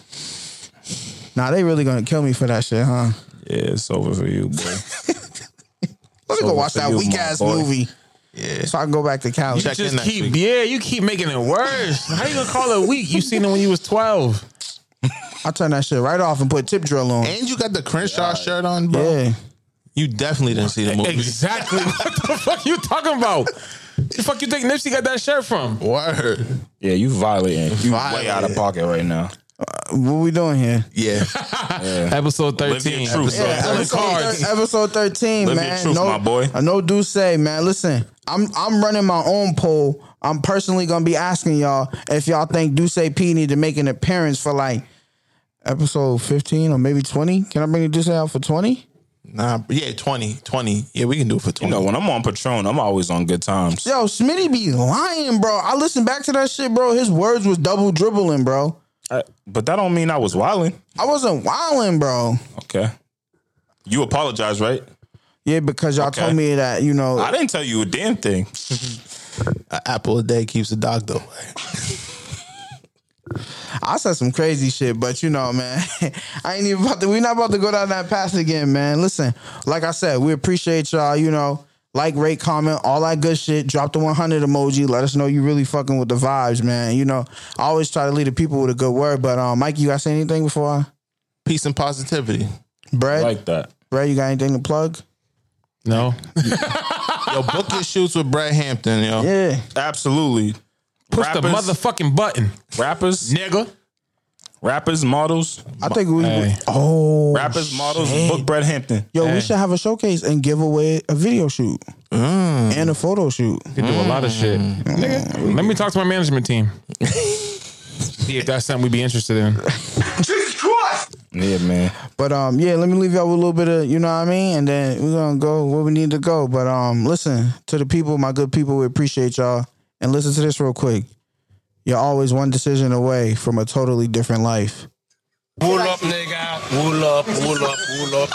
[SPEAKER 3] Nah, they really gonna kill me for that shit, huh?
[SPEAKER 2] Yeah, it's over for you, boy.
[SPEAKER 3] Let me go
[SPEAKER 2] over
[SPEAKER 3] watch
[SPEAKER 2] for
[SPEAKER 3] that
[SPEAKER 2] you,
[SPEAKER 3] weak
[SPEAKER 2] my
[SPEAKER 3] ass
[SPEAKER 2] boy.
[SPEAKER 3] movie. Yeah. So I can go back to Cali.
[SPEAKER 5] Check in
[SPEAKER 6] Just
[SPEAKER 5] next
[SPEAKER 6] keep,
[SPEAKER 5] week.
[SPEAKER 6] yeah, you keep making it worse. How you gonna call it weak? You seen it when you was 12.
[SPEAKER 3] I turn that shit right off and put tip drill on.
[SPEAKER 5] And you got the Crenshaw shirt on, bro.
[SPEAKER 3] Yeah.
[SPEAKER 5] You definitely didn't see the movie.
[SPEAKER 6] Exactly. what the fuck you talking about? The fuck you think Nipsey got that shirt from?
[SPEAKER 5] Word.
[SPEAKER 4] Yeah, you violating. You way
[SPEAKER 5] Violating.
[SPEAKER 4] out of pocket right now.
[SPEAKER 3] What we doing here?
[SPEAKER 5] Yeah.
[SPEAKER 6] Episode
[SPEAKER 4] Live your
[SPEAKER 6] thirteen.
[SPEAKER 4] truth.
[SPEAKER 3] Yeah,
[SPEAKER 5] Selling
[SPEAKER 3] episode,
[SPEAKER 5] cards.
[SPEAKER 3] thir- episode 13,
[SPEAKER 4] Live your
[SPEAKER 3] man.
[SPEAKER 4] truth,
[SPEAKER 3] no,
[SPEAKER 4] my boy.
[SPEAKER 3] uh, No do say, man. Listen, I'm I'm running my own poll. I'm personally gonna be asking y'all if y'all think do say P need to make an appearance for like episode 15 or maybe 20. Can I bring do say out for 20?
[SPEAKER 5] Nah, but yeah, 20. 20. Yeah, we can do it for 20.
[SPEAKER 4] You know, when I'm on Patron, I'm always on good times.
[SPEAKER 3] Yo, Smitty be lying, bro. I listened back to that shit, bro. His words was double dribbling, bro.
[SPEAKER 4] I- but that don't mean I was wilding.
[SPEAKER 3] I wasn't wilding, bro.
[SPEAKER 4] Okay. You apologize, right?
[SPEAKER 3] Yeah, because y'all
[SPEAKER 4] Okay.
[SPEAKER 3] told me that, you know,
[SPEAKER 4] I didn't tell you a damn thing.
[SPEAKER 5] An apple a day keeps the doctor away.
[SPEAKER 3] I said some crazy shit, but you know, man, I ain't even about to. We're not about to go down that path again, man. Listen, like I said, we appreciate y'all. You know, like, rate, comment, all that good shit. Drop the one hundred emoji. Let us know you really fucking with the vibes, man. You know, I always try to lead the people with a good word. But um, Mike, you got to say anything before I?
[SPEAKER 5] Peace and positivity.
[SPEAKER 3] Brad,
[SPEAKER 4] like that.
[SPEAKER 3] Brad, you got anything to plug?
[SPEAKER 6] No.
[SPEAKER 5] Yo, book your shoots with Brad Hampton, yo.
[SPEAKER 3] Yeah,
[SPEAKER 4] Absolutely.
[SPEAKER 6] Push the
[SPEAKER 4] Rappers.
[SPEAKER 6] motherfucking button,
[SPEAKER 4] Rappers,
[SPEAKER 6] nigga.
[SPEAKER 4] rappers, models,
[SPEAKER 3] I think we.
[SPEAKER 6] Hey.
[SPEAKER 3] Oh,
[SPEAKER 4] rappers, models, book Brett Hampton.
[SPEAKER 3] yo, we should have a showcase and give away a video shoot and a photo shoot.
[SPEAKER 6] They do a lot of shit. Nigga, let me talk to my management team. See if that's something we'd be interested in.
[SPEAKER 7] Jesus Christ!
[SPEAKER 4] Yeah, man.
[SPEAKER 3] But um, yeah, let me leave y'all with a little bit of you know what I mean, and then we're gonna go where we need to go. But um, listen to the people, my good people, we appreciate y'all. And listen to this real quick. You're always one decision away from a totally different life.
[SPEAKER 9] Wool up, nigga. Wool up, wool up, wool up.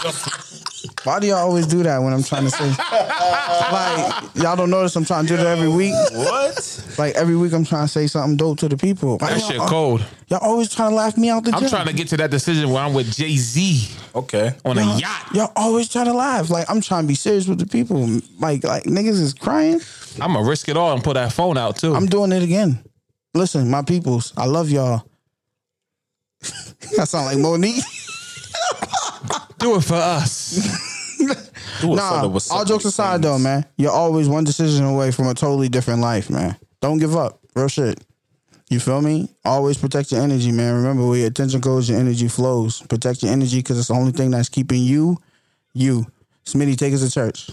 [SPEAKER 3] Why do y'all always do that when I'm trying to say? like y'all don't notice I'm trying to do that every week.
[SPEAKER 4] What?
[SPEAKER 3] Like every week I'm trying to say something dope to the people. Why
[SPEAKER 6] That
[SPEAKER 3] y'all,
[SPEAKER 6] shit cold.
[SPEAKER 3] y'all always trying to laugh me out the
[SPEAKER 6] I'm
[SPEAKER 3] gym.
[SPEAKER 6] trying to get to that decision where I'm with Jay Z
[SPEAKER 4] Okay.
[SPEAKER 6] on a yacht.
[SPEAKER 3] Y'all always trying to laugh. Like I'm trying to be serious with the people. Like like niggas is crying.
[SPEAKER 6] I'm gonna risk it all and pull that phone out too.
[SPEAKER 3] I'm doing it again. Listen, my peoples, I love y'all. I sound like Monique.
[SPEAKER 6] do it for us.
[SPEAKER 4] Do it for
[SPEAKER 3] nah,
[SPEAKER 4] the what's
[SPEAKER 3] all
[SPEAKER 4] up
[SPEAKER 3] jokes
[SPEAKER 4] with
[SPEAKER 3] aside,
[SPEAKER 4] things.
[SPEAKER 3] though, man, you're always one decision away from a totally different life, man. Don't give up. Real shit. You feel me? Always protect your energy, man. Remember, where your attention goes, your energy flows. Protect your energy because it's the only thing that's keeping you, you. Smitty, take us to church.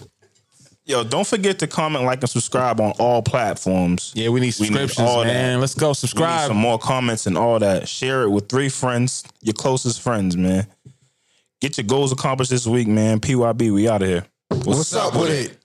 [SPEAKER 4] Yo, don't forget to comment, like, and subscribe on all platforms.
[SPEAKER 6] Yeah, we need subscriptions,
[SPEAKER 4] all that.
[SPEAKER 6] man. Let's go
[SPEAKER 4] We need
[SPEAKER 6] subscribe.
[SPEAKER 4] some more comments and all that. Share it with three friends, your closest friends, man. Get your goals accomplished this week, man. PYB, we out of here. What's,
[SPEAKER 3] with it?